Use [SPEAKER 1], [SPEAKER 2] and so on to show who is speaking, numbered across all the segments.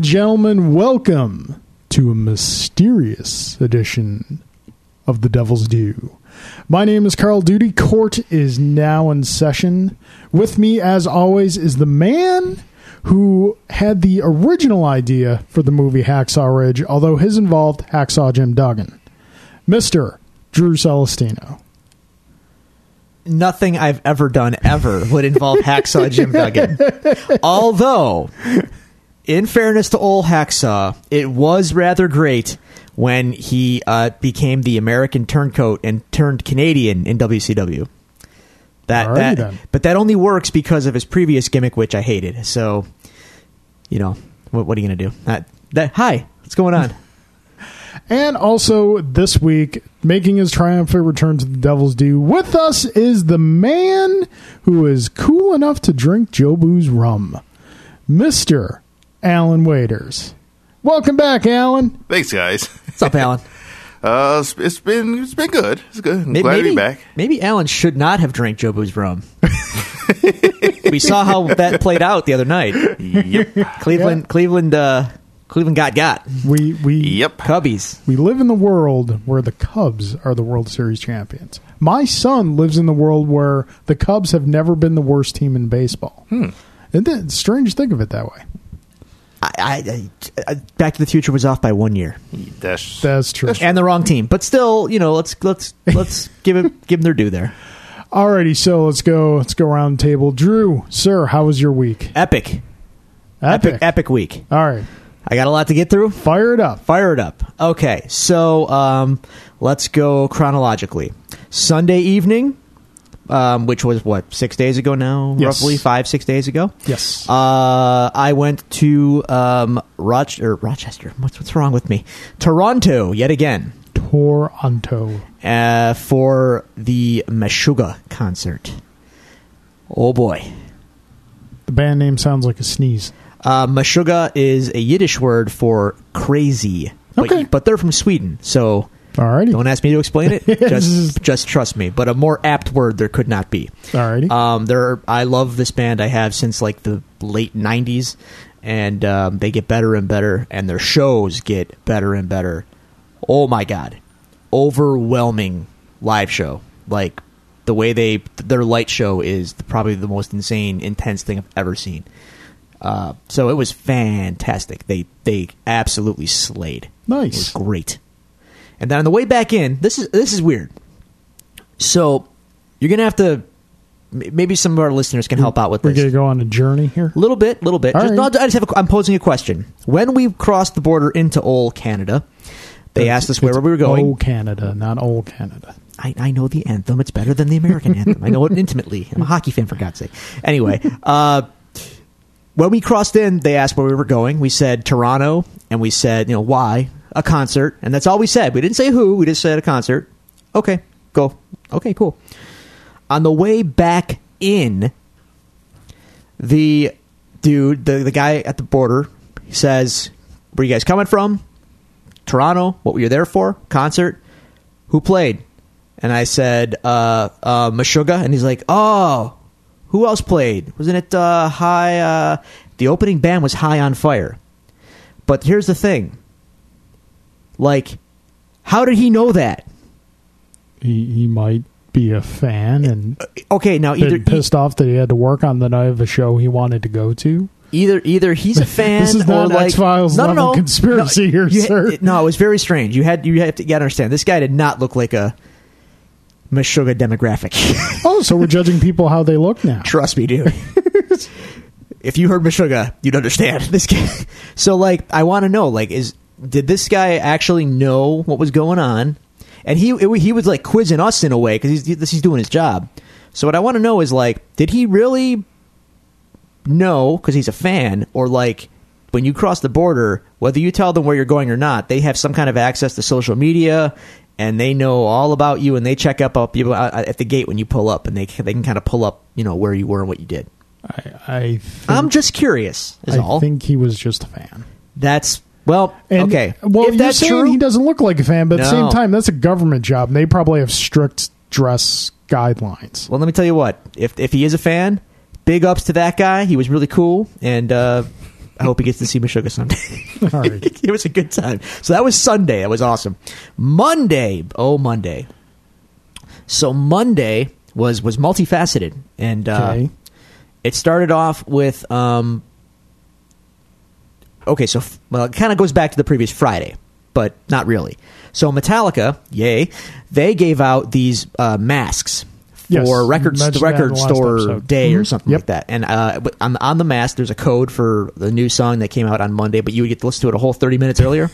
[SPEAKER 1] gentlemen, welcome to a mysterious edition of The Devil's Due. My name is Carl Duty. Court is now in session. With me, as always, is the man who had the original idea for the movie Hacksaw Ridge, although his involved Hacksaw Jim Duggan, Mr. Drew Celestino.
[SPEAKER 2] nothing I've ever done ever would involve Hacksaw Jim Duggan. Although, in fairness to old Hacksaw, it was rather great when he uh, became the American turncoat and turned Canadian in WCW. That,
[SPEAKER 1] Alrighty
[SPEAKER 2] that
[SPEAKER 1] then.
[SPEAKER 2] but that only works because of his previous gimmick, which I hated. So, you know, what, what are you gonna do? That, that hi, what's going on?
[SPEAKER 1] And also this week, making his triumphant return to the Devil's Due, with us is the man who is cool enough to drink Jobu's rum, Mr. Alan Waiters. Welcome back, Alan.
[SPEAKER 3] Thanks, guys.
[SPEAKER 2] What's up, Alan?
[SPEAKER 3] Uh, it's, it's been it's been good. It's good. I'm
[SPEAKER 2] May-
[SPEAKER 3] glad
[SPEAKER 2] maybe,
[SPEAKER 3] to be back.
[SPEAKER 2] Maybe Alan should not have drank Jobu's rum. we saw how that played out the other night.
[SPEAKER 3] Yep.
[SPEAKER 2] Cleveland, Cleveland, uh, Cleveland got got
[SPEAKER 1] We we
[SPEAKER 3] yep.
[SPEAKER 2] Cubbies.
[SPEAKER 1] we live in the world where the Cubs are the World Series champions. My son lives in the world where the Cubs have never been the worst team in baseball. Isn't it strange to think of it that way?
[SPEAKER 2] I, I, I, Back to the Future was off by one year,
[SPEAKER 3] That's,
[SPEAKER 1] That's true.
[SPEAKER 2] and the wrong team. But still, you know, let's let's let's give it give them their due there.
[SPEAKER 1] Alrighty, so let's go. Let's go round table. Drew, sir, how was your week?
[SPEAKER 2] Epic, epic, epic, week.
[SPEAKER 1] All right,
[SPEAKER 2] I got a lot to get through.
[SPEAKER 1] fire it up.
[SPEAKER 2] Fire it up. Okay, so um, let's go chronologically. Sunday evening, um, which was what six days ago now,
[SPEAKER 1] Yes.
[SPEAKER 2] roughly five six days ago.
[SPEAKER 1] Yes.
[SPEAKER 2] Uh, I went to um, Roch- or Rochester. What's what's wrong with me? Toronto yet again
[SPEAKER 1] Toronto.
[SPEAKER 2] uh, for the Meshuga concert. Oh boy,
[SPEAKER 1] The band name sounds like a sneeze.
[SPEAKER 2] uh, Meshuga is a Yiddish word for crazy. But-
[SPEAKER 1] Okay.
[SPEAKER 2] but, they're from Sweden, so
[SPEAKER 1] Alrighty.
[SPEAKER 2] don't ask me to explain it. just just trust me. But a more apt word there could not be.
[SPEAKER 1] Alrighty.
[SPEAKER 2] Um, there, I love this band. I have since like the late '90s, and um, they get better and better, and their shows get better and better. Oh my god, overwhelming live show! Like the way they their light show is probably the most insane, intense thing I've ever seen. Uh, so it was fantastic. They they absolutely slayed.
[SPEAKER 1] Nice.
[SPEAKER 2] it was great. And then on the way back in, this is this is weird. So you're gonna have to m- maybe some of our listeners can help out with
[SPEAKER 1] We're gonna
[SPEAKER 2] this.
[SPEAKER 1] go on a journey here.
[SPEAKER 2] A little bit, little bit.
[SPEAKER 1] All
[SPEAKER 2] Just,
[SPEAKER 1] right.
[SPEAKER 2] no, I just have a, I'm posing a question. When we crossed the border into old Canada, they asked us where
[SPEAKER 1] It's
[SPEAKER 2] we were going.
[SPEAKER 1] Old Canada, not old Canada.
[SPEAKER 2] I, I know the anthem. It's better than the American anthem. I know it intimately. I'm a hockey fan, for God's sake. Anyway, uh, when we crossed in, they asked where we were going. We said Toronto, and we said, you know, why? A concert. And that's all we said. We didn't say who. We just said a concert. Okay, go. Okay, cool. On the way back in, the dude, the, the guy at the border, says, Where you guys coming from? Toronto. What were you there for? Concert. Who played? And I said, uh, uh, Meshuggah. And he's like, Oh, who else played? Wasn't it uh, High? Uh, the opening band was High on Fire. But here's the thing like, how did he know that?
[SPEAKER 1] He, he might be a fan and
[SPEAKER 2] Okay, now Uh, either
[SPEAKER 1] been pissed off that he had to work on the night of a show he wanted to go to.
[SPEAKER 2] either either he's a fan
[SPEAKER 1] This is
[SPEAKER 2] or
[SPEAKER 1] not an
[SPEAKER 2] like
[SPEAKER 1] X-Files
[SPEAKER 2] no, no,
[SPEAKER 1] level
[SPEAKER 2] no.
[SPEAKER 1] conspiracy
[SPEAKER 2] no,
[SPEAKER 1] here,
[SPEAKER 2] you-
[SPEAKER 1] sir.
[SPEAKER 2] No, it was very strange. You had you have to you gotta understand this guy did not look like a Meshuggah demographic.
[SPEAKER 1] Oh, so we're judging people how they look now.
[SPEAKER 2] Trust me, dude. if you heard Meshuggah, you'd understand this guy. So like, I want to know like is did this guy actually know what was going on? And he it, he was like quizzing us in a way because he's he's doing his job. So what I want to know is like, did he really no, because he's a fan, or like when you cross the border, whether you tell them where you're going or not, they have some kind of access to social media, and they know all about you, and they check up up you uh, at the gate when you pull up, and they they can kind of pull up, you know, where you were and what you did.
[SPEAKER 1] I, I think,
[SPEAKER 2] I'm just curious, is
[SPEAKER 1] I
[SPEAKER 2] all.
[SPEAKER 1] think he was just a fan.
[SPEAKER 2] That's well,
[SPEAKER 1] And-
[SPEAKER 2] okay.
[SPEAKER 1] Well,
[SPEAKER 2] if
[SPEAKER 1] you're
[SPEAKER 2] that's
[SPEAKER 1] saying
[SPEAKER 2] true,
[SPEAKER 1] he doesn't look like a fan, but at the same
[SPEAKER 2] No.
[SPEAKER 1] time, that's a government job, and they probably have strict dress guidelines.
[SPEAKER 2] Well, let me tell you what. If if he is a fan, big ups to that guy. He was really cool, and uh, I hope he gets to see Meshuggah someday.
[SPEAKER 1] All right.
[SPEAKER 2] it was a good time. So that was Sunday. That was awesome. Monday. Oh, Monday. So Monday was was multifaceted, and uh,
[SPEAKER 1] Okay.
[SPEAKER 2] it started off with um. Okay, so f- well, it kind of goes back to the previous Friday, but not really. So Metallica, yay, they gave out these uh, masks for
[SPEAKER 1] Yes,
[SPEAKER 2] records,
[SPEAKER 1] mentioned
[SPEAKER 2] the
[SPEAKER 1] that in
[SPEAKER 2] record
[SPEAKER 1] the last
[SPEAKER 2] store
[SPEAKER 1] episode.
[SPEAKER 2] day or
[SPEAKER 1] Mhm.
[SPEAKER 2] something
[SPEAKER 1] Yep.
[SPEAKER 2] like that. And uh, but on, on the mask, there's a code for the new song that came out on Monday, but you would get to listen to it a whole 30 minutes earlier.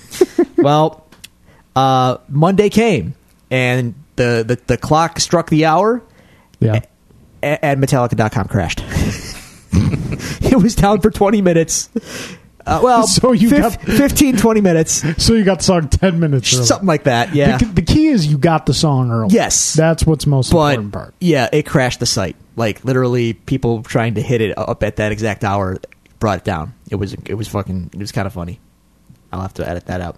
[SPEAKER 2] well, uh, Monday came, and the, the, the clock struck the hour,
[SPEAKER 1] Yeah.
[SPEAKER 2] Eh. a- and Metallica.com crashed. it was down for 20 minutes. Uh, well,
[SPEAKER 1] So you got-
[SPEAKER 2] 15, 20 minutes,
[SPEAKER 1] So you got the song ten minutes early.
[SPEAKER 2] something like that. Yeah.
[SPEAKER 1] The, the key is you got the song early.
[SPEAKER 2] Yes.
[SPEAKER 1] That's what's most
[SPEAKER 2] but
[SPEAKER 1] important part.
[SPEAKER 2] yeah, it crashed the site. Like literally, people trying to hit it up at that exact hour brought it down. It was it was fucking it was kind of funny. I'll have to edit that out.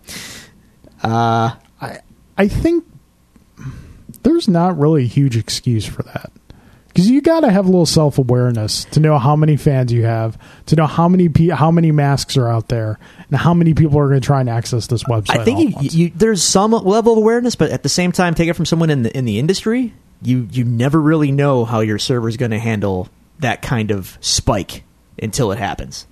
[SPEAKER 2] Uh,
[SPEAKER 1] I I think there's not really a huge excuse for that because you got to have a little self awareness to know how many fans you have, to know how many pe- how many masks are out there, and how many people are going to try and access this website.
[SPEAKER 2] I
[SPEAKER 1] all at
[SPEAKER 2] think you,
[SPEAKER 1] once.
[SPEAKER 2] you, there's some level of awareness, but at the same time, take it from someone in the in the industry. You you never really know how your server's going to handle that kind of spike until it happens.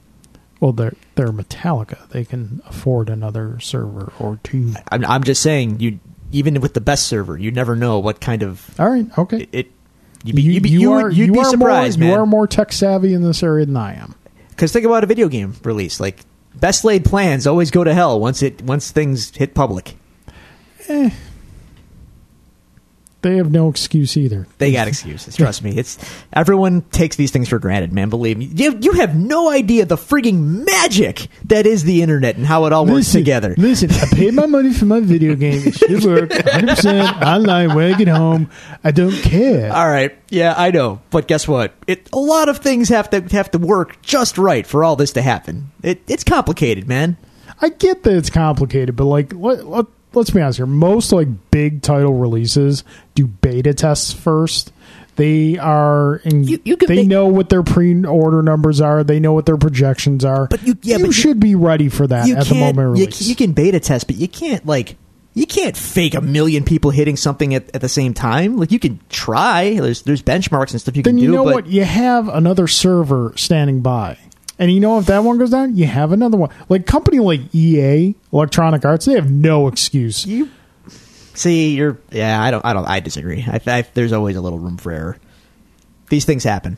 [SPEAKER 1] well, they're they're Metallica. They can afford another server or two.
[SPEAKER 2] I'm, I'm just saying, you even with the best server, you never know what kind of
[SPEAKER 1] All right, okay.
[SPEAKER 2] it. it you'd be, you'd be, you, would- you'd be
[SPEAKER 1] are
[SPEAKER 2] surprised,
[SPEAKER 1] more,
[SPEAKER 2] man.
[SPEAKER 1] You are more tech savvy in this area than I am.
[SPEAKER 2] Because think about a video game release. Like best laid plans always go to hell once it once things hit public.
[SPEAKER 1] They have no excuse either.
[SPEAKER 2] They got excuses. Trust me. It's everyone takes these things for granted, man. Believe me. You, you have no idea the freaking magic that is the internet and how it all works
[SPEAKER 1] Listen,
[SPEAKER 2] together.
[SPEAKER 1] Listen, I paid my money for my video game. It should work 100% online when I get home. I don't care.
[SPEAKER 2] All right. Yeah, I know. But guess what? It a lot of things have to have to work just right for all this to happen. It it's complicated, man.
[SPEAKER 1] I get that it's complicated, but like, let, let, let's be honest here. Most like big title releases do beta tests first. They are, in,
[SPEAKER 2] You- you can
[SPEAKER 1] they
[SPEAKER 2] make-
[SPEAKER 1] know what their pre-order numbers are. They know what their projections are.
[SPEAKER 2] But you- yeah, but you-
[SPEAKER 1] should be ready for that at the moment of
[SPEAKER 2] you-
[SPEAKER 1] release.
[SPEAKER 2] You, can beta test, but you can't like you can't fake a million people hitting something at, at the same time. Like you can try. There's there's benchmarks and stuff you
[SPEAKER 1] then
[SPEAKER 2] can
[SPEAKER 1] you
[SPEAKER 2] do.
[SPEAKER 1] know
[SPEAKER 2] but
[SPEAKER 1] what you have another server standing by and you know if that one goes down you have another one like company like ea electronic arts they have no excuse
[SPEAKER 2] you see, you're yeah. I don't. I don't. I disagree. I, I, there's always a little room for error. These things happen.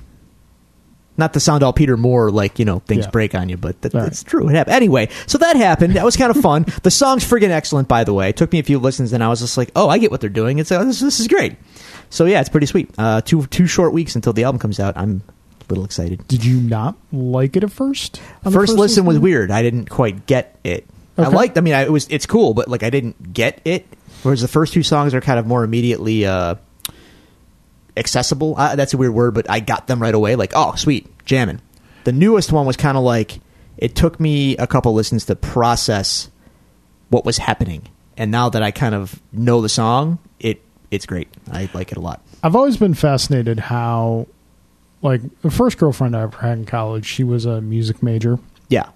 [SPEAKER 2] Not to sound all Peter Moore, like you know things
[SPEAKER 1] Yeah.
[SPEAKER 2] break on you, but that,
[SPEAKER 1] All right.
[SPEAKER 2] that's true. It happened anyway. So that happened. That was kind of fun. the song's friggin' excellent, by the way. It took me a few listens, and I was just like, oh, I get what they're doing. It's uh, this, this is great. So yeah, it's pretty sweet. Uh, two two short weeks until the album comes out. I'm a little excited.
[SPEAKER 1] did you not like it at first On
[SPEAKER 2] First,
[SPEAKER 1] the
[SPEAKER 2] listen, was weird. I didn't quite get it. I
[SPEAKER 1] Okay.
[SPEAKER 2] liked. I mean, I, it was it's cool, but like I didn't get it. Whereas the first two songs are kind of more immediately uh, accessible. Uh, that's a weird word, but I got them right away. Like, oh, sweet, jamming. The newest one was kind of like it took me a couple listens to process what was happening, and now that I kind of know the song, it it's great. I like it a lot.
[SPEAKER 1] I've always been fascinated how, like, the first girlfriend I ever had in college, she was a music major.
[SPEAKER 2] Yeah,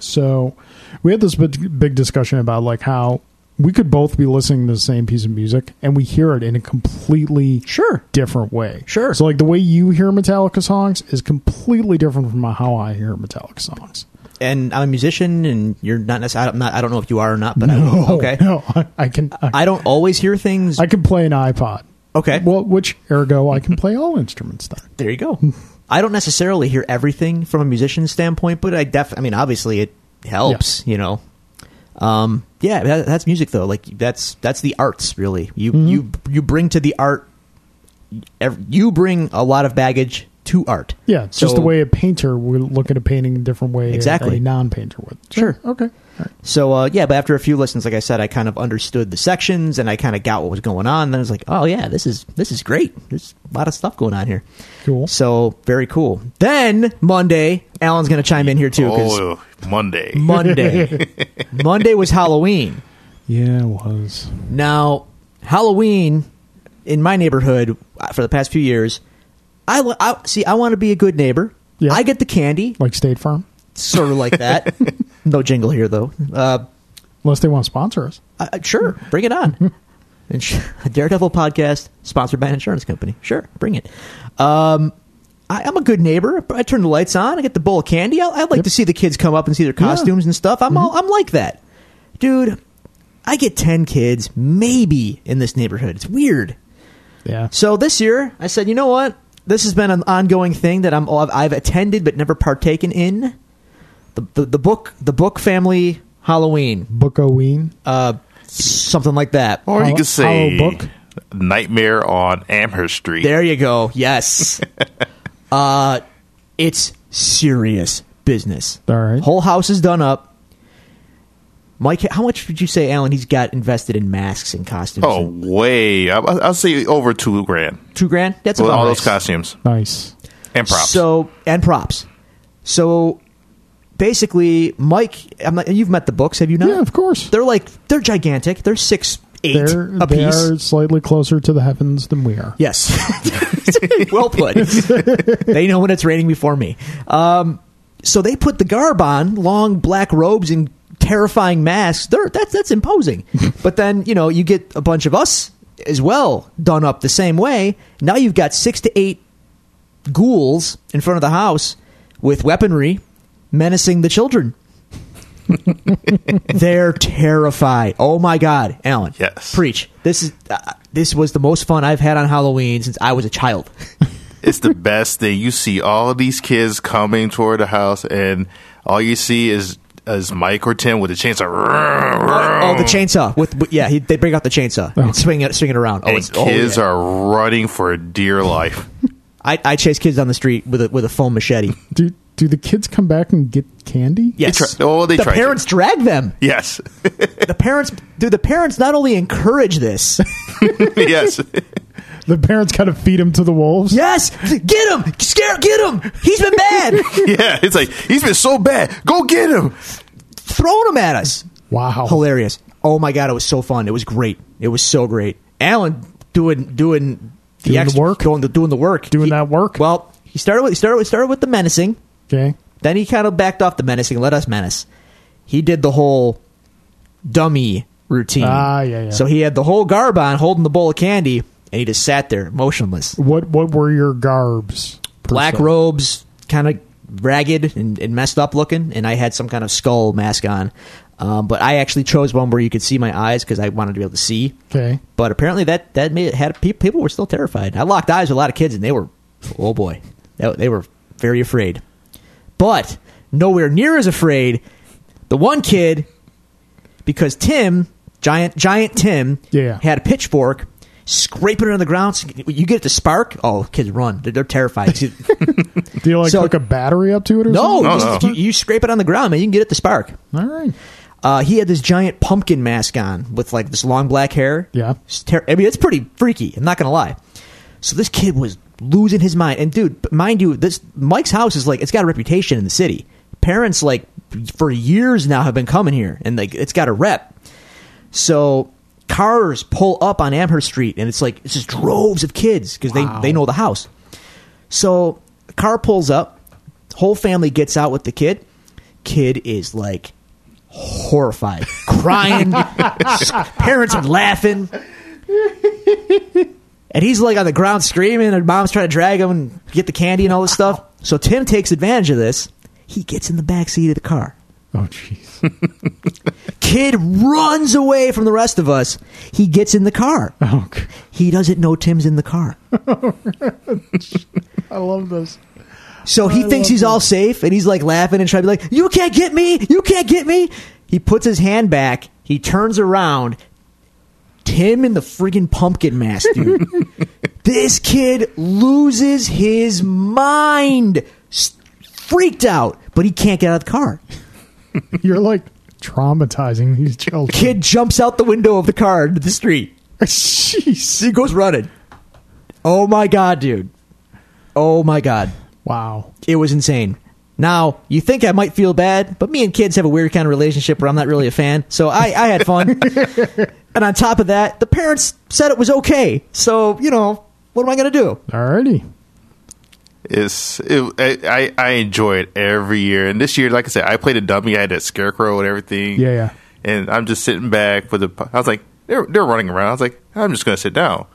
[SPEAKER 1] So we had this big, big discussion about, like, how we could both be listening to the same piece of music and we hear it in a completely
[SPEAKER 2] Sure.
[SPEAKER 1] different way.
[SPEAKER 2] Sure.
[SPEAKER 1] So, like, the way you hear Metallica songs is completely different from how I hear Metallica songs.
[SPEAKER 2] and I'm a musician, and you're not necessarily. I'm not. I don't know if you are or not, but I, Oh, okay.
[SPEAKER 1] No, I, I can. I,
[SPEAKER 2] I don't always hear things.
[SPEAKER 1] I can play an iPod.
[SPEAKER 2] Okay.
[SPEAKER 1] Well, which ergo I can play all instruments then.
[SPEAKER 2] there you go. I don't necessarily hear everything from a musician's standpoint, but I def. I mean, obviously it helps. You know. Um. Yeah. That, that's music, though. Like that's that's the arts, really. You
[SPEAKER 1] Mm-hmm.
[SPEAKER 2] you you bring to the art. ev- You bring a lot of baggage to art.
[SPEAKER 1] Yeah, it's just
[SPEAKER 2] So-
[SPEAKER 1] the way a painter would look at a painting a different way
[SPEAKER 2] Exactly.
[SPEAKER 1] a non-painter would.
[SPEAKER 2] Sure.
[SPEAKER 1] Okay. All right.
[SPEAKER 2] So uh, yeah, but after a few listens, like I said, I kind of understood the sections and I kind of got what was going on. Then I was like, oh yeah, this is this is great. There's a lot of stuff going on here.
[SPEAKER 1] Cool.
[SPEAKER 2] So very cool. Then Monday, Alan's going to chime in here too because
[SPEAKER 3] Oh, Monday.
[SPEAKER 2] Monday, Monday was Halloween.
[SPEAKER 1] Yeah, it was.
[SPEAKER 2] Now Halloween in my neighborhood uh, for the past few years, I, I see. I want to be a good neighbor.
[SPEAKER 1] Yeah.
[SPEAKER 2] I get the candy.
[SPEAKER 1] Like State Farm?
[SPEAKER 2] sort of like that. no jingle here though. Uh,
[SPEAKER 1] Unless they want to sponsor us.
[SPEAKER 2] uh, sure, bring it on. Ins- Daredevil podcast sponsored by an insurance company. Sure, bring it. Um, I, I'm a good neighbor. I turn the lights on. I get the bowl of candy. I, I like to see the kids come up and see their costumes and stuff. I'm all, I'm like that, dude. I get ten kids maybe in this neighborhood. It's weird.
[SPEAKER 1] Yeah.
[SPEAKER 2] So this year, I said, you know what? This has been an ongoing thing that I'm I've, I've attended but never partaken in. The, the the book the book family Halloween,
[SPEAKER 1] Bookoween.
[SPEAKER 2] uh, something like that.
[SPEAKER 3] Or
[SPEAKER 1] Hollow-
[SPEAKER 3] you could say
[SPEAKER 1] Hollow Book?
[SPEAKER 3] Nightmare on Amherst Street.
[SPEAKER 2] There you go. Yes. uh, it's serious business.
[SPEAKER 1] All right.
[SPEAKER 2] Whole house is done up. Mike, how much would you say, Alan? He's got invested in masks and costumes.
[SPEAKER 3] Oh,
[SPEAKER 2] and-
[SPEAKER 3] way. I, I'll say over two grand.
[SPEAKER 2] two grand. That's
[SPEAKER 3] With
[SPEAKER 2] about
[SPEAKER 3] all
[SPEAKER 2] right.
[SPEAKER 3] those costumes
[SPEAKER 1] Nice.
[SPEAKER 3] and props.
[SPEAKER 2] So and props. So basically, Mike, I'm not, you've met the books, have you not?
[SPEAKER 1] Yeah, of course.
[SPEAKER 2] They're like they're gigantic. They're six eight
[SPEAKER 1] They're,
[SPEAKER 2] a
[SPEAKER 1] they
[SPEAKER 2] piece.
[SPEAKER 1] are slightly closer to the heavens than we are.
[SPEAKER 2] Yes. well put. they know when it's raining before me. Um, so they put the garb on, long black robes and terrifying masks. They're, that's that's imposing. but then you know you get a bunch of us as well done up the same way. Now you've got six to eight ghouls in front of the house with weaponry menacing the children. They're terrified. Oh my god, Alan.
[SPEAKER 3] Yes.
[SPEAKER 2] Preach. This is uh, this was the most fun I've had on Halloween since I was a child.
[SPEAKER 3] it's the best thing. You see all of these kids coming toward the house, and all you see is is Mike or Tim with a chainsaw.
[SPEAKER 2] oh, the chainsaw with, with- yeah, he, they bring out the chainsaw and swing it swing it around. Oh,
[SPEAKER 3] And
[SPEAKER 2] it's oh,
[SPEAKER 3] kids
[SPEAKER 2] yeah.
[SPEAKER 3] are running for dear life.
[SPEAKER 2] I, I chase kids down the street with a with a foam machete.
[SPEAKER 1] Do do the kids come back and get candy?
[SPEAKER 2] Yes.
[SPEAKER 3] try- oh, they
[SPEAKER 2] the
[SPEAKER 3] try to.
[SPEAKER 2] parents drag them.
[SPEAKER 3] yes,
[SPEAKER 2] The parents do the parents not only encourage this.
[SPEAKER 3] yes.
[SPEAKER 1] The parents got to feed them to the wolves.
[SPEAKER 2] yes, get him, scare, get him. He's been bad.
[SPEAKER 3] yeah, it's like he's been so bad. Go get him.
[SPEAKER 2] Throwing him at us.
[SPEAKER 1] Wow.
[SPEAKER 2] hilarious. Oh my god, it was so fun. It was great. It was so great. Alan doing doing the
[SPEAKER 1] Doing the
[SPEAKER 2] extra-
[SPEAKER 1] work?
[SPEAKER 2] going to doing the work,
[SPEAKER 1] Doing
[SPEAKER 2] He-
[SPEAKER 1] that work?
[SPEAKER 2] Well, he started with he started with, started with the menacing.
[SPEAKER 1] Okay.
[SPEAKER 2] Then he kind of backed off the menacing, and let us menace. He did the whole dummy routine.
[SPEAKER 1] Ah, yeah, yeah.
[SPEAKER 2] So he had the whole garb on, holding the bowl of candy, and he just sat there motionless.
[SPEAKER 1] What what were your garbs? per
[SPEAKER 2] Black
[SPEAKER 1] se?
[SPEAKER 2] robes, kind of ragged and, and messed up looking, and I had some kind of skull mask on. Um, but I actually chose one where you could see my eyes because I wanted to be able to see.
[SPEAKER 1] Okay.
[SPEAKER 2] But apparently that that made, had pe- people were still terrified. I locked eyes with a lot of kids, and they were, oh boy, they, they were very afraid. But nowhere near as afraid the one kid because Tim, giant giant Tim,
[SPEAKER 1] Yeah.
[SPEAKER 2] had a pitchfork. Scraping it on the ground, you get it to spark. Oh, kids run! They're, they're terrified. See-
[SPEAKER 1] Do you like
[SPEAKER 2] So-
[SPEAKER 1] hook a battery up to it or
[SPEAKER 2] no,
[SPEAKER 1] something?
[SPEAKER 3] No,
[SPEAKER 2] just-
[SPEAKER 3] no.
[SPEAKER 2] You, you scrape it on the ground, man. You can get it to spark.
[SPEAKER 1] All right.
[SPEAKER 2] Uh, he had this giant pumpkin mask on with like this long black hair.
[SPEAKER 1] Yeah.
[SPEAKER 2] It's ter- I mean, it's pretty freaky. I'm not gonna lie. So this kid was losing his mind. And dude, b- mind you, this Mike's house is like it's got a reputation in the city. Parents like for years now have been coming here, and like it's got a rep. So cars pull up on Amherst Street, and it's like it's just droves of kids because
[SPEAKER 1] Wow.
[SPEAKER 2] they they know the house. So a car pulls up, whole family gets out with the kid. Kid is like horrified, crying. Parents are laughing. And he's like on the ground screaming, and mom's trying to drag him and get the candy and all this stuff. So Tim takes advantage of this. He gets in the back seat of the car.
[SPEAKER 1] Oh jeez.
[SPEAKER 2] Kid runs away from the rest of us. He gets in the car.
[SPEAKER 1] Oh, g-
[SPEAKER 2] He doesn't know Tim's in the car.
[SPEAKER 1] I love this.
[SPEAKER 2] So he thinks he's all safe and he's like laughing and trying to be like, You can't get me! You can't get me! He puts his hand back, he turns around. Tim in the friggin' pumpkin mask, dude. this kid loses his mind. S- Freaked out, but he can't get out of the car.
[SPEAKER 1] You're like traumatizing these children.
[SPEAKER 2] Kid jumps out the window of the car into the street.
[SPEAKER 1] Jeez.
[SPEAKER 2] He goes running. Oh my god, dude. Oh my god.
[SPEAKER 1] Wow.
[SPEAKER 2] It was insane. Now, you think I might feel bad, but me and kids have a weird kind of relationship where I'm not really a fan. So I, I had fun. and on top of that, the parents said it was okay. So, you know, what am I going to do?
[SPEAKER 1] Alrighty.
[SPEAKER 3] It's it, I I I enjoy it every year, and this year, like I said, I played a dummy. I had that scarecrow and everything.
[SPEAKER 1] Yeah, yeah.
[SPEAKER 3] And I'm just sitting back with the. I was like, they're they're running around. I was like, I'm just gonna sit down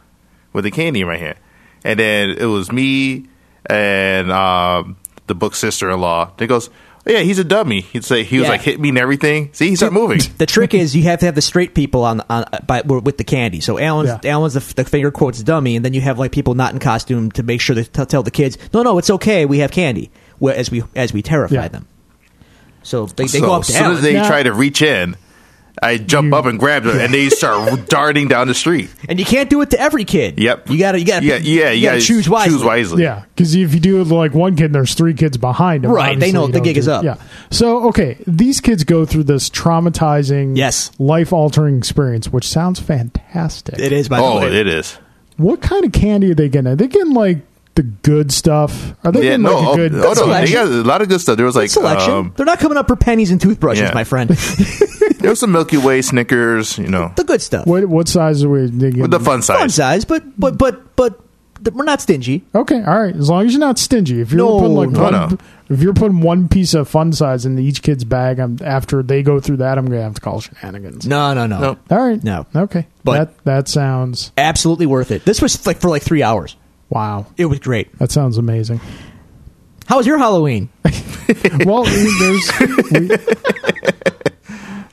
[SPEAKER 3] with the candy in my hand, and then it was me and um, the book sister in law. They goes, oh, yeah, he's a dummy. He'd say he was
[SPEAKER 2] Yeah.
[SPEAKER 3] like hit me and everything. See, he's not moving.
[SPEAKER 2] The trick is you have to have the straight people on on uh, by, with the candy. So Alan's
[SPEAKER 1] Yeah.
[SPEAKER 2] Alan's the, the finger quotes dummy, and then you have like people not in costume to make sure to t- tell the kids, no, no, it's okay, we have candy, where, as we as we terrify
[SPEAKER 1] Yeah.
[SPEAKER 2] them. So they, they
[SPEAKER 3] so
[SPEAKER 2] go up
[SPEAKER 3] as
[SPEAKER 2] to
[SPEAKER 3] soon
[SPEAKER 2] Alan.
[SPEAKER 3] as they
[SPEAKER 1] Now-
[SPEAKER 3] try to reach in, I jump up and grab them, and they start darting down the street.
[SPEAKER 2] and you can't do it to every kid.
[SPEAKER 3] Yep.
[SPEAKER 2] You gotta you gotta
[SPEAKER 3] yeah, yeah,
[SPEAKER 2] you gotta choose wisely.
[SPEAKER 3] Choose wisely.
[SPEAKER 1] Yeah, because if you do it like one kid, and there's three kids behind them.
[SPEAKER 2] Right, they
[SPEAKER 1] obviously
[SPEAKER 2] know
[SPEAKER 1] you
[SPEAKER 2] the
[SPEAKER 1] don't
[SPEAKER 2] gig
[SPEAKER 1] do-
[SPEAKER 2] is up.
[SPEAKER 1] Yeah. So okay, these kids go through this traumatizing,
[SPEAKER 2] Yes.
[SPEAKER 1] life altering experience, which sounds fantastic.
[SPEAKER 2] It is by
[SPEAKER 3] Oh,
[SPEAKER 2] the way.
[SPEAKER 3] it is.
[SPEAKER 1] What kind of candy are they getting? Are they getting like the good stuff? Are they
[SPEAKER 3] Yeah,
[SPEAKER 1] getting
[SPEAKER 3] no,
[SPEAKER 1] like a
[SPEAKER 3] oh,
[SPEAKER 1] good?
[SPEAKER 3] oh, no, they
[SPEAKER 2] selection.
[SPEAKER 3] got a lot of good stuff. There was like
[SPEAKER 2] Selection.
[SPEAKER 3] um,
[SPEAKER 2] They're not coming up for pennies and toothbrushes,
[SPEAKER 3] Yeah.
[SPEAKER 2] my friend. the
[SPEAKER 3] there was some Milky Way, Snickers, you know,
[SPEAKER 2] good stuff.
[SPEAKER 1] What what size are we? They getting?
[SPEAKER 3] with the
[SPEAKER 2] Fun
[SPEAKER 3] fun size.
[SPEAKER 2] size, but but but but th- we're not stingy.
[SPEAKER 1] Okay, all right. As long as you're not stingy. If you're
[SPEAKER 2] No,
[SPEAKER 1] putting like
[SPEAKER 2] no,
[SPEAKER 1] one,
[SPEAKER 3] no.
[SPEAKER 1] if you're putting one piece of fun size in each kid's bag, I'm after they go through that, I'm gonna have to call shenanigans.
[SPEAKER 2] No, no, no.
[SPEAKER 3] No.
[SPEAKER 1] All right.
[SPEAKER 2] No.
[SPEAKER 1] Okay.
[SPEAKER 2] But-
[SPEAKER 1] that that sounds
[SPEAKER 2] Absolutely worth it. This was like for like three hours.
[SPEAKER 1] wow.
[SPEAKER 2] It was great.
[SPEAKER 1] That sounds amazing.
[SPEAKER 2] How was your Halloween?
[SPEAKER 1] Well, we- there's we,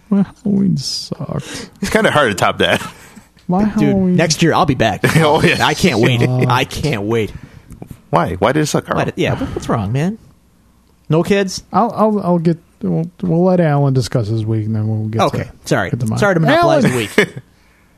[SPEAKER 1] my Halloween sucked.
[SPEAKER 3] It's kind of hard to top that.
[SPEAKER 1] My
[SPEAKER 2] Dude,
[SPEAKER 1] Halloween
[SPEAKER 2] next year I'll be back.
[SPEAKER 3] Oh, yeah.
[SPEAKER 2] I can't wait.
[SPEAKER 1] Sucked.
[SPEAKER 2] I can't wait.
[SPEAKER 3] Why? Why did it suck? Carl?
[SPEAKER 2] Why did- yeah, what- what's wrong, man? No kids?
[SPEAKER 1] I'll I'll, I'll get. We'll, we'll let Alan discuss his week, and then we'll get.
[SPEAKER 2] Okay.
[SPEAKER 1] To,
[SPEAKER 2] Sorry.
[SPEAKER 1] get to mine.
[SPEAKER 2] Sorry to monopolize
[SPEAKER 1] Alan,
[SPEAKER 2] the week.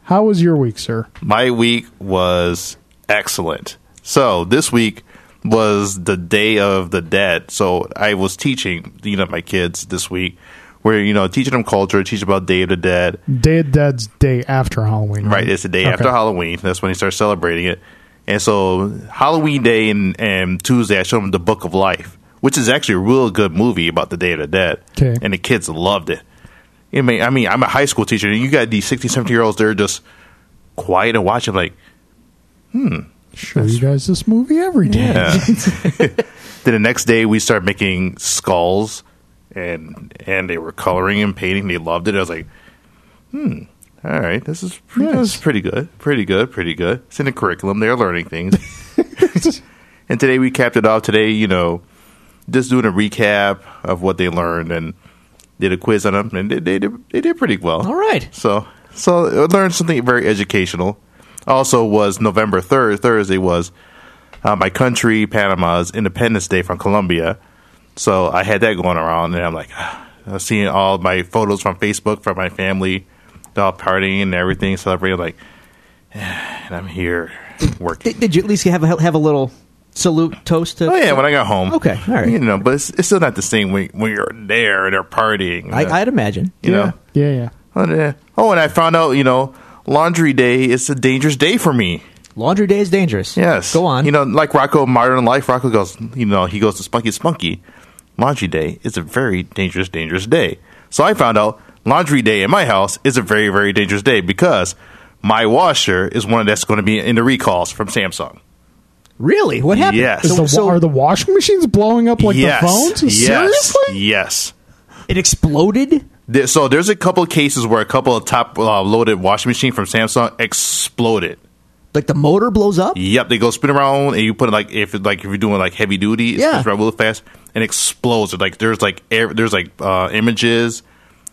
[SPEAKER 1] How was your week, sir?
[SPEAKER 3] My week was excellent. So this week was the day of the dead. So I was teaching, you know, my kids this week. We're you know teaching them culture, teaching about Day of the Dead.
[SPEAKER 1] Day of Dead's day after Halloween. Right.
[SPEAKER 3] Right, it's the day
[SPEAKER 1] Mm-hmm. Okay.
[SPEAKER 3] after Halloween. That's when they start celebrating it. And so Halloween Day and, and Tuesday, I showed them the Book of Life, which is actually a real good movie about the Day of the Dead.
[SPEAKER 1] 'Kay.
[SPEAKER 3] And the kids loved it. I mean, I mean, I'm a high school teacher, and you got these 60, 70 year olds. They're just quiet and watching, like,
[SPEAKER 1] Show you guys this movie every day.
[SPEAKER 3] Yeah. then the next day we started making skulls and and they were coloring and painting. They loved it. I was like, hmm, all right, this is pretty, this is
[SPEAKER 1] Nice.
[SPEAKER 3] pretty good, pretty good, pretty good. It's in the curriculum. They're learning things. and today we capped it off. Today, you know, just doing a recap of what they learned and did a quiz on them, and they they did, they did pretty well.
[SPEAKER 2] All right.
[SPEAKER 3] So so I learned something very educational. Also was November third Thursday was uh, my country Panama's Independence Day from Colombia. So I had that going around, and I'm like, I was seeing all my photos from Facebook from my family, they're all partying and everything, celebrating. Like, and I'm here working.
[SPEAKER 2] Did, did you at least have a, have a little salute toast to
[SPEAKER 3] Oh yeah, when I got home.
[SPEAKER 2] Okay, all right.
[SPEAKER 3] You know, but it's, it's still not the same when, when you're there and they're partying.
[SPEAKER 2] I, I'd imagine.
[SPEAKER 3] you know.
[SPEAKER 1] Yeah, yeah.
[SPEAKER 3] Oh, yeah. Oh, and I found out, you know, laundry day is a dangerous day for me.
[SPEAKER 2] Laundry day is dangerous.
[SPEAKER 3] Yes.
[SPEAKER 2] Go on.
[SPEAKER 3] You know, like Rocco, Modern Life, Rocco goes, you know, he goes to Spunky Spunky. Laundry day is a very dangerous, dangerous day. So I found out laundry day in my house is a very, very dangerous day because my washer is one that's going to be in the recalls from Samsung.
[SPEAKER 2] really? What happened?
[SPEAKER 3] Yes.
[SPEAKER 1] Is
[SPEAKER 2] So,
[SPEAKER 1] the,
[SPEAKER 2] so
[SPEAKER 1] are the washing machines blowing up like
[SPEAKER 3] yes.
[SPEAKER 1] the phones?
[SPEAKER 3] Yes.
[SPEAKER 1] Seriously?
[SPEAKER 3] Yes.
[SPEAKER 2] it exploded?
[SPEAKER 3] There- So there's a couple of cases where a couple of top uh, loaded washing machine from Samsung exploded.
[SPEAKER 2] Like the motor blows up?
[SPEAKER 3] Yep, they go spin around and you put it like if it, like if you're doing like heavy duty, it
[SPEAKER 2] Yeah.
[SPEAKER 3] spins around real fast and explodes. It like there's like air, there's like uh, images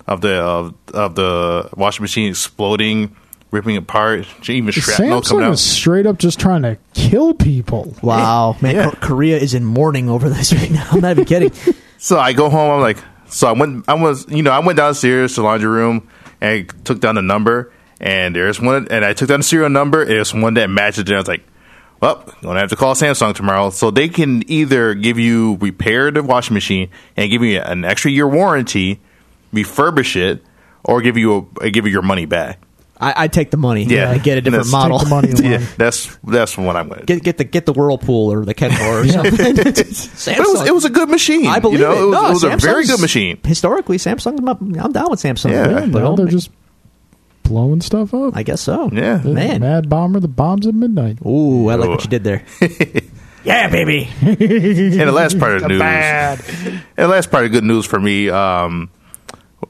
[SPEAKER 3] of the of, of the washing machine exploding, ripping apart, even shrapnel coming
[SPEAKER 1] Samsung
[SPEAKER 3] out.
[SPEAKER 1] is straight up just trying to kill people.
[SPEAKER 2] Wow, man,
[SPEAKER 3] Yeah.
[SPEAKER 2] Ko- Korea is in mourning over this right now. I'm not even kidding.
[SPEAKER 3] So I go home. I'm like, so I went. I was, you know, I went downstairs to the laundry room and took down the number. And there's one. And I took down the serial number. and It's one that matches. And I was like, well, gonna have to call Samsung tomorrow. So they can either give you repair the washing machine and give you an extra year warranty, refurbish it, or give you a, give you your money back.
[SPEAKER 2] I, I'd take the money.
[SPEAKER 3] Yeah.
[SPEAKER 2] I'd get a different
[SPEAKER 3] Let's take
[SPEAKER 2] model.
[SPEAKER 1] the money.
[SPEAKER 3] Yeah, that's that's what I'm gonna. do.
[SPEAKER 2] get get the get the whirlpool or the kettle or something. Samsung.
[SPEAKER 3] But it was it was a good machine.
[SPEAKER 2] I believe
[SPEAKER 3] you know,
[SPEAKER 2] it.
[SPEAKER 3] was,
[SPEAKER 2] no,
[SPEAKER 3] it was a very
[SPEAKER 2] Samsung's-
[SPEAKER 3] good machine.
[SPEAKER 2] Historically, Samsung. I'm I'm down with Samsung.
[SPEAKER 3] Yeah.
[SPEAKER 1] Yeah,
[SPEAKER 3] But
[SPEAKER 1] now
[SPEAKER 2] oh,
[SPEAKER 1] they're just blowing stuff up.
[SPEAKER 2] I guess so.
[SPEAKER 3] Yeah.
[SPEAKER 1] The
[SPEAKER 2] man.
[SPEAKER 1] Mad Bomber, the bombs at midnight.
[SPEAKER 2] Ooh, I like
[SPEAKER 3] Ooh.
[SPEAKER 2] what you did there. Yeah, baby.
[SPEAKER 3] And the last part of the news.
[SPEAKER 1] Bad.
[SPEAKER 3] And the last part of good news for me, um,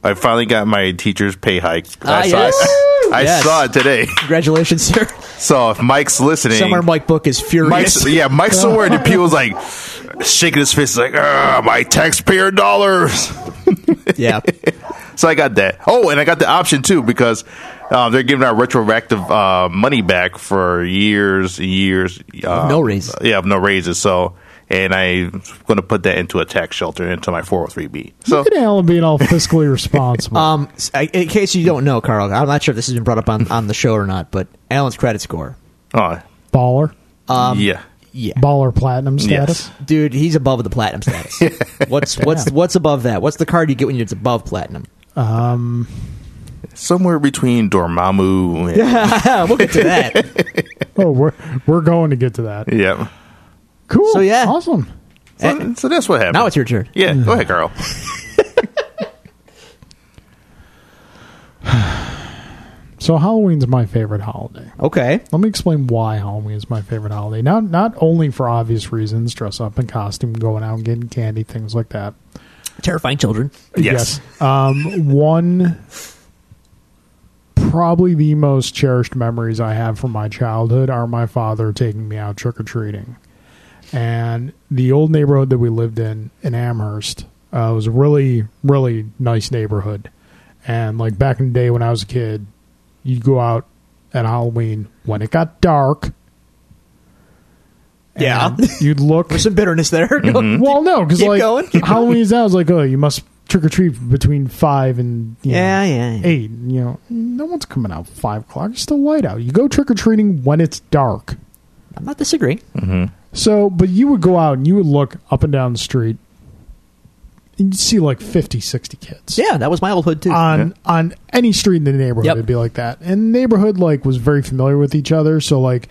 [SPEAKER 3] I finally got my teacher's pay hike.
[SPEAKER 2] Ah,
[SPEAKER 3] I, saw
[SPEAKER 2] yes.
[SPEAKER 3] it, I
[SPEAKER 2] Yes.
[SPEAKER 3] saw it today.
[SPEAKER 2] Congratulations, sir.
[SPEAKER 3] So if Mike's listening,
[SPEAKER 2] Somewhere Mike Book is furious.
[SPEAKER 3] Mike's, yeah, Mike's somewhere in the pew was like shaking his fist, like "Ah, my taxpayer dollars.
[SPEAKER 2] yeah.
[SPEAKER 3] So I got that. Oh, and I got the option too because uh, they're giving out retroactive uh, money back for years, years. Uh,
[SPEAKER 2] No raises.
[SPEAKER 3] Yeah, of no raises. So, and I'm going to put that into a tax shelter into my 403b. So Uh,
[SPEAKER 1] Look at Alan being all fiscally responsible.
[SPEAKER 2] Um, s- I- in case you don't know, Carl, I'm not sure if this has been brought up on, on the show or not, but Alan's credit score.
[SPEAKER 3] Oh,
[SPEAKER 1] baller,
[SPEAKER 3] yeah.
[SPEAKER 2] Yeah.
[SPEAKER 1] baller platinum status.
[SPEAKER 3] Yes.
[SPEAKER 2] Dude, he's above the platinum status. what's what's
[SPEAKER 1] Damn.
[SPEAKER 2] what's above that? What's the card you get when it's above platinum?
[SPEAKER 3] Somewhere between Dormammu and. Yeah.
[SPEAKER 2] we'll get to that.
[SPEAKER 1] Oh, we're we're going to get to that. Cool.
[SPEAKER 2] So, yeah.
[SPEAKER 1] awesome.
[SPEAKER 3] So, so that's what happened.
[SPEAKER 2] Now it's your turn.
[SPEAKER 3] Yeah, go ahead, Carl.
[SPEAKER 1] So Halloween's my favorite holiday.
[SPEAKER 2] Okay.
[SPEAKER 1] Let me explain why Halloween is my favorite holiday. Not not only for obvious reasons, dress up in costume, going out and getting candy, things like that.
[SPEAKER 2] Terrifying children.
[SPEAKER 3] Yes.
[SPEAKER 1] Um, one, probably the most cherished memories I have from my childhood are my father taking me out trick or treating. And the old neighborhood that we lived in in Amherst uh, was a really, really nice neighborhood. And like back in the day when I was a kid, you'd go out at Halloween when it got dark.
[SPEAKER 2] Yeah. Mm-hmm.
[SPEAKER 1] and You'd look
[SPEAKER 2] There's some bitterness there.
[SPEAKER 1] well, no, because
[SPEAKER 2] Keep
[SPEAKER 1] like
[SPEAKER 2] going, keep
[SPEAKER 1] Halloween is now. It's like, oh, you must trick or treat between five and you know,
[SPEAKER 2] Yeah, yeah, yeah.
[SPEAKER 1] eight. You know, no one's coming out five o'clock. It's still light out. You go trick or treating when it's dark.
[SPEAKER 2] I'm not disagreeing.
[SPEAKER 1] So, but you would go out and you would look up and down the street, and you'd see like 50, 60 kids.
[SPEAKER 2] Yeah, that was my old hood too.
[SPEAKER 1] On on any street in the neighborhood,
[SPEAKER 2] Yep.
[SPEAKER 1] it'd be like that. And the neighborhood like was very familiar with each other, so like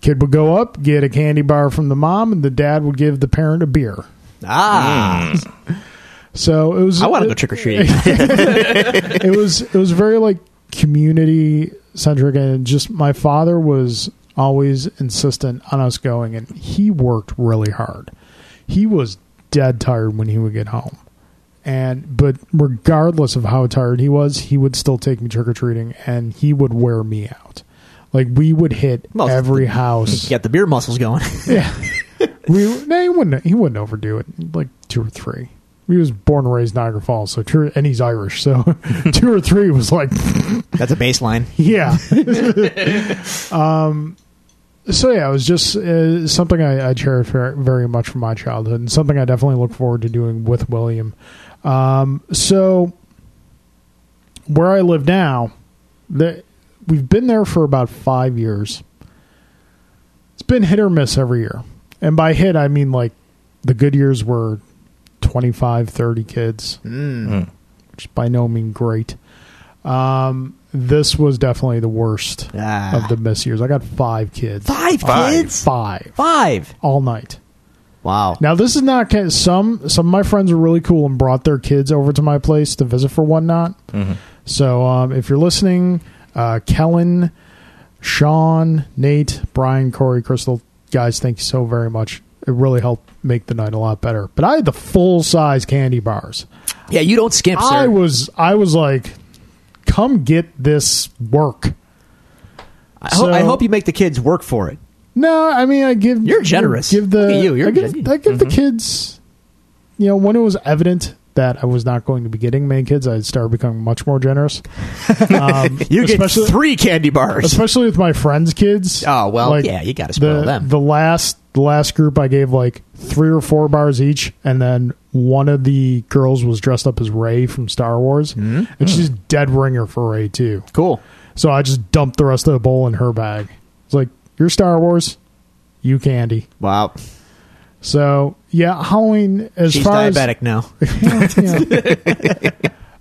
[SPEAKER 1] kid would go up, get a candy bar from the mom, and the dad would give the parent a beer.
[SPEAKER 2] ah,
[SPEAKER 1] So it was.
[SPEAKER 2] I want
[SPEAKER 1] it-
[SPEAKER 2] to go trick or treating.
[SPEAKER 1] it was it was very like community centric and just my father was always insistent on us going and he worked really hard he was dead tired when he would get home and but regardless of how tired he was he would still take me trick-or-treating and he would wear me out like we would hit
[SPEAKER 2] Well,
[SPEAKER 1] every
[SPEAKER 2] You
[SPEAKER 1] house
[SPEAKER 2] got the beer muscles going.
[SPEAKER 1] yeah we no he wouldn't he wouldn't overdo it like two or three he was born and raised in Niagara Falls, so two, and he's Irish. So two or three was like
[SPEAKER 2] That's a baseline.
[SPEAKER 1] yeah. um, so yeah, it was just uh, something I, I cherish ver- very much from my childhood, and something I definitely look forward to doing with William. Um, so where I live now, the, we've been there for about five years. It's been hit or miss every year, and by hit I mean like the good years were 25, 30 kids,
[SPEAKER 2] Mm.
[SPEAKER 1] which is by no means great Um, this was definitely the worst
[SPEAKER 2] Ah.
[SPEAKER 1] of the miss years. I got five kids.
[SPEAKER 2] Five,
[SPEAKER 3] Five.
[SPEAKER 2] kids.
[SPEAKER 1] Five.
[SPEAKER 2] Five.
[SPEAKER 1] All night.
[SPEAKER 2] Wow.
[SPEAKER 1] Now this is not ca- some some of my friends were really cool and brought their kids over to my place to visit for whatnot. So um, if you're listening, uh, Kellen, Sean, Nate, Brian, Corey, Crystal, guys, thank you so very much. It really helped make the night a lot better. But I had the full size candy bars.
[SPEAKER 2] yeah, you don't skimp, sir.
[SPEAKER 1] I was I was like, come get this work.
[SPEAKER 2] I, hope, I
[SPEAKER 1] so-
[SPEAKER 2] hope you make the kids work for it.
[SPEAKER 1] No, I mean I give
[SPEAKER 2] You're generous.
[SPEAKER 1] Give the
[SPEAKER 2] Look at you, you're
[SPEAKER 1] I give,
[SPEAKER 2] gen- mm-hmm.
[SPEAKER 1] I give the kids. You know, when it was evident that I was not going to be getting many kids, I started becoming much more generous. Um,
[SPEAKER 2] You get
[SPEAKER 1] especially,
[SPEAKER 2] three candy bars.
[SPEAKER 1] especially with my friends' kids.
[SPEAKER 2] Oh, well, yeah, you gotta spoil
[SPEAKER 1] the,
[SPEAKER 2] them.
[SPEAKER 1] The last the last group I gave like three or four bars each, and then one of the girls was dressed up as Ray from Star Wars,
[SPEAKER 2] Mm-hmm.
[SPEAKER 1] and she's dead ringer for Ray too.
[SPEAKER 2] Cool.
[SPEAKER 1] So I just dumped the rest of the bowl in her bag. It's like, you're Star Wars, you candy.
[SPEAKER 2] Wow.
[SPEAKER 1] So yeah, Halloween as
[SPEAKER 2] She's
[SPEAKER 1] far
[SPEAKER 2] diabetic now.
[SPEAKER 1] as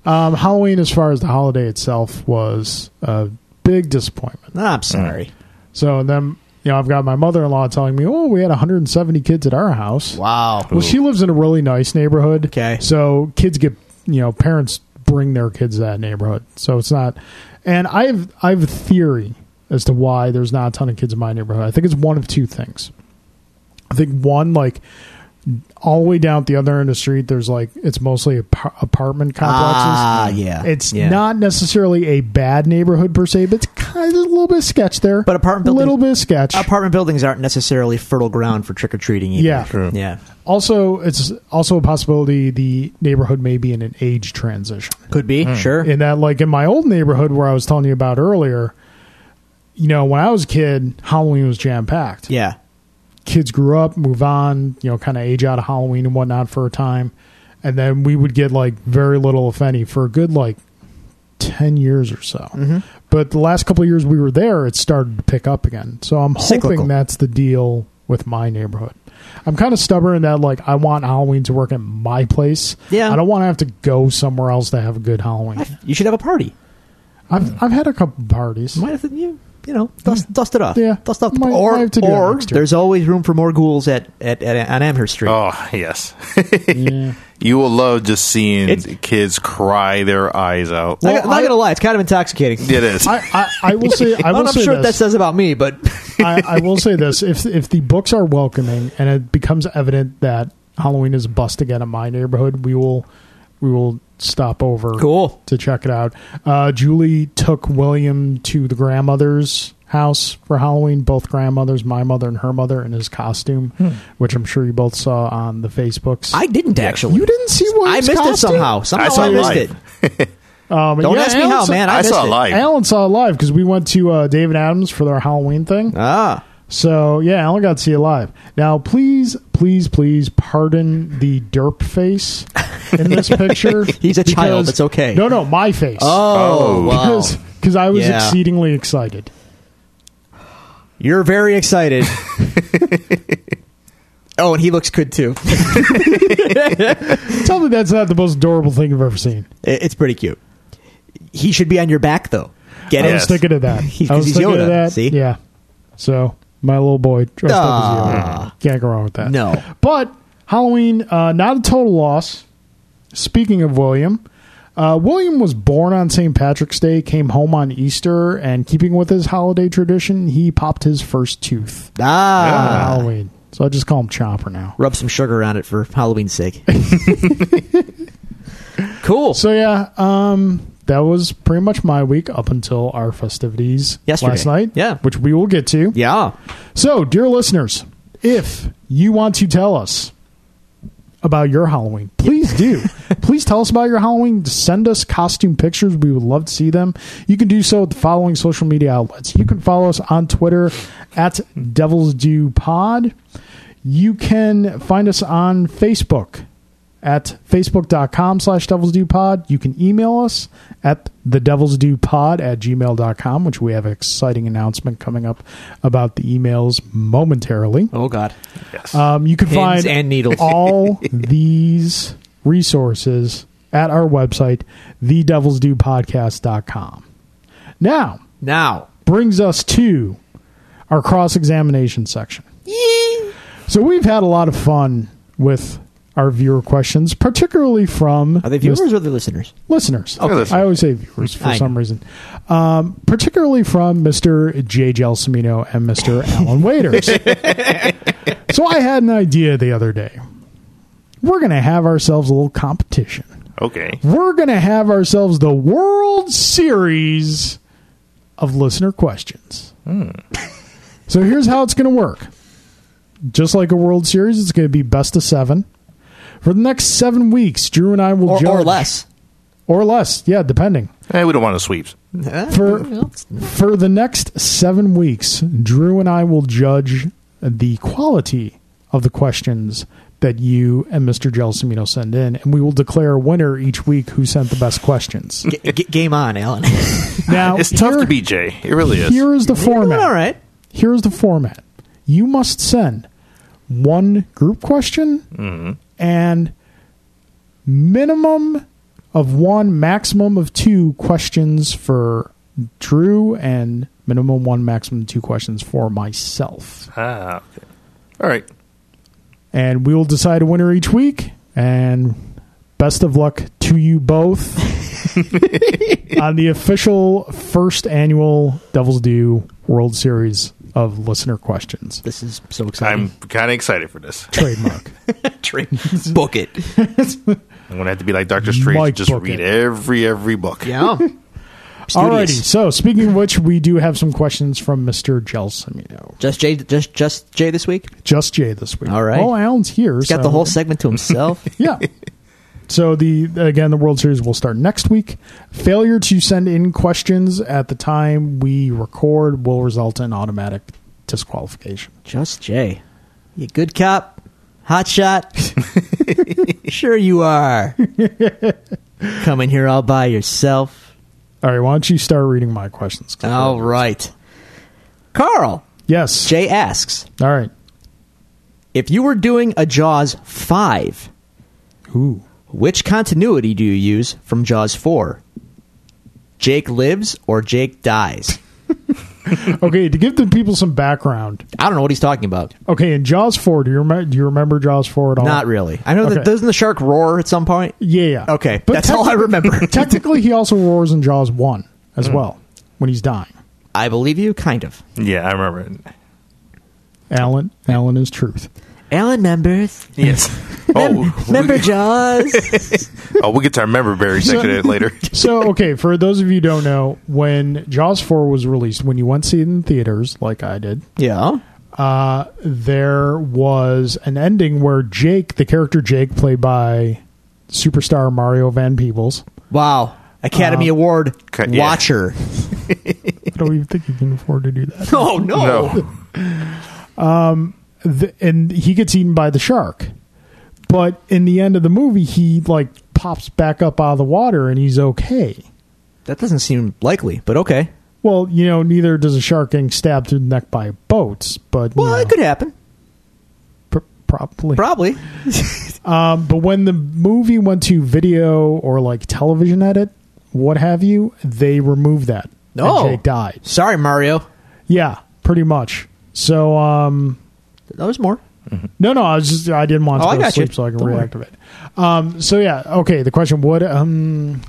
[SPEAKER 1] Yeah. um, Halloween as far as the holiday itself was a big disappointment.
[SPEAKER 2] I'm sorry.
[SPEAKER 1] So then you know I've got my mother in law telling me, oh, we had 170 kids at our house.
[SPEAKER 2] Wow.
[SPEAKER 1] Well, she lives in a really nice neighborhood.
[SPEAKER 2] Okay.
[SPEAKER 1] So kids get, you know, parents bring their kids to that neighborhood. So it's not. And I have, I have a theory as to why there's not a ton of kids in my neighborhood. I think it's one of two things. I think one like all the way down at the other end of the street. There's like it's mostly ap- apartment complexes.
[SPEAKER 2] Ah, yeah.
[SPEAKER 1] It's
[SPEAKER 2] Yeah.
[SPEAKER 1] not necessarily a bad neighborhood per se, but it's kind of a little bit sketch there.
[SPEAKER 2] But apartment
[SPEAKER 1] a
[SPEAKER 2] buildings-
[SPEAKER 1] little bit sketch.
[SPEAKER 2] Apartment buildings aren't necessarily fertile ground for trick or treating.
[SPEAKER 1] Yeah.
[SPEAKER 3] True.
[SPEAKER 2] yeah,
[SPEAKER 1] also, it's also a possibility the neighborhood may be in an age transition.
[SPEAKER 2] could be
[SPEAKER 1] Hmm.
[SPEAKER 2] sure.
[SPEAKER 1] in that like in my old neighborhood where I was telling you about earlier, you know, when I was a kid, Halloween was jam packed.
[SPEAKER 2] yeah,
[SPEAKER 1] Kids grew up, move on, you know, kind of age out of Halloween and whatnot for a time, and then we would get like very little, if any, for a good like ten years or so.
[SPEAKER 2] Mm-hmm.
[SPEAKER 1] But the last couple of years we were there, it started to pick up again. So I'm
[SPEAKER 2] Cyclical.
[SPEAKER 1] hoping that's the deal with my neighborhood. I'm kind of stubborn in that like I want Halloween to work at my place.
[SPEAKER 2] Yeah.
[SPEAKER 1] I don't want to have to go somewhere else to have a good Halloween.
[SPEAKER 2] you should have a party.
[SPEAKER 1] I've I've had a couple parties.
[SPEAKER 2] Might have to, you, you know, dust, dust it off.
[SPEAKER 1] Hmm. Yeah.
[SPEAKER 2] dust off. the-
[SPEAKER 1] Might-
[SPEAKER 2] or
[SPEAKER 1] might have to do that
[SPEAKER 2] or
[SPEAKER 1] next year.
[SPEAKER 2] there's always room for more ghouls at at, at on Amherst Street.
[SPEAKER 3] Oh yes,
[SPEAKER 1] yeah.
[SPEAKER 3] you will love just seeing
[SPEAKER 2] It's-
[SPEAKER 3] kids cry their eyes out.
[SPEAKER 2] I,
[SPEAKER 1] Well,
[SPEAKER 2] am not
[SPEAKER 1] I-
[SPEAKER 2] gonna lie, it's kind of intoxicating.
[SPEAKER 3] it is.
[SPEAKER 1] I, I, I will say I will
[SPEAKER 2] am
[SPEAKER 1] say
[SPEAKER 2] sure what that
[SPEAKER 1] this.
[SPEAKER 2] says about me, but
[SPEAKER 1] I, I will say this. If if the books are welcoming and it becomes evident that Halloween is a bust again in my neighborhood, we will we will stop over
[SPEAKER 2] cool.
[SPEAKER 1] to check it out. Uh, Julie took William to the grandmother's house for Halloween, both grandmothers, my mother and her mother, in his costume, which I'm sure you both saw on the Facebooks.
[SPEAKER 2] Hmm. I didn't actually.
[SPEAKER 1] you didn't see what
[SPEAKER 2] I missed it somehow. Somehow
[SPEAKER 3] I saw
[SPEAKER 2] I,
[SPEAKER 3] it
[SPEAKER 2] missed
[SPEAKER 3] live.
[SPEAKER 2] it.
[SPEAKER 1] Um,
[SPEAKER 2] Don't
[SPEAKER 1] yeah,
[SPEAKER 2] ask me
[SPEAKER 1] Alan
[SPEAKER 2] how,
[SPEAKER 1] saw-
[SPEAKER 2] man. I,
[SPEAKER 3] I
[SPEAKER 2] missed
[SPEAKER 3] saw
[SPEAKER 2] it.
[SPEAKER 3] it live.
[SPEAKER 1] Alan saw it live because we went to uh, David Adams for their Halloween thing.
[SPEAKER 2] Ah,
[SPEAKER 1] So yeah, Alan got to see it live. Now, please, please, please, pardon the derp face in this picture.
[SPEAKER 2] He's a child. It's okay.
[SPEAKER 1] No, no, my face.
[SPEAKER 2] oh,
[SPEAKER 3] Oh.
[SPEAKER 2] wow.
[SPEAKER 1] because because I was
[SPEAKER 2] Yeah.
[SPEAKER 1] exceedingly excited.
[SPEAKER 2] You're very excited. oh, and he looks good too.
[SPEAKER 1] Tell me that's not the most adorable thing I've ever seen.
[SPEAKER 2] It- It's pretty cute. He should be on your back though. Get
[SPEAKER 1] I
[SPEAKER 2] it?
[SPEAKER 1] was
[SPEAKER 3] Yes.
[SPEAKER 1] sticking to that.
[SPEAKER 2] He's-
[SPEAKER 1] I
[SPEAKER 2] 'cause
[SPEAKER 1] was
[SPEAKER 2] he's
[SPEAKER 1] sticking to
[SPEAKER 2] Yoda,
[SPEAKER 1] that.
[SPEAKER 2] see?
[SPEAKER 1] Yeah. So my little boy dressed up as
[SPEAKER 2] Ah.
[SPEAKER 1] Yoda. Can't go wrong with that.
[SPEAKER 2] No.
[SPEAKER 1] But Halloween, uh, not a total loss. Speaking of William, uh, William was born on St. Patrick's Day, came home on Easter, and keeping with his holiday tradition, he popped his first tooth on
[SPEAKER 2] Ah,
[SPEAKER 1] Halloween. So I just call him Chopper now.
[SPEAKER 2] rub some sugar on it for Halloween's sake. cool.
[SPEAKER 1] So yeah, um, that was pretty much my week up until our festivities
[SPEAKER 2] Yesterday.
[SPEAKER 1] last night.
[SPEAKER 2] Yeah.
[SPEAKER 1] which we will get to.
[SPEAKER 2] yeah.
[SPEAKER 1] So, dear listeners, if you want to tell us about your Halloween, please do. please tell us about your Halloween. Send us costume pictures. We would love to see them. You can do so at the following social media outlets. You can follow us on Twitter at Devils Do Pod. You can find us on Facebook at facebook.com slash devils do pod you can email us at the devils do pod at gmail.com which we have an exciting announcement coming up about the emails momentarily
[SPEAKER 2] Oh God.
[SPEAKER 1] um, you can
[SPEAKER 2] Pins
[SPEAKER 1] find
[SPEAKER 2] and needles.
[SPEAKER 1] all these resources at our website the devils do podcast.com now
[SPEAKER 2] Now.
[SPEAKER 1] brings us to our cross examination section. So we've had a lot of fun with our viewer questions, particularly from
[SPEAKER 2] Are they viewers or the listeners?
[SPEAKER 1] listeners.
[SPEAKER 3] Okay. Listeners.
[SPEAKER 1] I always say viewers for
[SPEAKER 2] I
[SPEAKER 1] some
[SPEAKER 2] know.
[SPEAKER 1] reason, um, particularly from Mr. J. Gelsomino and Mr. Alan Waiters. so I had an idea the other day. We're going to have ourselves a little competition
[SPEAKER 3] okay.
[SPEAKER 1] we're going to have ourselves the World Series of listener questions. so here's how it's going to work. Just like a World Series, it's going to be best of seven. For the next seven weeks, Drew and I will
[SPEAKER 2] Or,
[SPEAKER 1] judge.
[SPEAKER 2] or less.
[SPEAKER 1] Or less, yeah, depending.
[SPEAKER 3] Hey, we don't want to sweeps.
[SPEAKER 1] For- For the next seven weeks, Drew and I will judge the quality of the questions that you and Mr. Gelsomino send in, and we will declare a winner each week who sent the best questions.
[SPEAKER 2] G- g- game on, Alan.
[SPEAKER 1] Now
[SPEAKER 3] It's tough
[SPEAKER 1] here-
[SPEAKER 3] to beat Jay. It really is.
[SPEAKER 1] Here is the format.
[SPEAKER 2] All right.
[SPEAKER 1] Here is the format. You must send one group question and minimum of one, maximum of two questions for Drew, and minimum one, maximum two questions for myself.
[SPEAKER 3] Ah, okay. All right.
[SPEAKER 1] And we will decide a winner each week. And best of luck to you both on the official first annual Devils Do World Series of listener questions.
[SPEAKER 2] This is so
[SPEAKER 3] I'm
[SPEAKER 2] exciting.
[SPEAKER 3] kind of excited for this.
[SPEAKER 1] Trademark.
[SPEAKER 2] Tra- book it.
[SPEAKER 3] I'm gonna have to be like Doctor Strange,
[SPEAKER 1] Mike
[SPEAKER 3] just
[SPEAKER 1] Book
[SPEAKER 3] read
[SPEAKER 1] it.
[SPEAKER 3] every every book.
[SPEAKER 2] Yeah.
[SPEAKER 1] Alrighty.
[SPEAKER 2] Studious.
[SPEAKER 1] So speaking of which, we do have some questions from Mister Gelsomino.
[SPEAKER 2] Just Jay. Just just Jay this week.
[SPEAKER 1] Just Jay this week.
[SPEAKER 2] All right.
[SPEAKER 1] All Alan's here.
[SPEAKER 2] He's got
[SPEAKER 1] so-
[SPEAKER 2] the whole segment to himself.
[SPEAKER 1] yeah. So the again the World Series will start next week. Failure to send in questions at the time we record will result in automatic disqualification.
[SPEAKER 2] Just Jay. You good cop, hot shot. sure you are. Coming here all by yourself.
[SPEAKER 1] All right, why don't you start reading my questions?
[SPEAKER 2] All right. Carl,
[SPEAKER 1] Yes.
[SPEAKER 2] Oh. Jay asks
[SPEAKER 1] All right.
[SPEAKER 2] If you were doing a Jaws 5,
[SPEAKER 1] Ooh.
[SPEAKER 2] which continuity do you use from Jaws 4? Jake lives or Jake dies?
[SPEAKER 1] Okay, to give the people some background.
[SPEAKER 2] I don't know what he's talking about.
[SPEAKER 1] Okay, in Jaws four, do you remember? Do you remember Jaws four at all?
[SPEAKER 2] Not really. I know that
[SPEAKER 1] Okay.
[SPEAKER 2] doesn't the shark roar at some point?
[SPEAKER 1] Yeah. yeah.
[SPEAKER 2] Okay, that's all I
[SPEAKER 1] technically-
[SPEAKER 2] remember. Hmm.
[SPEAKER 1] technically, he also roars in Jaws one as well when he's dying.
[SPEAKER 2] I believe you, kind of.
[SPEAKER 3] Yeah, I remember. it.
[SPEAKER 1] Alan, Alan is truth.
[SPEAKER 2] Alan members.
[SPEAKER 3] Yes. oh,
[SPEAKER 2] Member Jaws.
[SPEAKER 3] we, oh, we'll get to our member berry section of it later.
[SPEAKER 1] so okay for those of you who don't know when jaws 4 was released when you went to see it in theaters like i did
[SPEAKER 2] yeah.
[SPEAKER 1] uh, there was an ending where jake the character jake played by superstar mario van peebles
[SPEAKER 2] Wow. Academy Award
[SPEAKER 3] cut- yeah.
[SPEAKER 2] watcher.
[SPEAKER 1] i don't even think he can afford to do that
[SPEAKER 2] Oh no.
[SPEAKER 3] No,
[SPEAKER 1] Th- and he gets eaten by the shark but in the end of the movie he like pops back up out of the water and he's okay
[SPEAKER 2] That doesn't seem likely, but okay.
[SPEAKER 1] well you know neither does a shark getting stabbed through the neck by boats but you
[SPEAKER 2] Well,
[SPEAKER 1] know,
[SPEAKER 2] it could happen.
[SPEAKER 1] pr- probably
[SPEAKER 2] Probably.
[SPEAKER 1] Um, but when the movie went to video or like television edit, what have you, they removed that.
[SPEAKER 2] No.
[SPEAKER 1] And Jake died.
[SPEAKER 2] Sorry, Mario.
[SPEAKER 1] Yeah, pretty much. So, um,
[SPEAKER 2] That was more.
[SPEAKER 1] no, no, I was just, I didn't want to
[SPEAKER 2] Oh, I
[SPEAKER 1] go to
[SPEAKER 2] got you.
[SPEAKER 1] sleep so I can
[SPEAKER 2] Don't worry.
[SPEAKER 1] reactivate. Um, so yeah, okay. The question would, um,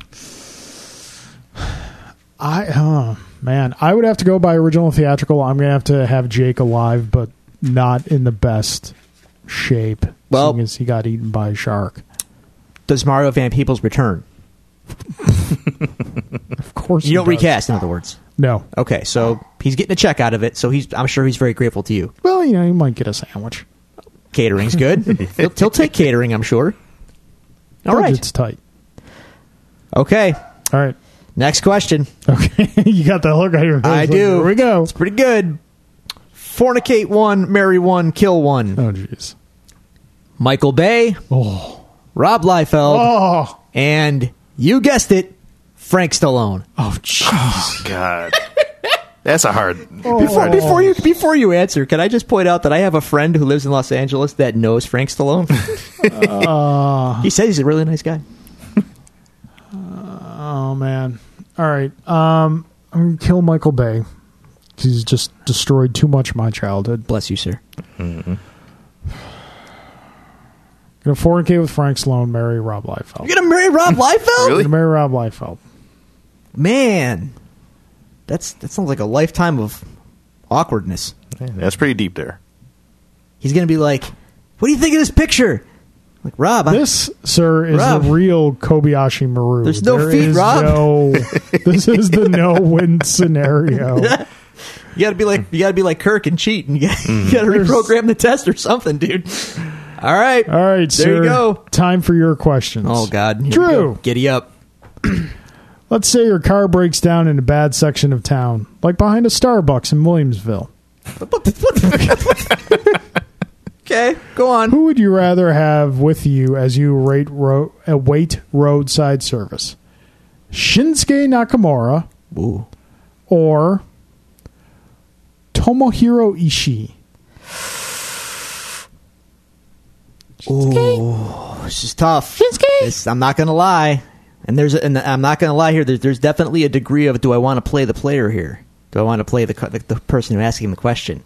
[SPEAKER 1] I, oh man, I would have to go by original theatrical. I'm going to have to have Jake alive, but not in the best shape.
[SPEAKER 2] Well-
[SPEAKER 1] seeing as he got eaten by a shark.
[SPEAKER 2] Does Mario Van Peebles return?
[SPEAKER 1] Of course,
[SPEAKER 2] You
[SPEAKER 1] he
[SPEAKER 2] don't
[SPEAKER 1] does.
[SPEAKER 2] recast, in other words.
[SPEAKER 1] No,
[SPEAKER 2] Okay, so he's getting a check out of it, so he's I'm sure he's very grateful to you.
[SPEAKER 1] Well, you know, you might get a sandwich.
[SPEAKER 2] Catering's good. he'll, he'll take catering, I'm sure. All right.
[SPEAKER 1] Budget's tight.
[SPEAKER 2] Okay.
[SPEAKER 1] All right.
[SPEAKER 2] Next question.
[SPEAKER 1] Okay. you got that look on your face.
[SPEAKER 2] I
[SPEAKER 1] Like,
[SPEAKER 2] do.
[SPEAKER 1] Here we go.
[SPEAKER 2] It's pretty good. Fornicate one, marry one, kill one.
[SPEAKER 1] Oh, jeez.
[SPEAKER 2] Michael Bay,
[SPEAKER 1] Oh.
[SPEAKER 2] Rob Liefeld,
[SPEAKER 1] Oh.
[SPEAKER 2] and you guessed it, Frank Stallone.
[SPEAKER 1] Oh, jeez.
[SPEAKER 3] God, that's a hard.
[SPEAKER 1] Oh.
[SPEAKER 2] Before, before you before you answer, can I just point out that I have a friend who lives in Los Angeles that knows Frank Stallone.
[SPEAKER 1] Uh.
[SPEAKER 2] he says he's a really nice guy.
[SPEAKER 1] Oh, man. All right. Um, I'm going to kill Michael Bay. He's just destroyed too much of my childhood.
[SPEAKER 2] Bless you, sir.
[SPEAKER 1] going to fornicate with Frank Sloan, marry Rob Liefeld.
[SPEAKER 2] You're gonna marry Rob Liefeld?
[SPEAKER 1] I'm
[SPEAKER 3] Really?
[SPEAKER 1] gonna marry Rob Liefeld.
[SPEAKER 2] Man, that's that sounds like a lifetime of awkwardness.
[SPEAKER 3] That's pretty deep there.
[SPEAKER 2] He's gonna be like, "What do you think of this picture?" Like Rob, I-
[SPEAKER 1] This, sir, is
[SPEAKER 2] Rob.
[SPEAKER 1] the real Kobayashi Maru.
[SPEAKER 2] There's no
[SPEAKER 1] There
[SPEAKER 2] feet,
[SPEAKER 1] is
[SPEAKER 2] Rob.
[SPEAKER 1] no- this is the no-win scenario.
[SPEAKER 2] You gotta be like you gotta be like Kirk and cheat, and you gotta, you gotta
[SPEAKER 1] Mm. There's-
[SPEAKER 2] reprogram the test or something, dude. All right,
[SPEAKER 1] All right,
[SPEAKER 2] there
[SPEAKER 1] sir.
[SPEAKER 2] you go.
[SPEAKER 1] Time for your questions.
[SPEAKER 2] Oh God, Here we
[SPEAKER 1] Drew.
[SPEAKER 2] go. giddy up.
[SPEAKER 1] Let's say your car breaks down in a bad section of town, like behind a Starbucks in Williamsville.
[SPEAKER 2] What the- what the- okay, go on.
[SPEAKER 1] Who would you rather have with you as you rate ro- await roadside service? Shinsuke Nakamura
[SPEAKER 2] Ooh.
[SPEAKER 1] or Tomohiro Ishii?
[SPEAKER 2] This is tough. This- I'm not gonna lie, and there's a, and I'm not gonna lie here. There's there's definitely a degree of do I want to play the player here? Do I want to play the cu- the, the person who asking the question?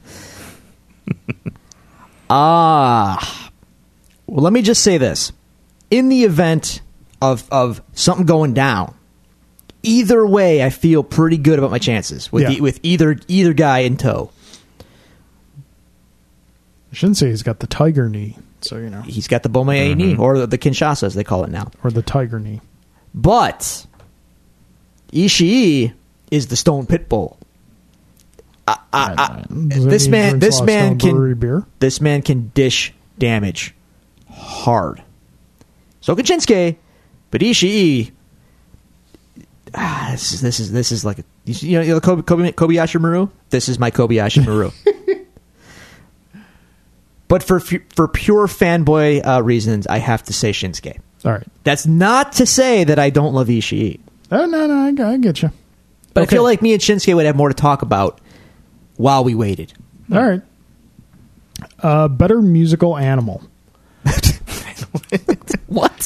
[SPEAKER 2] Ah, well, let me just say this: in the event of of something going down, either way, I feel pretty good about my chances with
[SPEAKER 1] Yeah.
[SPEAKER 2] e- with either either guy in tow.
[SPEAKER 1] Shinsei has got the tiger knee, so you know,
[SPEAKER 2] He's got the Bomei knee, E or the, the Kinshasa, as they call it now.
[SPEAKER 1] or the tiger knee.
[SPEAKER 2] But Ishii is the Stone Pitbull. I, I, I,
[SPEAKER 1] Does that
[SPEAKER 2] this
[SPEAKER 1] mean
[SPEAKER 2] man,
[SPEAKER 1] drinks
[SPEAKER 2] this
[SPEAKER 1] Lost
[SPEAKER 2] man
[SPEAKER 1] Town Brewery
[SPEAKER 2] can,
[SPEAKER 1] beer.
[SPEAKER 2] this man can dish damage hard. So can Shinsuke, but Ishii. Ah, this is this is this is like a, you know you know Kobe, Kobe, Kobayashi Maru. This is my Kobayashi Maru. but for fu- for pure fanboy uh, reasons, I have to say Shinsuke.
[SPEAKER 1] All right.
[SPEAKER 2] That's not to say that I don't love Ishii,
[SPEAKER 1] Oh no, no, I, g- I get you.
[SPEAKER 2] but
[SPEAKER 1] Okay.
[SPEAKER 2] I feel like me and Shinsuke would have more to talk about while we waited.
[SPEAKER 1] All right. Uh, better musical animal.
[SPEAKER 2] What?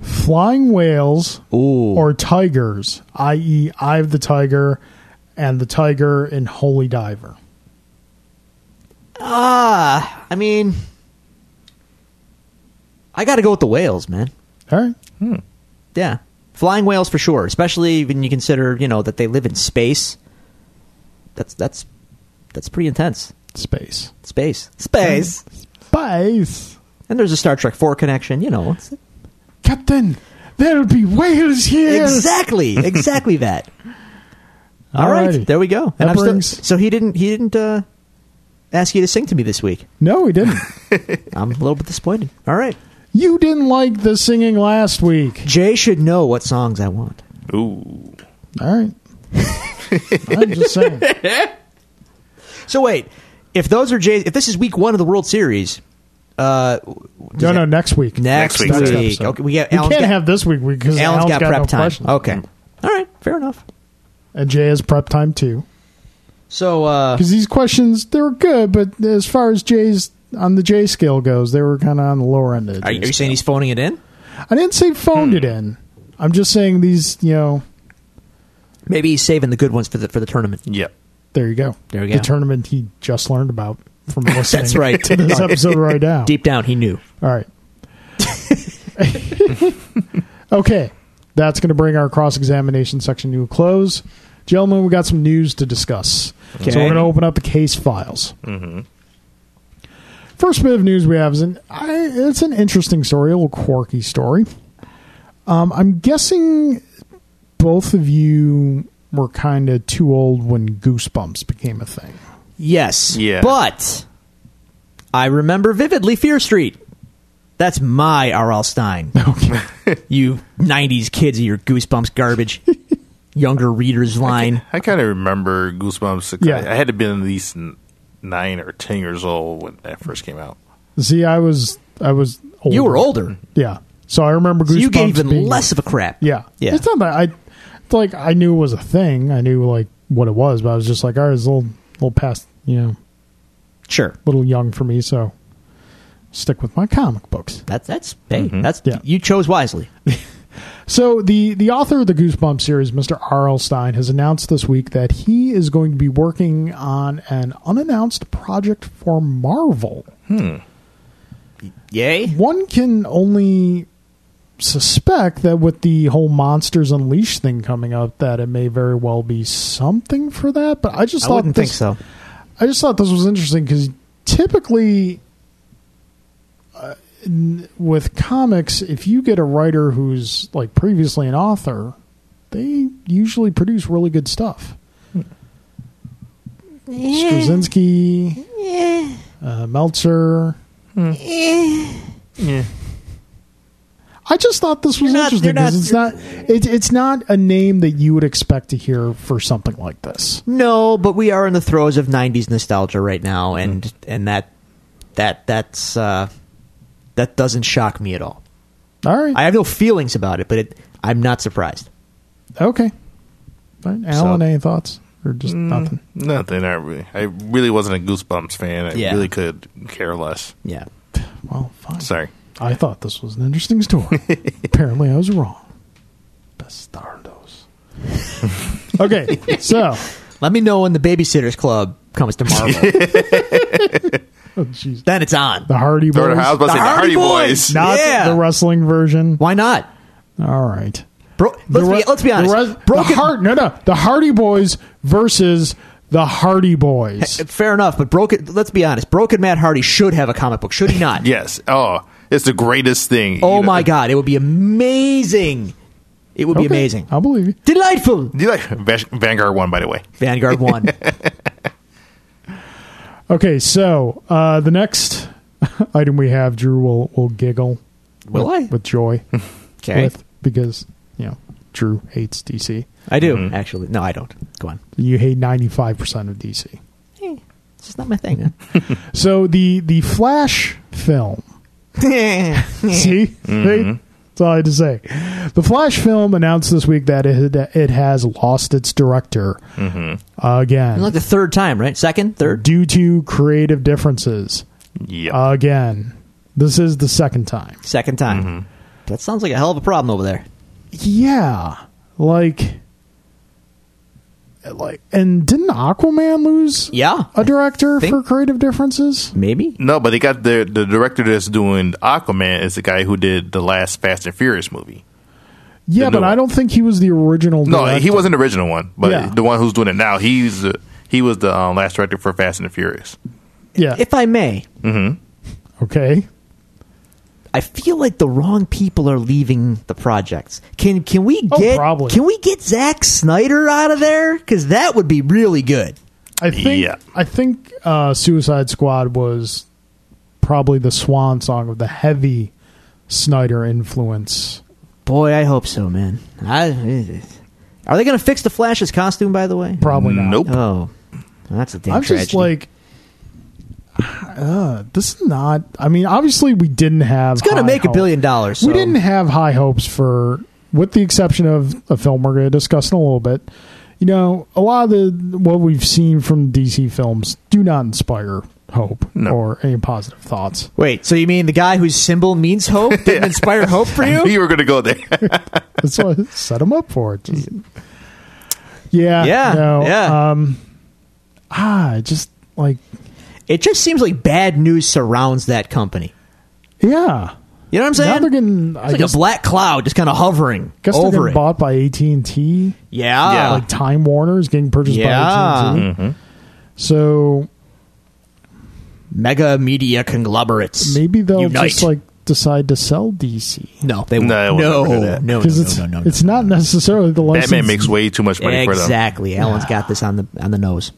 [SPEAKER 1] Flying whales
[SPEAKER 2] Ooh.
[SPEAKER 1] or tigers, i.e., Eye of the Tiger and the Tiger in Holy Diver.
[SPEAKER 2] Ah, I mean, I got to go with the whales, man.
[SPEAKER 1] All right.
[SPEAKER 2] Yeah, flying whales for sure. Especially when you consider, you know, that they live in space. That's that's that's pretty intense.
[SPEAKER 1] Space.
[SPEAKER 2] Space, space,
[SPEAKER 1] Space.
[SPEAKER 2] and there's a Star Trek Four connection. You know, it's-
[SPEAKER 1] Captain, there'll be whales here.
[SPEAKER 2] exactly, exactly that. All right,
[SPEAKER 1] Alrighty.
[SPEAKER 2] there we go. And
[SPEAKER 1] That
[SPEAKER 2] I'm still-
[SPEAKER 1] brings-
[SPEAKER 2] so he didn't he didn't uh, ask you to sing to me this week.
[SPEAKER 1] No, we didn't.
[SPEAKER 2] I'm a little bit disappointed. All right,
[SPEAKER 1] you didn't like the singing last week.
[SPEAKER 2] Jay should know what songs I want.
[SPEAKER 3] Ooh.
[SPEAKER 1] All right. I'm just saying.
[SPEAKER 2] So wait, if those are Jay's, if this is week one of the World Series, uh,
[SPEAKER 1] No, no, next week.
[SPEAKER 2] next,
[SPEAKER 3] Next week's
[SPEAKER 2] week.
[SPEAKER 1] episode.
[SPEAKER 2] Okay, we got
[SPEAKER 1] We
[SPEAKER 2] Alan's
[SPEAKER 1] can't
[SPEAKER 2] got,
[SPEAKER 1] have this week because Alan's
[SPEAKER 2] Alan's got prep
[SPEAKER 1] no
[SPEAKER 2] time.
[SPEAKER 1] questions.
[SPEAKER 2] Okay, all right, fair enough.
[SPEAKER 1] And Jay has prep time too.
[SPEAKER 2] So uh,
[SPEAKER 1] Because these questions, they were good, but as far as Jay's on the J scale goes, they were kind of on the lower end of the
[SPEAKER 2] are, you- are
[SPEAKER 1] J
[SPEAKER 2] you saying he's phoning it in?
[SPEAKER 1] I didn't say phoned
[SPEAKER 2] Hmm.
[SPEAKER 1] it in. I'm just saying these, you know,
[SPEAKER 2] Maybe he's saving the good ones for the for the tournament.
[SPEAKER 3] Yep.
[SPEAKER 1] there you go.
[SPEAKER 2] There we
[SPEAKER 1] The
[SPEAKER 2] go.
[SPEAKER 1] tournament he just learned about from listening
[SPEAKER 2] That's right.
[SPEAKER 1] to this episode right now.
[SPEAKER 2] Deep down, he knew.
[SPEAKER 1] All right. okay. That's going to bring our cross examination section to a close. Gentlemen, we got some news to discuss. So
[SPEAKER 2] Okay.
[SPEAKER 1] we're going to open up the case files. Mm-hmm. First bit of news we have is an I, it's an interesting story, a little quirky story. Um, I'm guessing both of you were kind of too old when Goosebumps became a thing.
[SPEAKER 2] Yes.
[SPEAKER 3] Yeah.
[SPEAKER 2] But I remember vividly Fear Street. That's my R.L. Stein. you 90s kids of your Goosebumps garbage. Younger readers line.
[SPEAKER 3] I kind of remember Goosebumps.
[SPEAKER 1] Yeah.
[SPEAKER 3] I had to been at least n- nine or ten years old when that first came out.
[SPEAKER 1] See, I was I was older.
[SPEAKER 2] You were older.
[SPEAKER 1] Yeah. So I remember
[SPEAKER 2] So
[SPEAKER 1] Goosebumps.
[SPEAKER 2] you gave even
[SPEAKER 1] being-
[SPEAKER 2] less of a crap.
[SPEAKER 1] Yeah.
[SPEAKER 2] Yeah.
[SPEAKER 1] It's not that I it's like I knew it was a thing. I knew like what it was, but I was just like, all right, it's a little little past you know,
[SPEAKER 2] sure.
[SPEAKER 1] little young for me, so stick with my comic books.
[SPEAKER 2] That's that's hey, that's
[SPEAKER 1] Mm-hmm. Yeah.
[SPEAKER 2] you chose wisely.
[SPEAKER 1] So the the author of the Goosebumps series, Mr. R.L. Stein, has announced this week that he is going to be working on an unannounced project for Marvel.
[SPEAKER 2] Yay.
[SPEAKER 1] One can only suspect that with the whole Monsters Unleashed thing coming up, that it may very well be something for that. But I just
[SPEAKER 2] I
[SPEAKER 1] thought
[SPEAKER 2] wouldn't think
[SPEAKER 1] this-
[SPEAKER 2] so.
[SPEAKER 1] I just thought this was interesting because typically, uh, n- with comics, if you get a writer who's like previously an author, they usually produce really good stuff. Straczynski, uh, Meltzer.
[SPEAKER 3] Yeah.
[SPEAKER 1] I just thought this was
[SPEAKER 2] You're not-
[SPEAKER 1] interesting
[SPEAKER 2] you're not-
[SPEAKER 1] because it's not it, it's not a name that you would expect to hear for something like this.
[SPEAKER 2] No, but we are in the throes of '90s nostalgia right now, and
[SPEAKER 1] Mm-hmm.
[SPEAKER 2] and that that that's uh, that doesn't shock me at all.
[SPEAKER 1] All right,
[SPEAKER 2] I have no feelings about it, but it, I'm not surprised.
[SPEAKER 1] okay. All right, Alan,
[SPEAKER 2] So-
[SPEAKER 1] any thoughts or just
[SPEAKER 2] Mm.
[SPEAKER 1] nothing?
[SPEAKER 3] Nothing. I really, I really wasn't a Goosebumps fan. I
[SPEAKER 2] Yeah.
[SPEAKER 3] really could care less.
[SPEAKER 2] Yeah,
[SPEAKER 1] Well, fine.
[SPEAKER 3] Sorry.
[SPEAKER 1] I thought this was an interesting story. Apparently, I was wrong. Bastardos. okay, so
[SPEAKER 2] let me know when the Babysitters Club comes to Marvel.
[SPEAKER 1] oh, jeez.
[SPEAKER 2] then it's on.
[SPEAKER 1] the Hardy
[SPEAKER 3] Third
[SPEAKER 1] Boys,
[SPEAKER 3] I was about to say
[SPEAKER 2] The
[SPEAKER 3] the
[SPEAKER 2] Hardy
[SPEAKER 3] Hardy
[SPEAKER 2] Boys.
[SPEAKER 3] Boys.
[SPEAKER 1] not
[SPEAKER 2] Yeah.
[SPEAKER 1] the wrestling version.
[SPEAKER 2] Why not?
[SPEAKER 1] All right,
[SPEAKER 2] Bro, let's,
[SPEAKER 1] The re-
[SPEAKER 2] be, let's be
[SPEAKER 1] the
[SPEAKER 2] honest.
[SPEAKER 1] res- the
[SPEAKER 2] broken,
[SPEAKER 1] Har- no, no, the Hardy Boys versus the Hardy Boys.
[SPEAKER 2] Fair enough, but broken. Let's be honest. Broken Matt Hardy should have a comic book, should he not?
[SPEAKER 3] Yes. Oh, it's the greatest thing.
[SPEAKER 2] Oh
[SPEAKER 3] You know,
[SPEAKER 2] my
[SPEAKER 3] it-
[SPEAKER 2] god, it would be amazing. It would be
[SPEAKER 1] Okay, Oh.
[SPEAKER 2] amazing.
[SPEAKER 1] I believe you.
[SPEAKER 2] Delightful.
[SPEAKER 3] Do you like Vash- Vanguard One? By the way,
[SPEAKER 2] Vanguard one.
[SPEAKER 1] Okay, so uh, the next item we have, Drew will will giggle.
[SPEAKER 2] Will
[SPEAKER 1] with,
[SPEAKER 2] I?
[SPEAKER 1] With joy.
[SPEAKER 2] Okay.
[SPEAKER 1] With, because you know Drew hates DC.
[SPEAKER 2] I do
[SPEAKER 1] Mm-hmm.
[SPEAKER 2] actually. No, I don't. Go on.
[SPEAKER 1] You hate ninety five percent of DC.
[SPEAKER 2] Hey, it's just not my thing.
[SPEAKER 1] So the the Flash film.
[SPEAKER 2] Huh?
[SPEAKER 1] See, See? that's all I had to say. The Flash film announced this week that it it has lost its director again
[SPEAKER 2] like the third time, right? Second, third.
[SPEAKER 1] due to creative differences
[SPEAKER 3] yeah.
[SPEAKER 2] Uh,
[SPEAKER 1] again. This is the second time.
[SPEAKER 2] Second time. That sounds like a hell of a problem over there.
[SPEAKER 1] Yeah, like, like, and didn't Aquaman lose?
[SPEAKER 2] Yeah.
[SPEAKER 1] a director
[SPEAKER 2] think-
[SPEAKER 1] for creative differences.
[SPEAKER 2] Maybe.
[SPEAKER 3] no, but they got the the director that's doing Aquaman is the guy who did the last Fast and Furious movie.
[SPEAKER 1] Yeah,
[SPEAKER 3] The
[SPEAKER 1] but
[SPEAKER 3] new
[SPEAKER 1] I
[SPEAKER 3] one.
[SPEAKER 1] don't think he was the original.
[SPEAKER 3] No,
[SPEAKER 1] director.
[SPEAKER 3] he wasn't the original one, but
[SPEAKER 1] Yeah.
[SPEAKER 3] the one who's doing it now. He's uh, he was the um, last director for Fast and the Furious.
[SPEAKER 1] Yeah.
[SPEAKER 2] If I may,
[SPEAKER 1] okay.
[SPEAKER 2] I feel like the wrong people are leaving the projects. Can can we
[SPEAKER 1] Oh,
[SPEAKER 2] get
[SPEAKER 1] probably.
[SPEAKER 2] can we get Zack Snyder out of there? Because that would be really good.
[SPEAKER 1] I think
[SPEAKER 3] Yeah.
[SPEAKER 1] I think uh, Suicide Squad was probably the swan song of the heavy Snyder influence.
[SPEAKER 2] Boy, I hope so, man. I, are they going to fix the Flash's costume? By the way,
[SPEAKER 1] Probably not.
[SPEAKER 3] Nope.
[SPEAKER 2] Oh, that's a damn
[SPEAKER 1] I'm
[SPEAKER 2] tragedy.
[SPEAKER 1] just like, uh, this is not. I mean, obviously we didn't have.
[SPEAKER 2] it's going to
[SPEAKER 1] high
[SPEAKER 2] make a
[SPEAKER 1] hope-
[SPEAKER 2] billion dollars. So.
[SPEAKER 1] We didn't have high hopes for, with the exception of a film we're going to discuss in a little bit. You know, a lot of the what we've seen from DC films do not inspire hope
[SPEAKER 3] No.
[SPEAKER 1] or any positive thoughts.
[SPEAKER 2] Wait, so you mean the guy whose symbol means hope didn't inspire hope for
[SPEAKER 3] I knew
[SPEAKER 2] you?
[SPEAKER 3] you were going to go there.
[SPEAKER 1] That's what I set them up for. Just- yeah,
[SPEAKER 2] Yeah,
[SPEAKER 1] no,
[SPEAKER 2] yeah.
[SPEAKER 1] Um, ah, just like
[SPEAKER 2] It just seems like bad news surrounds that company.
[SPEAKER 1] yeah.
[SPEAKER 2] You know what I'm
[SPEAKER 1] Now
[SPEAKER 2] saying?
[SPEAKER 1] they're getting.
[SPEAKER 2] it's
[SPEAKER 1] I
[SPEAKER 2] like
[SPEAKER 1] guess,
[SPEAKER 2] a black cloud just kind of hovering
[SPEAKER 1] guess they're
[SPEAKER 2] over
[SPEAKER 1] getting
[SPEAKER 2] it.
[SPEAKER 1] bought by AT and T.
[SPEAKER 2] yeah.
[SPEAKER 3] Yeah.
[SPEAKER 1] Like Time Warner is getting purchased
[SPEAKER 2] Yeah. Mm-hmm.
[SPEAKER 1] by AT and T. So
[SPEAKER 2] Mega media conglomerates.
[SPEAKER 1] maybe they'll
[SPEAKER 2] unite.
[SPEAKER 1] just like decide to sell DC.
[SPEAKER 2] no, they won't. No,
[SPEAKER 3] No, they
[SPEAKER 2] no,
[SPEAKER 3] won't do
[SPEAKER 2] no,
[SPEAKER 3] that.
[SPEAKER 2] no, no,
[SPEAKER 1] because it's
[SPEAKER 2] no, no, no.
[SPEAKER 1] it's not necessarily the license.
[SPEAKER 3] Batman makes way too much money for them.
[SPEAKER 2] exactly. Alan's got this on the on the nose.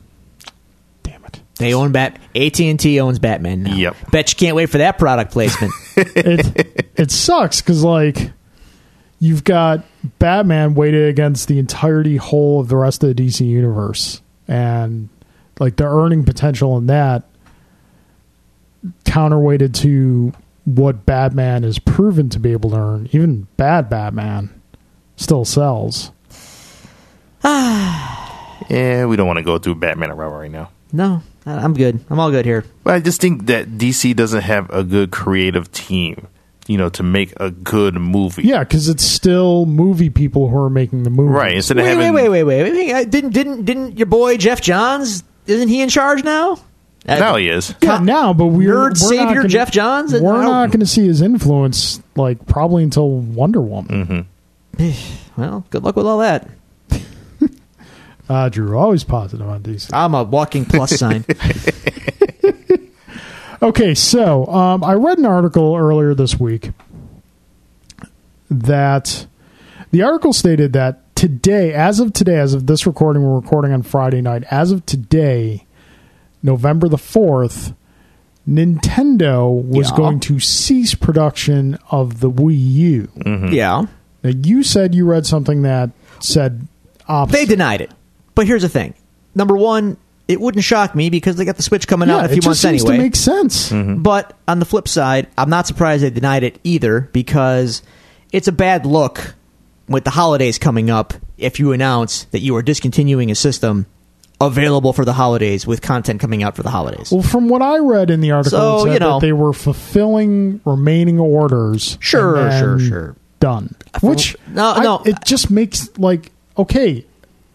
[SPEAKER 1] Damn it!
[SPEAKER 2] They own Bat. AT and T owns Batman now.
[SPEAKER 3] Yep.
[SPEAKER 2] Bet you can't wait for that product placement.
[SPEAKER 1] It it sucks because like you've got Batman weighted against the entirety whole of the rest of the DC universe, and like the earning potential in that counterweighted to what Batman is proven to be able to earn. Even bad Batman still sells.
[SPEAKER 3] Yeah, we don't want to go through Batman and Robin right now.
[SPEAKER 2] no, I- I'm good. I'm all good here.
[SPEAKER 3] But I just think that DC doesn't have a good creative team, you know, to make a good movie.
[SPEAKER 1] Yeah, because it's still movie people who are making the movie.
[SPEAKER 3] Right. Instead of
[SPEAKER 2] Wait, wait,
[SPEAKER 3] having
[SPEAKER 2] wait, wait, wait, wait, wait. I- Didn't didn't didn't your boy Jeff Johns? Isn't he in charge now? Uh,
[SPEAKER 3] now he is.
[SPEAKER 1] Yeah, now, but we're,
[SPEAKER 2] Nerd
[SPEAKER 1] we're not
[SPEAKER 2] savior
[SPEAKER 1] gonna-
[SPEAKER 2] Jeff Johns? I
[SPEAKER 1] We're
[SPEAKER 2] don't-
[SPEAKER 1] not going to see his influence like probably until Wonder Woman.
[SPEAKER 2] Well, good luck with all that.
[SPEAKER 1] Uh, Drew, always positive on DC.
[SPEAKER 2] I'm a walking plus sign.
[SPEAKER 1] Okay, so um, I read an article earlier this week that the article stated that today, as of today, as of this recording, we're recording on Friday night. As of today, November the fourth, Nintendo was
[SPEAKER 2] Yeah.
[SPEAKER 1] going to cease production of the Wii U.
[SPEAKER 2] Yeah.
[SPEAKER 1] Now, you said you read something that said opposite.
[SPEAKER 2] They denied it. But here's the thing. Number one, it wouldn't shock me because they got the Switch coming out in a few
[SPEAKER 1] it just
[SPEAKER 2] months
[SPEAKER 1] seems
[SPEAKER 2] anyway.
[SPEAKER 1] to make sense.
[SPEAKER 2] Mm-hmm. But on the flip side, I'm not surprised they denied it either because it's a bad look with the holidays coming up if you announce that you are discontinuing a system available for the holidays with content coming out for the holidays.
[SPEAKER 1] Well, from what I read in the article,
[SPEAKER 2] So,
[SPEAKER 1] it said
[SPEAKER 2] you know.
[SPEAKER 1] that they were fulfilling remaining orders.
[SPEAKER 2] Sure,
[SPEAKER 1] and then
[SPEAKER 2] sure, sure.
[SPEAKER 1] Done. Which
[SPEAKER 2] No,
[SPEAKER 1] I-
[SPEAKER 2] no.
[SPEAKER 1] it just makes like okay.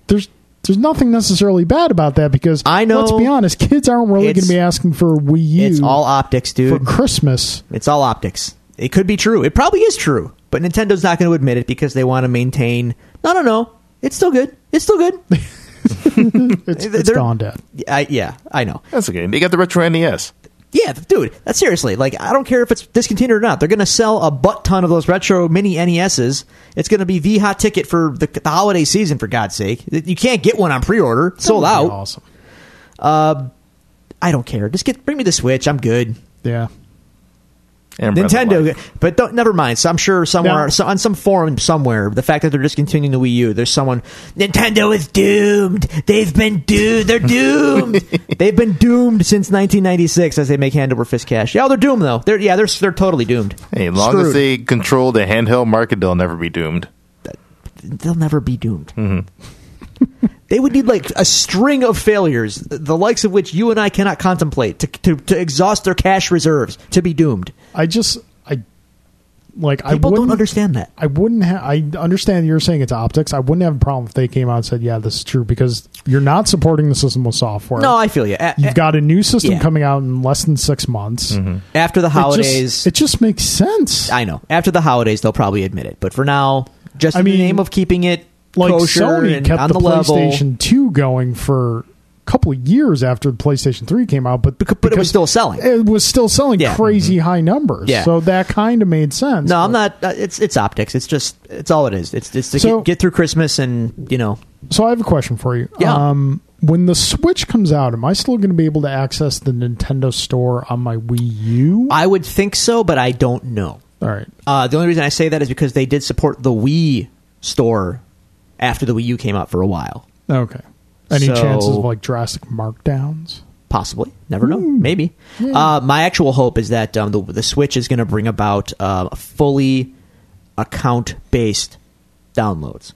[SPEAKER 1] There's there's nothing necessarily bad about that because
[SPEAKER 2] I know-
[SPEAKER 1] Let's be honest, kids aren't really going
[SPEAKER 2] It's-
[SPEAKER 1] to be asking for a Wii U
[SPEAKER 2] it's all optics,
[SPEAKER 1] for
[SPEAKER 2] dude.
[SPEAKER 1] Christmas.
[SPEAKER 2] It's all optics. It could be true. It probably is true. But Nintendo's not going to admit it because they want to maintain. No, no, no. It's still good. It's still good.
[SPEAKER 1] It's,
[SPEAKER 2] They're-
[SPEAKER 1] it's gone dead.
[SPEAKER 2] I, yeah, I know.
[SPEAKER 3] That's okay. They got the retro E NES.
[SPEAKER 2] Yeah, dude. That's seriously. Like, I don't care if it's discontinued or not. They're going to sell a butt ton of those retro mini NESs. It's going to be the hot ticket for the, the holiday season. For God's sake, you can't get one on pre-order. It's Sold
[SPEAKER 1] That would be
[SPEAKER 2] out.
[SPEAKER 1] Awesome.
[SPEAKER 2] I don't care. Just get bring me the Switch. I'm good.
[SPEAKER 1] Yeah.
[SPEAKER 3] And Breath of
[SPEAKER 2] Nintendo,
[SPEAKER 3] Life.
[SPEAKER 2] but don't, never mind. So I'm sure somewhere
[SPEAKER 1] No.
[SPEAKER 2] so on some forum somewhere, the fact that they're discontinuing the Wii U, there's someone Nintendo is doomed. They've been doomed. They're doomed. They've been doomed since 1996 as they make hand over fist cash. Yeah, they're doomed though. They're yeah, they're they're totally doomed.
[SPEAKER 3] Hey, as long as
[SPEAKER 2] Screwed.
[SPEAKER 3] they control the handheld market, they'll never be doomed.
[SPEAKER 2] they'll never be doomed.
[SPEAKER 1] Mm-hmm.
[SPEAKER 2] they would need like a string of failures, the likes of which you and I cannot contemplate, to to, to exhaust their cash reserves to be doomed.
[SPEAKER 1] I just I like I
[SPEAKER 2] People
[SPEAKER 1] wouldn't
[SPEAKER 2] don't understand that.
[SPEAKER 1] I wouldn't have. I understand you're saying it's optics. I wouldn't have a problem if they came out and said, "Yeah, this is true," because you're not supporting the system with software.
[SPEAKER 2] No, I feel you. A-
[SPEAKER 1] you've
[SPEAKER 2] a-
[SPEAKER 1] got a new system
[SPEAKER 2] Yeah.
[SPEAKER 1] coming out in less than six months.
[SPEAKER 2] after the
[SPEAKER 1] It
[SPEAKER 2] holidays.
[SPEAKER 1] just, it just makes sense.
[SPEAKER 2] I know. After the holidays, they'll probably admit it. But for now, just
[SPEAKER 1] I
[SPEAKER 2] in
[SPEAKER 1] mean,
[SPEAKER 2] the name of keeping it
[SPEAKER 1] like
[SPEAKER 2] kosher
[SPEAKER 1] Sony
[SPEAKER 2] and
[SPEAKER 1] kept
[SPEAKER 2] on
[SPEAKER 1] the,
[SPEAKER 2] the, level,
[SPEAKER 1] PlayStation Two going for a couple of years after the PlayStation Three came out, but
[SPEAKER 2] Becau- but it was still selling.
[SPEAKER 1] It was still selling
[SPEAKER 2] Yeah.
[SPEAKER 1] crazy high numbers.
[SPEAKER 2] Yeah.
[SPEAKER 1] So that kind of made sense.
[SPEAKER 2] No,
[SPEAKER 1] but-
[SPEAKER 2] I'm not. Uh, it's it's optics. It's just it's all it is. It's it's to
[SPEAKER 1] So-
[SPEAKER 2] get, get through Christmas and you know
[SPEAKER 1] So I have a question for you.
[SPEAKER 2] Yeah.
[SPEAKER 1] Um, when the Switch comes out, am I still going to be able to access the Nintendo Store on my Wii U?
[SPEAKER 2] I would think so, but I don't know.
[SPEAKER 1] All right.
[SPEAKER 2] Uh, the only reason I say that is because they did support the Wii store after the Wii U came out for a while.
[SPEAKER 1] Okay. Any
[SPEAKER 2] So-
[SPEAKER 1] chances of like drastic markdowns?
[SPEAKER 2] Possibly, never know.
[SPEAKER 1] Hmm.
[SPEAKER 2] Maybe. Uh, my actual hope is that um, the the Switch is going to bring about uh, fully account based downloads,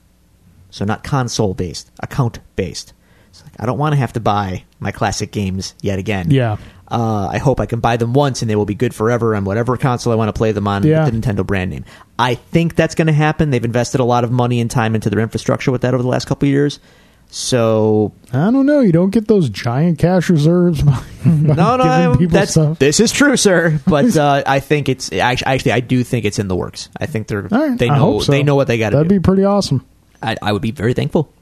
[SPEAKER 2] so not console based, account based. It's like, I don't want to have to buy my classic games yet again.
[SPEAKER 1] Yeah.
[SPEAKER 2] Uh, I hope I can buy them once and they will be good forever on whatever console I want to play them on
[SPEAKER 1] Yeah.
[SPEAKER 2] with the Nintendo brand name. I think that's going to happen. They've invested a lot of money and time into their infrastructure with that over the last couple of years. So
[SPEAKER 1] I don't know. You don't get those giant cash reserves. By, by
[SPEAKER 2] no, no,
[SPEAKER 1] giving
[SPEAKER 2] I-
[SPEAKER 1] people
[SPEAKER 2] that's
[SPEAKER 1] stuff.
[SPEAKER 2] this is true, sir. But uh, I think it's actually, actually, I do think it's in the works. I think they're
[SPEAKER 1] All right.
[SPEAKER 2] they know
[SPEAKER 1] I hope so.
[SPEAKER 2] they know what they got to
[SPEAKER 1] That'd
[SPEAKER 2] do.
[SPEAKER 1] be pretty awesome.
[SPEAKER 2] I, I would be very thankful.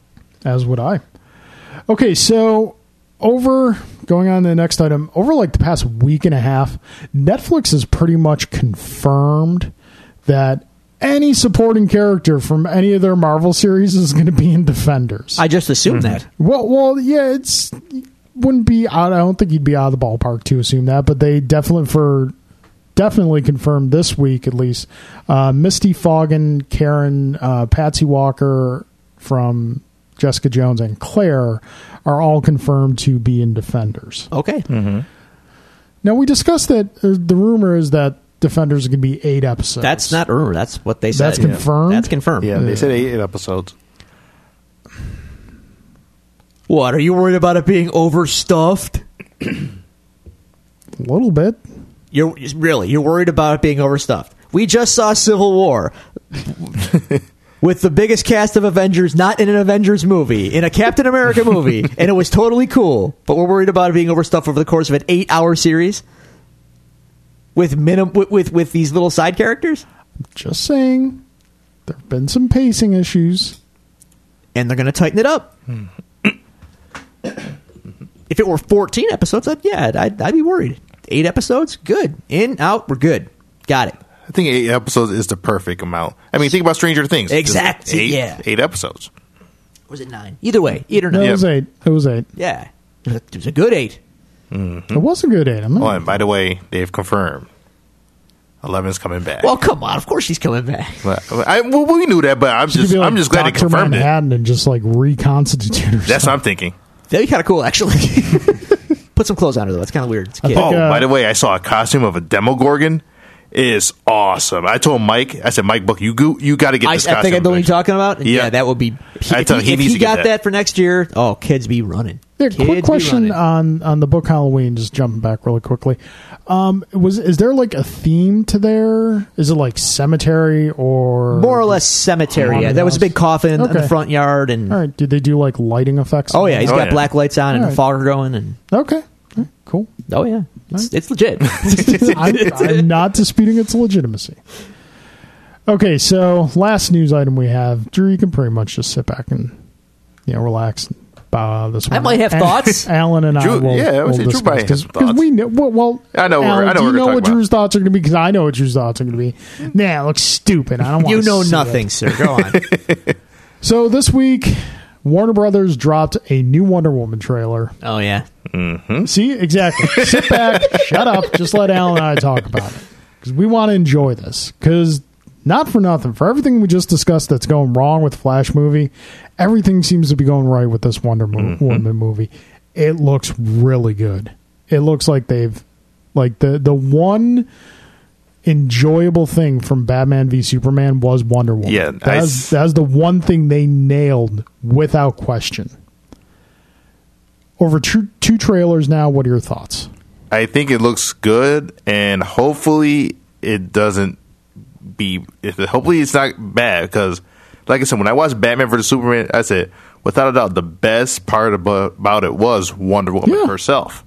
[SPEAKER 1] As would I. Okay, so over going on to the next item, over like the past week and a half, Netflix has pretty much confirmed that any supporting character from any of their Marvel series is going to be in Defenders.
[SPEAKER 2] I just assume
[SPEAKER 1] Mm-hmm.
[SPEAKER 2] that.
[SPEAKER 1] well, well, yeah, it's wouldn't be out. I don't think you'd be out of the ballpark to assume that, but they definitely for definitely confirmed this week at least. Uh, Misty Foggin, Karen, uh, Patsy Walker from Jessica Jones, and Claire are all confirmed to be in Defenders.
[SPEAKER 2] Okay,
[SPEAKER 1] Mm-hmm. Now we discussed that uh, the rumor is that Defenders is going to be eight episodes.
[SPEAKER 2] that's not rumor. That's what they said.
[SPEAKER 1] That's confirmed?
[SPEAKER 2] That's confirmed.
[SPEAKER 3] Yeah, they said eight episodes.
[SPEAKER 2] What are you worried about it being overstuffed?
[SPEAKER 1] a little bit.
[SPEAKER 2] You're really you're worried about it being overstuffed. We just saw Civil War. With the biggest cast of Avengers, not in an Avengers movie, in a Captain America movie, and it was totally cool. But we're worried about it being overstuffed over the course of an eight-hour series with minim with, with with these little side characters,
[SPEAKER 1] Just saying, there have been some pacing issues.
[SPEAKER 2] and they're going to tighten it up. if it were fourteen episodes, I'd, yeah, I'd, I'd be worried. Eight episodes, good. In out, we're good. Got it.
[SPEAKER 3] I think eight episodes is the perfect amount. I mean, think about Stranger Things. Just
[SPEAKER 2] Exactly,
[SPEAKER 3] Eight,
[SPEAKER 2] yeah.
[SPEAKER 3] Eight episodes.
[SPEAKER 2] Was it nine? Either way, eight or
[SPEAKER 1] No,
[SPEAKER 2] nine.
[SPEAKER 1] it was eight. It was eight.
[SPEAKER 2] Yeah. It was a- it was a good eight. Mm-hmm.
[SPEAKER 1] It was a good eight. I'm not
[SPEAKER 3] Oh, and by the way, they've confirmed Eleven's coming back.
[SPEAKER 2] Well, come on. Of course she's coming back.
[SPEAKER 3] But- I, well, we knew that, but I'm
[SPEAKER 1] She could
[SPEAKER 3] just
[SPEAKER 1] be like
[SPEAKER 3] I'm just glad they
[SPEAKER 1] Dr.
[SPEAKER 3] confirmed
[SPEAKER 1] Manhattan and just like reconstitute
[SPEAKER 3] it. That's
[SPEAKER 1] herself.
[SPEAKER 3] what I'm thinking.
[SPEAKER 2] That'd be kind of cool, actually. Put some clothes on her, though. It's kind of weird. It's a kid.
[SPEAKER 1] think,
[SPEAKER 3] Oh,
[SPEAKER 1] uh,
[SPEAKER 3] by the way, I saw a costume of a Demogorgon. It is awesome. I told Mike, I said, Mike, book, you go, you got to get
[SPEAKER 2] I, I
[SPEAKER 3] this costume.
[SPEAKER 2] think I know what you're talking about. and
[SPEAKER 3] Yeah.
[SPEAKER 2] yeah, that would be.
[SPEAKER 3] I
[SPEAKER 2] if
[SPEAKER 3] thought he
[SPEAKER 2] if
[SPEAKER 3] needs to get
[SPEAKER 2] got
[SPEAKER 3] that.
[SPEAKER 2] that. for next year, oh, kids be running.
[SPEAKER 1] Yeah,
[SPEAKER 2] kids be
[SPEAKER 1] quick question uh,
[SPEAKER 2] running.
[SPEAKER 1] on on the book Halloween. Just jumping back really quickly, um, was is there like a theme to there? Is it like cemetery or
[SPEAKER 2] More or less cemetery. Yeah, that was a big coffin in
[SPEAKER 1] Okay.
[SPEAKER 2] the front yard. and
[SPEAKER 1] All right, did they do like lighting effects?
[SPEAKER 2] Oh, yeah. he's
[SPEAKER 3] Oh,
[SPEAKER 2] got
[SPEAKER 3] yeah.
[SPEAKER 2] black lights on and
[SPEAKER 1] All right.
[SPEAKER 2] the fogger going. and
[SPEAKER 1] okay, All right, cool.
[SPEAKER 2] Oh, yeah. It's, it's legit.
[SPEAKER 1] I'm, I'm not disputing its legitimacy. Okay, so last news item we have, Drew. You can pretty much just sit back and you know relax, and uh, this one.
[SPEAKER 2] I might have thoughts.
[SPEAKER 1] Alan and I
[SPEAKER 3] Drew-
[SPEAKER 1] will,
[SPEAKER 3] yeah, I would
[SPEAKER 1] will
[SPEAKER 3] say Drew
[SPEAKER 1] discuss
[SPEAKER 3] might have
[SPEAKER 1] this, 'cause
[SPEAKER 3] thoughts.
[SPEAKER 1] we know. Well, well,
[SPEAKER 3] I know where-
[SPEAKER 1] Alan,
[SPEAKER 3] I know
[SPEAKER 1] do
[SPEAKER 3] what
[SPEAKER 1] you
[SPEAKER 3] we're
[SPEAKER 1] know
[SPEAKER 3] talking
[SPEAKER 1] what
[SPEAKER 3] about.
[SPEAKER 1] Drew's thoughts are going to be? Because I know what Drew's thoughts are going to be. Nah, it looks stupid. I don't. want
[SPEAKER 2] You know nothing, sir. Go on.
[SPEAKER 1] So this week, Warner Brothers dropped a new Wonder Woman trailer.
[SPEAKER 2] oh yeah.
[SPEAKER 1] See, exactly. Sit back, shut up, just let Alan and I talk about it. Because we want to enjoy this. Because not for nothing, for everything we just discussed that's going wrong with the Flash movie, everything seems to be going right with this Wonder Mo-
[SPEAKER 3] Mm-hmm.
[SPEAKER 1] Woman movie. It looks really good. It looks like they've, like, the, the one enjoyable thing from Batman v Superman was Wonder Woman.
[SPEAKER 3] Yeah, I
[SPEAKER 1] that's,
[SPEAKER 3] s-
[SPEAKER 1] that's the one thing they nailed without question over two, two trailers now. What are your thoughts?
[SPEAKER 3] I think it looks good, and hopefully it doesn't be. If hopefully it's not bad because, like I said, when I watched Batman vs Superman, I said without a doubt the best part abo- about it was Wonder Woman
[SPEAKER 1] Yeah.
[SPEAKER 3] herself,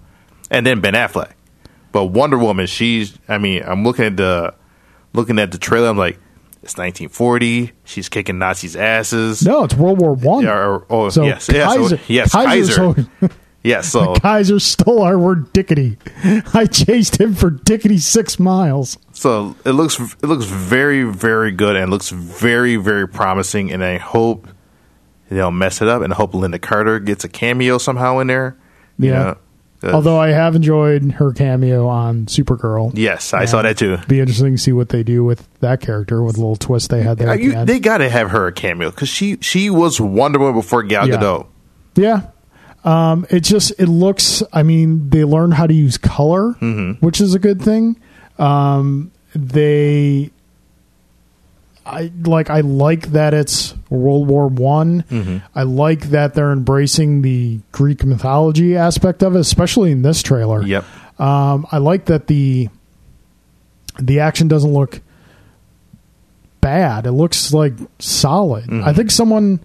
[SPEAKER 3] and then Ben Affleck. But Wonder Woman, she's. I mean, I'm looking at the looking at the trailer. I'm like, it's 1940. She's kicking Nazis' asses.
[SPEAKER 1] No, it's World War One.
[SPEAKER 3] Yeah, or- oh,
[SPEAKER 1] so
[SPEAKER 3] yes, yeah, so-
[SPEAKER 1] Kaiser,
[SPEAKER 3] yes,
[SPEAKER 1] Kaiser,
[SPEAKER 3] Kaiser. Oh. Yeah, so
[SPEAKER 1] Kaiser stole our word dickety. I chased him for dickety six miles.
[SPEAKER 3] So it looks it looks very very good and looks very very promising and I hope they'll mess it up and I hope Linda Carter gets a cameo somehow in there. You
[SPEAKER 1] Yeah.
[SPEAKER 3] know, uh, 'cause-
[SPEAKER 1] Although I have enjoyed her cameo on Supergirl.
[SPEAKER 3] yes, I saw that too.
[SPEAKER 1] Be interesting to see what they do with that character with a little twist they had there.
[SPEAKER 3] Are
[SPEAKER 1] at
[SPEAKER 3] Uh, you-
[SPEAKER 1] the end.
[SPEAKER 3] they got to have her a cameo because she she was Wonder Woman before Gal
[SPEAKER 1] Yeah.
[SPEAKER 3] Gadot.
[SPEAKER 1] Yeah. Um, it just it looks. I mean, they learn how to use color, which is a good thing. Um, they, I like. I like that it's World War One. I like that they're embracing the Greek mythology aspect of it, especially in this trailer.
[SPEAKER 3] Yep.
[SPEAKER 1] Um, I like that the the action doesn't look bad. It looks like solid.
[SPEAKER 3] Mm-hmm.
[SPEAKER 1] I think someone,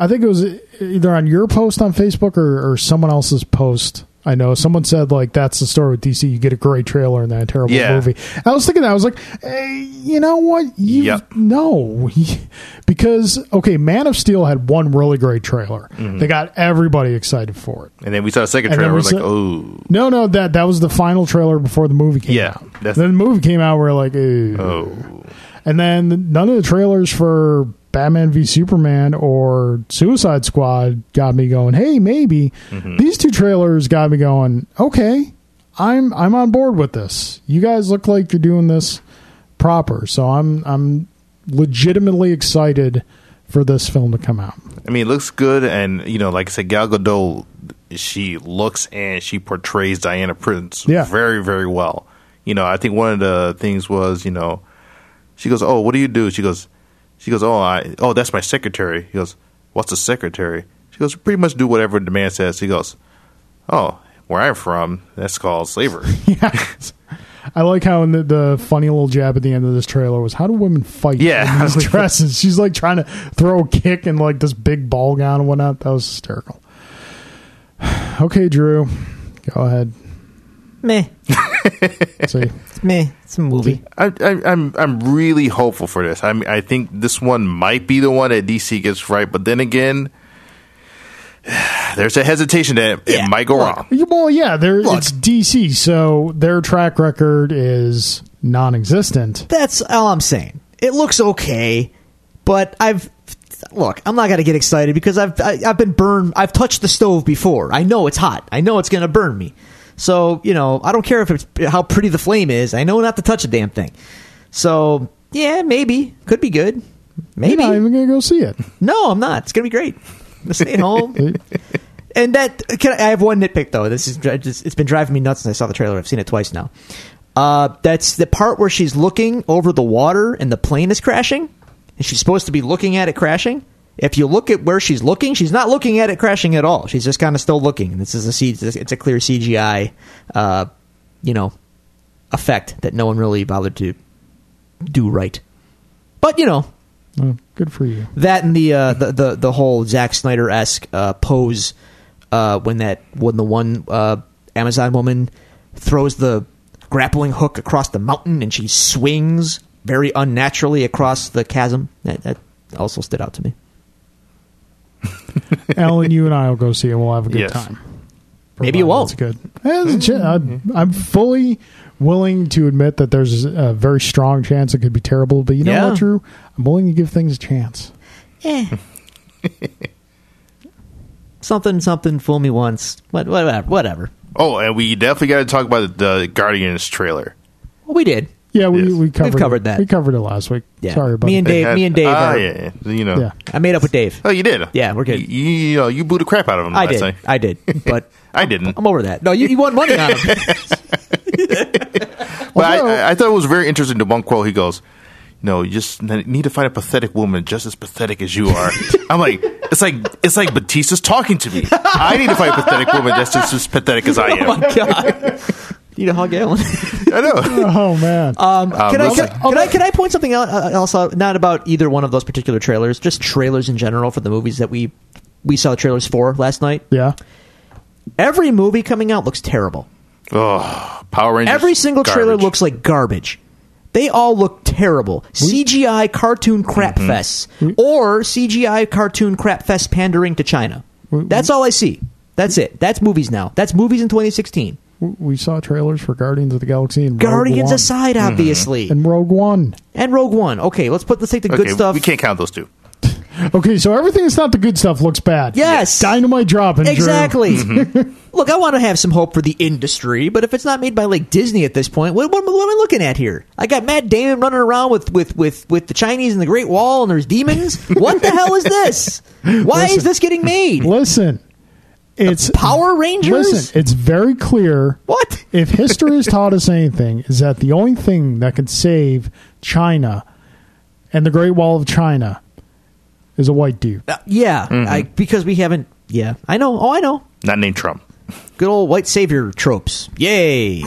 [SPEAKER 1] I think it was either on your post on Facebook or, or someone else's post. I know someone said like that's the story with DC. You get a great trailer and then a terrible
[SPEAKER 3] Yeah.
[SPEAKER 1] movie. I was thinking that I was like, eh, you know what? You
[SPEAKER 3] Yep.
[SPEAKER 1] no, because okay, Man of Steel had one really great trailer.
[SPEAKER 3] Mm-hmm.
[SPEAKER 1] They got everybody excited for it.
[SPEAKER 3] And then we saw a second
[SPEAKER 1] And then
[SPEAKER 3] trailer. We're
[SPEAKER 1] we saw-
[SPEAKER 3] like, oh,
[SPEAKER 1] No, no, that that was the final trailer before the movie came
[SPEAKER 3] Yeah,
[SPEAKER 1] out.
[SPEAKER 3] that's-
[SPEAKER 1] then the movie came out, we're like, Ew.
[SPEAKER 3] oh,
[SPEAKER 1] and then none of the trailers for Batman v Superman or Suicide Squad got me going. Hey, maybe
[SPEAKER 3] Mm-hmm.
[SPEAKER 1] these two trailers got me going. Okay, I'm I'm on board with this. You guys look like you're doing this proper, so I'm I'm legitimately excited for this film to come out.
[SPEAKER 3] I mean, it looks good, and you know, like I said, Gal Gadot, she looks and she portrays Diana Prince
[SPEAKER 1] Yeah.
[SPEAKER 3] very, very well. You know, I think one of the things was, you know, she goes, "Oh, what do you do?" She goes, "She goes, oh, I, oh, that's my secretary." He goes, "What's a secretary?" She goes, "Pretty much do whatever the man says." He goes, "Oh, where I'm from, that's called slavery."
[SPEAKER 1] Yeah. I like how in the, the funny little jab at the end of this trailer was how do women fight?
[SPEAKER 3] Yeah.
[SPEAKER 1] in these dresses. She's like trying to throw a kick and like this big ball gown and whatnot. That was hysterical. Okay, Drew, go ahead.
[SPEAKER 2] Meh.
[SPEAKER 1] See,
[SPEAKER 2] It's meh. It's a movie.
[SPEAKER 3] I, I, I'm I'm really hopeful for this. I mean, I think this one might be the one that DC gets right, but then again, there's a hesitation that it
[SPEAKER 2] Yeah.
[SPEAKER 3] might go wrong.
[SPEAKER 1] You- well, yeah, there
[SPEAKER 2] Look.
[SPEAKER 1] it's DC, so their track record is non-existent.
[SPEAKER 2] That's all I'm saying. It looks okay, but I've look. I'm not gonna get excited because I've I, I've been burned. I've touched the stove before. I know it's hot. I know it's gonna burn me. So you know, I don't care if it's how pretty the flame is. I know not to touch a damn thing. So yeah, maybe could be good. Maybe
[SPEAKER 1] You're not even gonna go see it.
[SPEAKER 2] No, I'm not. It's gonna be great. I'm gonna stay at home. and that can I, I have one nitpick though. This is dri- just, it's been driving me nuts since I saw the trailer. I've seen it twice now. Uh, that's the part where she's looking over the water and the plane is crashing, and she's supposed to be looking at it crashing. If you look at where she's looking, she's not looking at it crashing at all. She's just kind of still looking. And This is a C- it's a clear CGI, uh, you know, effect that no one really bothered to do right. But you know,
[SPEAKER 1] Oh, good for you.
[SPEAKER 2] that and the uh, the, the the whole Zack Snyder esque uh, pose uh, when that when the one uh, Amazon woman throws the grappling hook across the mountain and she swings very unnaturally across the chasm. That, that also stood out to me.
[SPEAKER 1] Alan, you and I will go see it. We'll have a good
[SPEAKER 3] Yes.
[SPEAKER 1] time.
[SPEAKER 2] Maybe you won't.
[SPEAKER 1] It's good. Eh, there's a chan- I'm,
[SPEAKER 3] mm-hmm.
[SPEAKER 1] I'm fully willing to admit that there's a very strong chance it could be terrible, but you know
[SPEAKER 2] Yeah.
[SPEAKER 1] what, Drew? I'm willing to give things a chance.
[SPEAKER 2] Something, something, fool me once. What, whatever, whatever.
[SPEAKER 3] Oh, and we definitely got to talk about the, the Guardians trailer.
[SPEAKER 2] Well, we did.
[SPEAKER 1] Yeah, we,
[SPEAKER 3] Yes.
[SPEAKER 1] we covered,
[SPEAKER 2] covered
[SPEAKER 1] it.
[SPEAKER 2] that.
[SPEAKER 1] We covered it last week.
[SPEAKER 2] Yeah.
[SPEAKER 1] Sorry about
[SPEAKER 2] Me and
[SPEAKER 1] that.
[SPEAKER 3] They
[SPEAKER 2] Dave- me and Dave
[SPEAKER 3] Ah,
[SPEAKER 2] are-
[SPEAKER 3] yeah, yeah, you know.
[SPEAKER 1] Yeah.
[SPEAKER 2] I made up with Dave.
[SPEAKER 3] Oh, you did.
[SPEAKER 2] Yeah, we're good.
[SPEAKER 3] You, you know, you blew the crap out of him.
[SPEAKER 2] I
[SPEAKER 3] last
[SPEAKER 2] did.
[SPEAKER 3] night.
[SPEAKER 2] I did. But
[SPEAKER 3] I didn't.
[SPEAKER 2] I'm over that. No, you, you won money on him.
[SPEAKER 3] But I,
[SPEAKER 1] Although-
[SPEAKER 3] I, I thought it was very interesting. The one quote he goes, "No, you just n- need to find a pathetic woman just as pathetic as you are." I'm like, it's like it's like Batista's talking to me. I need to find a pathetic woman that's just as pathetic as I am.
[SPEAKER 2] Oh my god. Need a hug, Alan.
[SPEAKER 3] I know.
[SPEAKER 1] Oh, man.
[SPEAKER 2] Um, can, I, can,
[SPEAKER 3] Uh, we'll see.
[SPEAKER 2] can I can I point something out uh, else out? Not about either one of those particular trailers, just trailers in general for the movies that we we saw trailers for last night.
[SPEAKER 1] yeah.
[SPEAKER 2] Every movie coming out looks terrible.
[SPEAKER 3] Oh, Power Rangers.
[SPEAKER 2] Every single trailer
[SPEAKER 3] garbage.
[SPEAKER 2] looks like garbage. They all look terrible. CGI cartoon crap
[SPEAKER 3] Mm-hmm.
[SPEAKER 2] fests or CGI cartoon crap fest pandering to China. That's all I see. That's it. That's movies now. That's movies in 2016.
[SPEAKER 1] W- We saw trailers for Guardians of the Galaxy and Rogue
[SPEAKER 2] Guardians
[SPEAKER 1] One.
[SPEAKER 2] aside,
[SPEAKER 3] Mm-hmm.
[SPEAKER 2] obviously,
[SPEAKER 1] And Rogue One.
[SPEAKER 2] and Rogue One. Okay, let's put let's take the
[SPEAKER 3] Okay,
[SPEAKER 2] good stuff.
[SPEAKER 3] We can't count those two.
[SPEAKER 1] Okay, so everything that's not the good stuff looks bad.
[SPEAKER 2] Yes.
[SPEAKER 1] Dynamite dropping. Drew.
[SPEAKER 2] Exactly.
[SPEAKER 1] Mm-hmm.
[SPEAKER 2] Look, I want to have some hope for the industry, but if it's not made by like Disney at this point, what, what, what am I looking at here? I got Matt Damon running around with with with with the Chinese and the Great Wall, and there's demons. What the hell is this? Why is this getting made?
[SPEAKER 1] Listen, it's
[SPEAKER 2] Power Rangers?
[SPEAKER 1] Listen, it's very clear.
[SPEAKER 2] What?
[SPEAKER 1] if history has taught us anything, is that the only thing that can save China and the Great Wall of China is a white dude.
[SPEAKER 2] Uh, yeah,
[SPEAKER 1] Mm-hmm.
[SPEAKER 2] I, because we haven't. Yeah, I know. Oh, I know.
[SPEAKER 3] Not named Trump.
[SPEAKER 2] Good old white savior tropes. Yay.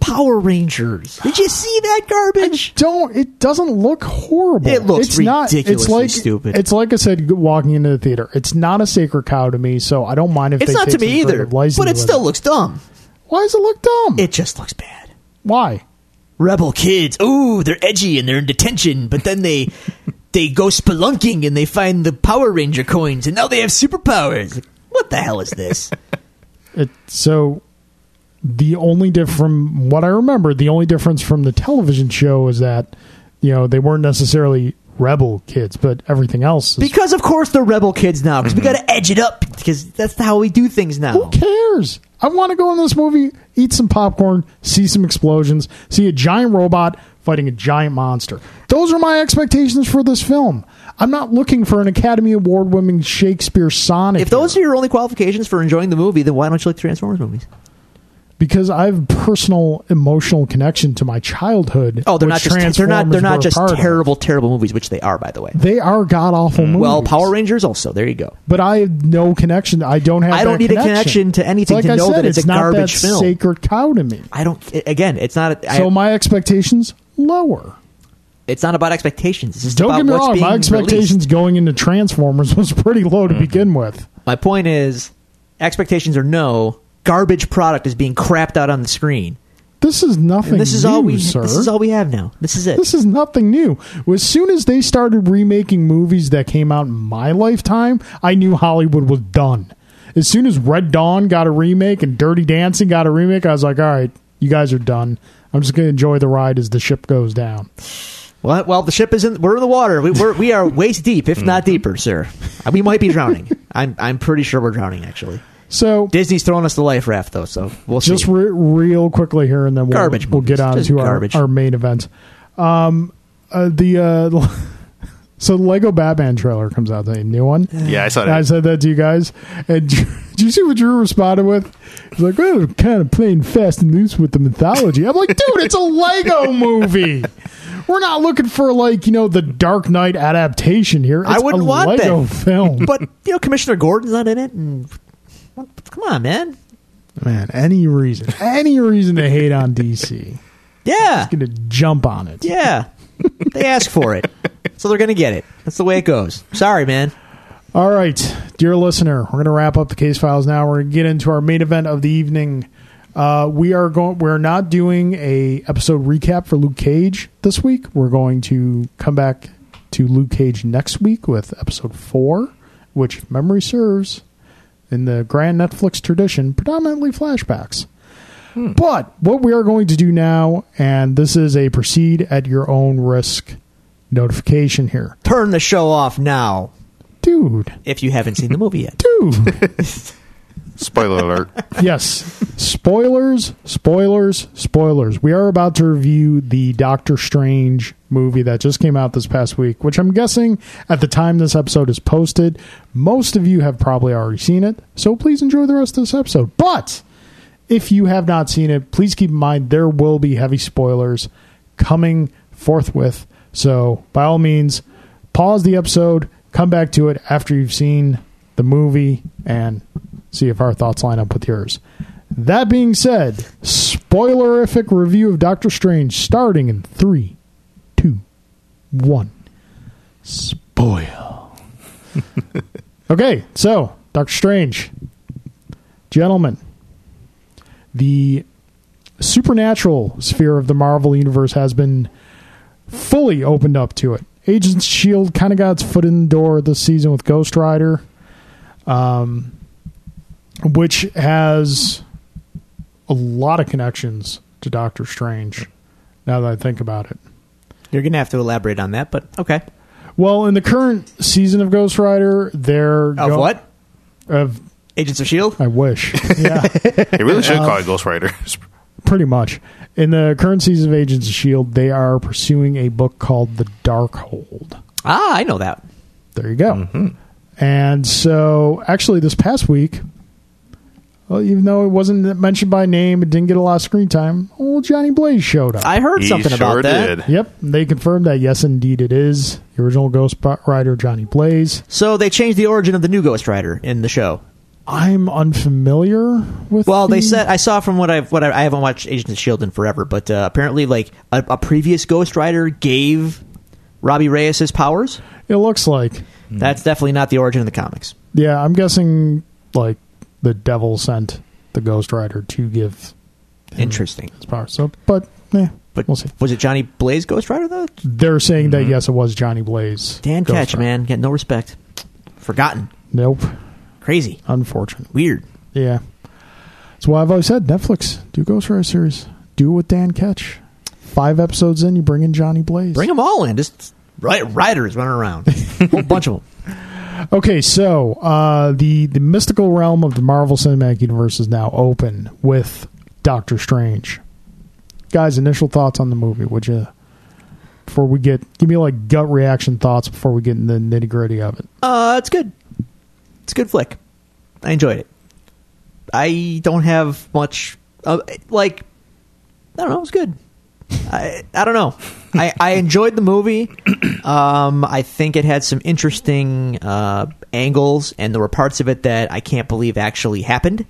[SPEAKER 2] Power Rangers. Did you see that garbage?
[SPEAKER 1] Don't it doesn't look horrible.
[SPEAKER 2] It looks
[SPEAKER 1] it's not, it's
[SPEAKER 2] ridiculously
[SPEAKER 1] like,
[SPEAKER 2] stupid.
[SPEAKER 1] It's like I said, walking into the theater. It's not a sacred cow to me, so I don't mind if
[SPEAKER 2] It's
[SPEAKER 1] they
[SPEAKER 2] not to
[SPEAKER 1] take
[SPEAKER 2] me
[SPEAKER 1] some
[SPEAKER 2] either,
[SPEAKER 1] creative license
[SPEAKER 2] but it
[SPEAKER 1] with
[SPEAKER 2] still looks dumb.
[SPEAKER 1] Why does it look dumb?
[SPEAKER 2] It just looks bad.
[SPEAKER 1] Why?
[SPEAKER 2] rebel kids. Ooh, they're edgy and they're in detention, but then they they go spelunking and they find the Power Ranger coins, and now they have superpowers. Like, what the hell is this?
[SPEAKER 1] It so the only diff from what I remember, the only difference from the television show is that you know they weren't necessarily rebel kids, but everything else. Is,
[SPEAKER 2] because of course they're rebel kids now. Because we got to edge it up. Because that's how we do things
[SPEAKER 1] who
[SPEAKER 2] now.
[SPEAKER 1] cares? I want to go in this movie, eat some popcorn, see some explosions, see a giant robot fighting a giant monster. Those are my expectations for this film. I'm not looking for an Academy Award winning Shakespeare sonnet.
[SPEAKER 2] If those
[SPEAKER 1] here,
[SPEAKER 2] are your only qualifications for enjoying the movie, then why don't you like the Transformers movies?
[SPEAKER 1] because I have personal emotional connection to my childhood.
[SPEAKER 2] Oh, they're not
[SPEAKER 1] which
[SPEAKER 2] just they're not they're
[SPEAKER 1] Transformers were
[SPEAKER 2] not
[SPEAKER 1] a
[SPEAKER 2] just
[SPEAKER 1] part of.
[SPEAKER 2] terrible terrible movies, which they are by the way.
[SPEAKER 1] They are god awful movies.
[SPEAKER 2] Hmm. Well, Power Rangers also. There you go.
[SPEAKER 1] but I have no connection. I don't have.
[SPEAKER 2] I don't
[SPEAKER 1] that
[SPEAKER 2] need a connection to anything
[SPEAKER 1] Like
[SPEAKER 2] to
[SPEAKER 1] I
[SPEAKER 2] know
[SPEAKER 1] said,
[SPEAKER 2] that it's a
[SPEAKER 1] not
[SPEAKER 2] garbage
[SPEAKER 1] that
[SPEAKER 2] film.
[SPEAKER 1] Sacred cow to me.
[SPEAKER 2] I don't. Again, it's not. A, I-
[SPEAKER 1] So my expectations lower.
[SPEAKER 2] it's not about expectations. It's just
[SPEAKER 1] Don't
[SPEAKER 2] about
[SPEAKER 1] get me
[SPEAKER 2] what's
[SPEAKER 1] wrong.
[SPEAKER 2] being
[SPEAKER 1] My expectations
[SPEAKER 2] released. Mm-hmm.
[SPEAKER 1] going into Transformers was pretty low to begin with.
[SPEAKER 2] My point is, expectations are no. Garbage product is being crapped out on the screen.
[SPEAKER 1] This is nothing.
[SPEAKER 2] And this is
[SPEAKER 1] new,
[SPEAKER 2] all we.
[SPEAKER 1] Sir.
[SPEAKER 2] This is all we have now. This is it.
[SPEAKER 1] This is nothing new. As soon as they started remaking movies that came out in my lifetime, I knew Hollywood was done. As soon as Red Dawn got a remake and Dirty Dancing got a remake, I was like, all right, you guys are done. I'm just going to enjoy the ride as the ship goes down.
[SPEAKER 2] well, well, the ship is in. We're in the water. We, we're, we are waist deep, if
[SPEAKER 1] Mm-hmm.
[SPEAKER 2] not deeper, sir. Uh, We might be drowning. I'm. I'm pretty sure we're drowning. Actually,
[SPEAKER 1] So,
[SPEAKER 2] Disney's throwing us the life raft, though. So we'll
[SPEAKER 1] just
[SPEAKER 2] see.
[SPEAKER 1] re- real quickly here, and then we'll,
[SPEAKER 2] Garbage
[SPEAKER 1] we'll get
[SPEAKER 2] movies.
[SPEAKER 1] on
[SPEAKER 2] Just
[SPEAKER 1] to our,
[SPEAKER 2] garbage.
[SPEAKER 1] our main event. Um, uh, the uh, so Lego Batman trailer comes out today, new one.
[SPEAKER 3] Yeah, I saw
[SPEAKER 1] And I
[SPEAKER 3] that.
[SPEAKER 1] said that to you guys. And Drew- did you see what Drew responded with? He's like, oh, we're kind of playing fast and loose with the mythology. I'm like, dude, it's a Lego movie. We're not looking for like you know the Dark Knight adaptation here. It's
[SPEAKER 2] I wouldn't
[SPEAKER 1] a
[SPEAKER 2] want
[SPEAKER 1] Lego
[SPEAKER 2] that.
[SPEAKER 1] film,
[SPEAKER 2] But you know, Commissioner Gordon's not in it, and what- come on, man.
[SPEAKER 1] man. Any reason, any reason to hate on DC?
[SPEAKER 2] Yeah,
[SPEAKER 1] Gonna jump on it.
[SPEAKER 2] yeah. They ask for it, so they're gonna get it. That's the way it goes. Sorry, man.
[SPEAKER 1] All right, dear listener, we're going to wrap up the case files now. We're going to get into our main event of the evening. Uh, we are going. We're not doing a episode recap for Luke Cage this week. We're going to come back to Luke Cage next week with episode four, which, if memory serves, in the grand Netflix tradition, predominantly flashbacks. But what we are going to do now, and this is a proceed at your own risk notification here.
[SPEAKER 2] Turn the show off now
[SPEAKER 1] Dude,
[SPEAKER 2] if you haven't seen the movie yet.
[SPEAKER 1] dude.
[SPEAKER 3] Spoiler alert.
[SPEAKER 1] yes. Spoilers, spoilers, spoilers. We are about to review the Doctor Strange movie that just came out this past week, which I'm guessing at the time this episode is posted, most of you have probably already seen it. So please enjoy the rest of this episode. But if you have not seen it, please keep in mind there will be heavy spoilers coming forthwith. So by all means, pause the episode, come back to it after you've seen the movie, and see if our thoughts line up with yours. That being said, spoilerific review of Doctor Strange starting in three, two, one. Spoil. okay, so Doctor Strange, gentlemen, the supernatural sphere of the Marvel universe has been fully opened up to it. Agent Shield kind of got its foot in the door this season with Ghost Rider, um, which has a lot of connections to Doctor Strange. Now that I think about it,
[SPEAKER 2] You're going to have to elaborate on that, but okay.
[SPEAKER 1] well, in the current season of Ghost Rider, they're
[SPEAKER 2] Of
[SPEAKER 1] go-
[SPEAKER 2] what?
[SPEAKER 1] Of
[SPEAKER 2] Agents of S.H.I.E.L.D.?
[SPEAKER 1] I wish, yeah.
[SPEAKER 3] It really should call it Ghost Rider.
[SPEAKER 1] pretty much. In the current season of Agents of Shield, E they are pursuing a book called The Dark Hold.
[SPEAKER 2] Ah, I know that.
[SPEAKER 1] There you go.
[SPEAKER 2] Mm-hmm.
[SPEAKER 1] And so, actually, this past week, well, even though it wasn't mentioned by name, it didn't get a lot of screen time. Old Johnny Blaze showed up.
[SPEAKER 2] I heard
[SPEAKER 3] He
[SPEAKER 2] something
[SPEAKER 3] sure
[SPEAKER 2] about that.
[SPEAKER 3] did.
[SPEAKER 1] yep, they confirmed that. Yes, indeed, it is the original Ghost Rider, Johnny Blaze.
[SPEAKER 2] So they changed the origin of the new Ghost Rider in the show.
[SPEAKER 1] I'm unfamiliar with.
[SPEAKER 2] Well, they
[SPEAKER 1] the-
[SPEAKER 2] said I saw from what I've what I, I haven't watched Agents of Shield in forever, but uh, apparently, like a, a previous Ghost Rider gave Robbie Reyes his powers.
[SPEAKER 1] it looks like.
[SPEAKER 2] That's definitely not the origin of the comics.
[SPEAKER 1] Yeah, I'm guessing like the devil sent the Ghost Rider to give
[SPEAKER 2] Interesting,
[SPEAKER 1] his power. So, but yeah,
[SPEAKER 2] but
[SPEAKER 1] we'll see.
[SPEAKER 2] was it Johnny Blaze Ghost Rider though?
[SPEAKER 1] They're saying that yes, it was Johnny Blaze.
[SPEAKER 2] Dan
[SPEAKER 1] Ghost
[SPEAKER 2] Ketch,
[SPEAKER 1] Rider.
[SPEAKER 2] man, got no respect. Forgotten,
[SPEAKER 1] Nope,
[SPEAKER 2] crazy,
[SPEAKER 1] unfortunate.
[SPEAKER 2] weird.
[SPEAKER 1] Yeah, that's why I've always said Netflix do Ghost Rider series. Do it with Dan Ketch. Five episodes in, you bring in Johnny Blaze.
[SPEAKER 2] Bring them all in, just ri- riders running around, whole bunch of them.
[SPEAKER 1] Okay, so uh, the the mystical realm of the Marvel Cinematic Universe is now open with Doctor Strange. Guys, initial thoughts on the movie? Would you? Before we get, give me like gut reaction thoughts before we get in the nitty gritty of it.
[SPEAKER 2] Uh, it's good. It's a good flick. I enjoyed it. I don't have much. Uh, like, I don't know. It was good. I I don't know. I, I enjoyed the movie. Um, I think it had some interesting uh, angles, and there were parts of it that I can't believe actually happened.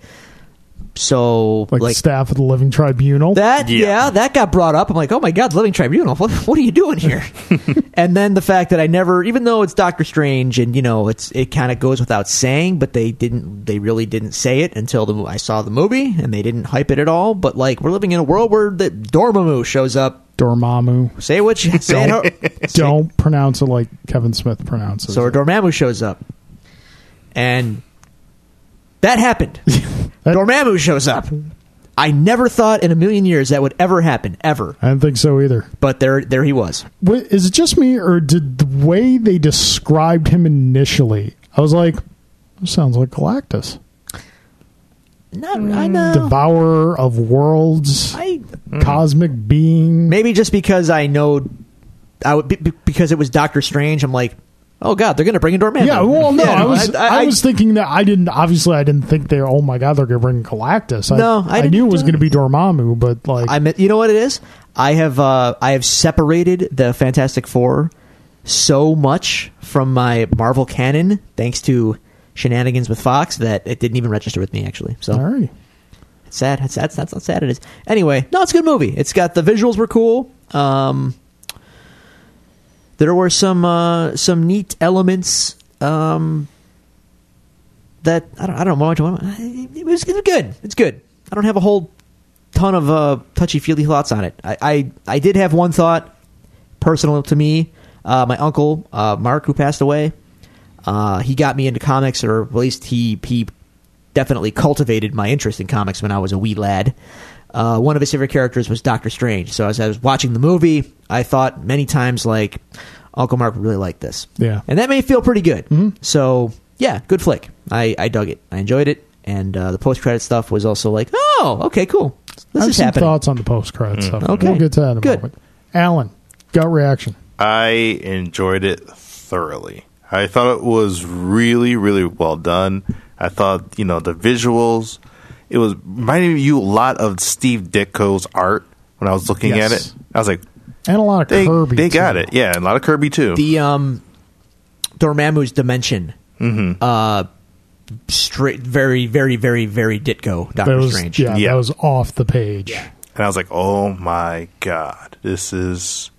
[SPEAKER 2] So,
[SPEAKER 1] Like, the staff of the Living Tribunal.
[SPEAKER 2] that yeah.
[SPEAKER 3] Yeah.
[SPEAKER 2] that got brought up. I'm like, oh my god, Living Tribunal, what, what are you doing here? and then the fact that I never, even though it's Doctor Strange, and you know, it's it kind of goes without saying, but they didn't, they really didn't say it until the, I saw the movie, and they didn't hype it at all. But like, we're living in a world where that Dormammu shows up.
[SPEAKER 1] Dormammu.
[SPEAKER 2] Say what you say. it-
[SPEAKER 1] Don't pronounce it like Kevin Smith pronounces.
[SPEAKER 2] So
[SPEAKER 1] it.
[SPEAKER 2] Dormammu shows up, and that happened.
[SPEAKER 1] That-
[SPEAKER 2] Dormammu shows up. I never thought in a million years that would ever happen, ever.
[SPEAKER 1] I didn't think so either.
[SPEAKER 2] But there, there he was.
[SPEAKER 1] Wait, Is it just me, or did the way they described him initially? I was like, "This sounds like Galactus,
[SPEAKER 2] Not, I know.
[SPEAKER 1] devourer of worlds,
[SPEAKER 2] Oh. I,
[SPEAKER 1] cosmic being."
[SPEAKER 2] maybe just because I know, I would be, be- because it was Doctor Strange. I'm like, oh god, they're gonna bring in Dormammu.
[SPEAKER 1] Yeah, well, no,
[SPEAKER 2] You know,
[SPEAKER 1] I was I,
[SPEAKER 2] I,
[SPEAKER 1] was thinking that I didn't. Obviously, I didn't think they. Oh my God, they're going to bring Galactus. I,
[SPEAKER 2] No, I
[SPEAKER 1] I, knew
[SPEAKER 2] didn't,
[SPEAKER 1] it was
[SPEAKER 2] uh,
[SPEAKER 1] going to be Dormammu, but like,
[SPEAKER 2] I meant, you know what it is? I have, uh, I have separated the Fantastic Four so much from my Marvel canon, thanks to shenanigans with Fox, that it didn't even register with me actually. So
[SPEAKER 1] all right,
[SPEAKER 2] It's sad. It's, that's that's how sad it is. Anyway, no, it's a good movie. It's got the visuals were cool. Um, there were some uh, some neat elements um, that I don't I don't know. what I- It was, it was good. It's good. I don't have a whole ton of uh, touchy feely thoughts on it. I, I I did have one thought personal to me. Uh, my uncle uh, Mark, who passed away, Uh, he got me into comics, or at least he he definitely cultivated my interest in comics when I was a wee lad. Uh, one of his favorite characters was Doctor Strange. So as I was watching the movie, I thought many times like Uncle Mark would really liked this.
[SPEAKER 1] Yeah.
[SPEAKER 2] and that made me feel pretty good. So yeah, good flick. I, I dug it. I enjoyed it, and uh, the post credit stuff was also like, oh, okay, cool.
[SPEAKER 1] I
[SPEAKER 2] This
[SPEAKER 1] have
[SPEAKER 2] is
[SPEAKER 1] some
[SPEAKER 2] happening.
[SPEAKER 1] thoughts on the post
[SPEAKER 3] Mm.
[SPEAKER 1] credit stuff.
[SPEAKER 2] Okay.
[SPEAKER 1] We'll get to that in a
[SPEAKER 2] Good.
[SPEAKER 1] moment. Alan, gut reaction.
[SPEAKER 3] I enjoyed it thoroughly. I thought it was really, really well done. I thought, you know, the visuals, it was reminding you a lot of Steve Ditko's art when I was looking at
[SPEAKER 1] Yes.
[SPEAKER 3] it. I was like,
[SPEAKER 1] And a lot of
[SPEAKER 3] they,
[SPEAKER 1] Kirby.
[SPEAKER 3] they got
[SPEAKER 1] too.
[SPEAKER 3] it. Yeah, and a lot of Kirby too.
[SPEAKER 2] the um Dormammu's dimension.
[SPEAKER 3] Mm-hmm.
[SPEAKER 2] Uh straight very very very very Ditko
[SPEAKER 1] That
[SPEAKER 2] Doctor
[SPEAKER 1] was,
[SPEAKER 2] Strange.
[SPEAKER 1] Yeah,
[SPEAKER 3] Yeah.
[SPEAKER 1] that was off the page.
[SPEAKER 3] and I was like, "Oh my god, this is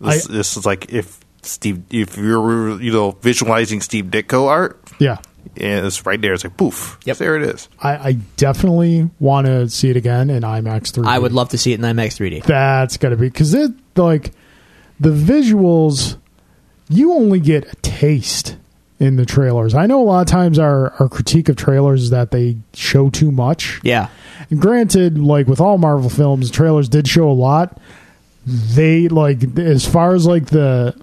[SPEAKER 3] this,
[SPEAKER 1] I-
[SPEAKER 3] this is like if Steve if you're you know visualizing Steve Ditko art,
[SPEAKER 1] Yeah.
[SPEAKER 3] and it's right there. It's like poof,
[SPEAKER 2] Yep.
[SPEAKER 3] there it is.
[SPEAKER 1] I, I definitely want to see it again in IMAX 3.
[SPEAKER 2] I would love to see it in IMAX 3D.
[SPEAKER 1] That's got to be because it like the visuals. You only get a taste in the trailers. I know a lot of times our our critique of trailers is that they show too much.
[SPEAKER 2] Yeah.
[SPEAKER 1] And granted, like with all Marvel films, trailers did show a lot. They like as far as like the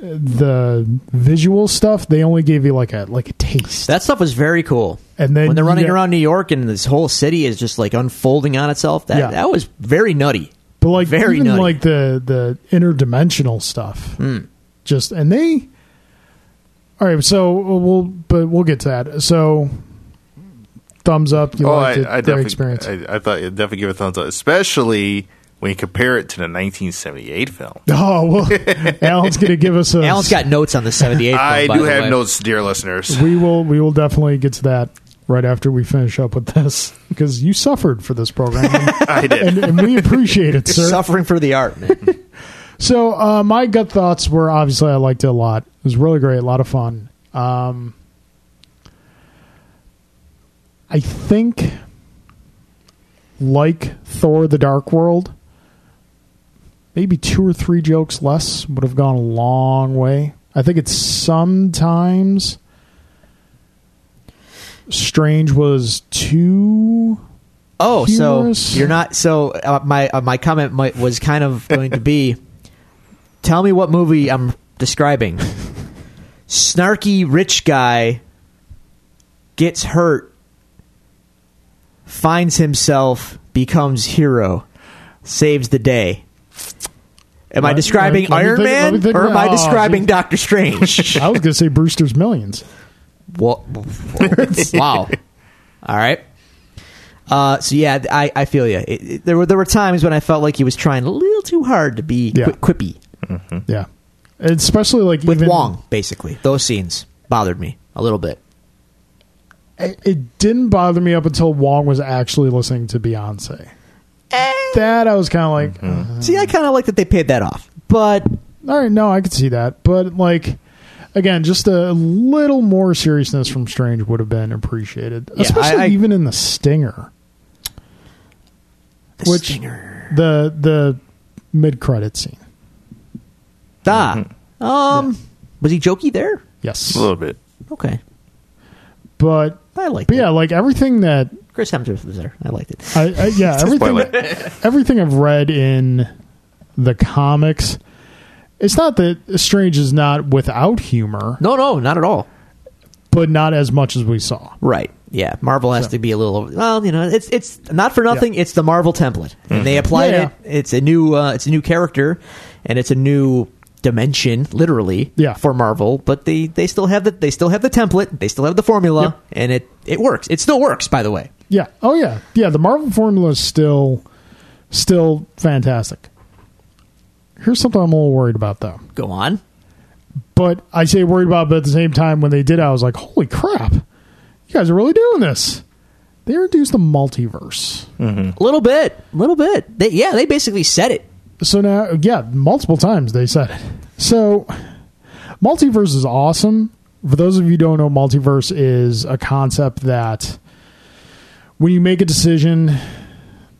[SPEAKER 1] the visual stuff, they only gave you like a like a taste.
[SPEAKER 2] That stuff was very cool.
[SPEAKER 1] And then
[SPEAKER 2] when they're running
[SPEAKER 1] yeah.
[SPEAKER 2] around New York and this whole city is just like unfolding on itself, that
[SPEAKER 1] Yeah.
[SPEAKER 2] that was very nutty.
[SPEAKER 1] But like
[SPEAKER 2] Very
[SPEAKER 1] even
[SPEAKER 2] nutty. Hmm.
[SPEAKER 1] like the the interdimensional stuff. Just and they All right, so uh, we'll but we'll get to that. So thumbs up, you
[SPEAKER 3] oh,
[SPEAKER 1] liked it.
[SPEAKER 3] I, I
[SPEAKER 1] Great
[SPEAKER 3] definitely
[SPEAKER 1] experience.
[SPEAKER 3] I, I thought it definitely give it a thumbs up, especially when you compare it to the 1978 film.
[SPEAKER 1] oh, well Alan's going to give us a
[SPEAKER 2] Alan's got notes on the 78. film,
[SPEAKER 3] I
[SPEAKER 2] by
[SPEAKER 3] do
[SPEAKER 2] the
[SPEAKER 3] have
[SPEAKER 2] way.
[SPEAKER 3] notes, dear listeners.
[SPEAKER 1] We will we will definitely get to that right after we finish up with this because you suffered for this program
[SPEAKER 3] I
[SPEAKER 1] and,
[SPEAKER 3] did.
[SPEAKER 1] and we appreciate it, sir.
[SPEAKER 2] Suffering for the art, man.
[SPEAKER 1] So uh, my gut thoughts were obviously I liked it a lot. It was really great, a lot of fun. Um, I think, like Thor: The Dark World, maybe two or three jokes less would have gone a long way. I think it's sometimes Strange was too
[SPEAKER 2] Oh,
[SPEAKER 1] Humorous.
[SPEAKER 2] so you're not. So uh, my uh, my comment might, was kind of going to be, tell me what movie I'm describing. Snarky rich guy gets hurt, finds himself, becomes hero, saves the day. Am I
[SPEAKER 1] Let-
[SPEAKER 2] describing
[SPEAKER 1] let- let me
[SPEAKER 2] Iron
[SPEAKER 1] think- let me
[SPEAKER 2] Man
[SPEAKER 1] think
[SPEAKER 2] or am I
[SPEAKER 1] about-
[SPEAKER 2] describing
[SPEAKER 1] oh,
[SPEAKER 2] Doctor Strange?
[SPEAKER 1] I was going to say Brewster's Millions.
[SPEAKER 2] Wha- wow. All right. Uh, so yeah, th- I, I feel you. It, it- there were there were times when I felt like he was trying a little too hard to be
[SPEAKER 1] Yeah.
[SPEAKER 2] qui- quippy
[SPEAKER 1] Yeah, especially like
[SPEAKER 2] Hmm. with
[SPEAKER 1] even,
[SPEAKER 2] Wong. Basically, those scenes bothered me a little bit.
[SPEAKER 1] it, it didn't bother me up until Wong was actually listening to Beyonce. That I was kind of like, uh,
[SPEAKER 2] See, I kind of like that they paid that off, but
[SPEAKER 1] all right, no, I could see that, but like, again, just a little more seriousness from Strange would have been appreciated,
[SPEAKER 2] Yeah,
[SPEAKER 1] especially
[SPEAKER 2] I- I-
[SPEAKER 1] even in the stinger,
[SPEAKER 2] the
[SPEAKER 1] Which-
[SPEAKER 2] stinger.
[SPEAKER 1] the the mid credit scene.
[SPEAKER 2] Ah,
[SPEAKER 1] Mm-hmm.
[SPEAKER 2] um, was he jokey there?
[SPEAKER 1] Yes,
[SPEAKER 3] A little bit.
[SPEAKER 2] Okay,
[SPEAKER 1] but
[SPEAKER 2] I liked
[SPEAKER 1] but
[SPEAKER 2] it.
[SPEAKER 1] yeah, like everything that
[SPEAKER 2] Chris Hemsworth was there. I liked it.
[SPEAKER 1] I, I yeah everything
[SPEAKER 3] Spoiler.
[SPEAKER 1] everything I've read in the comics. It's not that Strange is not without humor,
[SPEAKER 2] No, no, not at all.
[SPEAKER 1] but not as much as we saw.
[SPEAKER 2] Right. Yeah. Marvel has
[SPEAKER 1] So-
[SPEAKER 2] to be a little over. Well, you know, it's it's not for nothing. It's the Marvel template, and they applied
[SPEAKER 1] Mm-hmm. Yeah.
[SPEAKER 2] it. It's a new uh, it's a new character, and it's a new dimension, literally.
[SPEAKER 1] Yeah.
[SPEAKER 2] For Marvel, but they they still have the they still have the template. They still have the formula,
[SPEAKER 1] Yep.
[SPEAKER 2] and it it works. It still works, by the way.
[SPEAKER 1] Yeah. Oh yeah. Yeah. The Marvel formula is still, still fantastic. Here's something I'm a little worried about though.
[SPEAKER 2] Go on.
[SPEAKER 1] But I say worried about, but at the same time, when they did, I was like, "Holy crap! You guys are really doing this." They introduced the multiverse.
[SPEAKER 2] A little bit. A little bit. They, yeah. They basically said it.
[SPEAKER 1] So now, yeah, multiple times they said it. So, multiverse is awesome. For those of you who don't know, multiverse is a concept that when you make a decision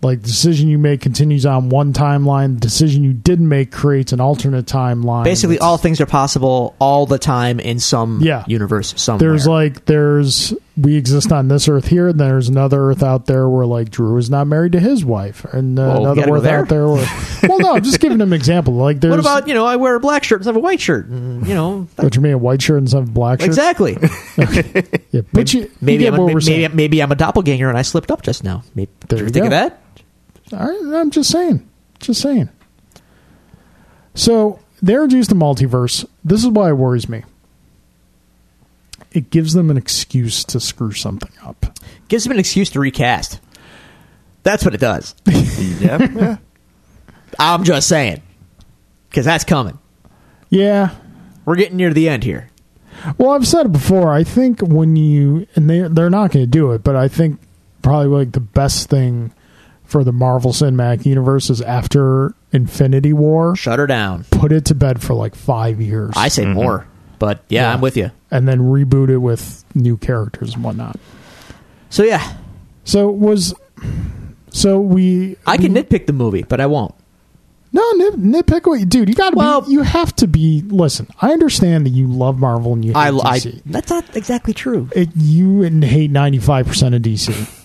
[SPEAKER 1] Like the decision you make continues on one timeline. The decision you didn't make creates an alternate timeline.
[SPEAKER 2] Basically,
[SPEAKER 1] It's-
[SPEAKER 2] all things are possible all the time in some
[SPEAKER 1] Yeah.
[SPEAKER 2] universe somewhere.
[SPEAKER 1] there's like there's we exist on this earth here, and there's another earth out there where like Drew is not married to his wife, and uh,
[SPEAKER 2] Well, we
[SPEAKER 1] another
[SPEAKER 2] gotta go
[SPEAKER 1] earth out there. Where, well, no, I'm just giving him an example. Like there's
[SPEAKER 2] what about you know? I wear a black shirt instead of a white shirt. and, You know,
[SPEAKER 1] what you mean a white shirt and some black shirt?
[SPEAKER 2] exactly.
[SPEAKER 1] Yeah, but you
[SPEAKER 2] Maybe
[SPEAKER 1] you get
[SPEAKER 2] I'm a,
[SPEAKER 1] what we're
[SPEAKER 2] maybe,
[SPEAKER 1] saying.
[SPEAKER 2] maybe I'm a doppelganger and I slipped up just now. Maybe,
[SPEAKER 1] There
[SPEAKER 2] did you
[SPEAKER 1] you
[SPEAKER 2] think of
[SPEAKER 1] go.
[SPEAKER 2] that?
[SPEAKER 1] All right, I'm just saying. Just saying. So they introduced the multiverse. This is why it worries me. It gives them an excuse to screw something up.
[SPEAKER 2] Gives him an excuse to recast. That's what it does.
[SPEAKER 3] yeah, yeah.
[SPEAKER 2] I'm just saying, because that's coming.
[SPEAKER 1] Yeah.
[SPEAKER 2] We're getting near the end here.
[SPEAKER 1] Well, I've said it before. I think when you and they they're not going to do it, but I think probably like the best thing for the Marvel Cinematic Universe is after Infinity War,
[SPEAKER 2] Shut her down.
[SPEAKER 1] put it to bed for like five years,
[SPEAKER 2] I say more, but yeah,
[SPEAKER 1] Mm-hmm. Yeah.
[SPEAKER 2] I'm with you.
[SPEAKER 1] and then reboot it with new characters and whatnot.
[SPEAKER 2] So yeah,
[SPEAKER 1] So was so we
[SPEAKER 2] I can nitpick the movie, but I won't.
[SPEAKER 1] no nip, nitpick what you dude you got to
[SPEAKER 2] Well-
[SPEAKER 1] be you have to be listen I understand that you love Marvel and you hate
[SPEAKER 2] I, I
[SPEAKER 1] DC
[SPEAKER 2] that's not exactly true.
[SPEAKER 1] it, you and hate ninety five percent of DC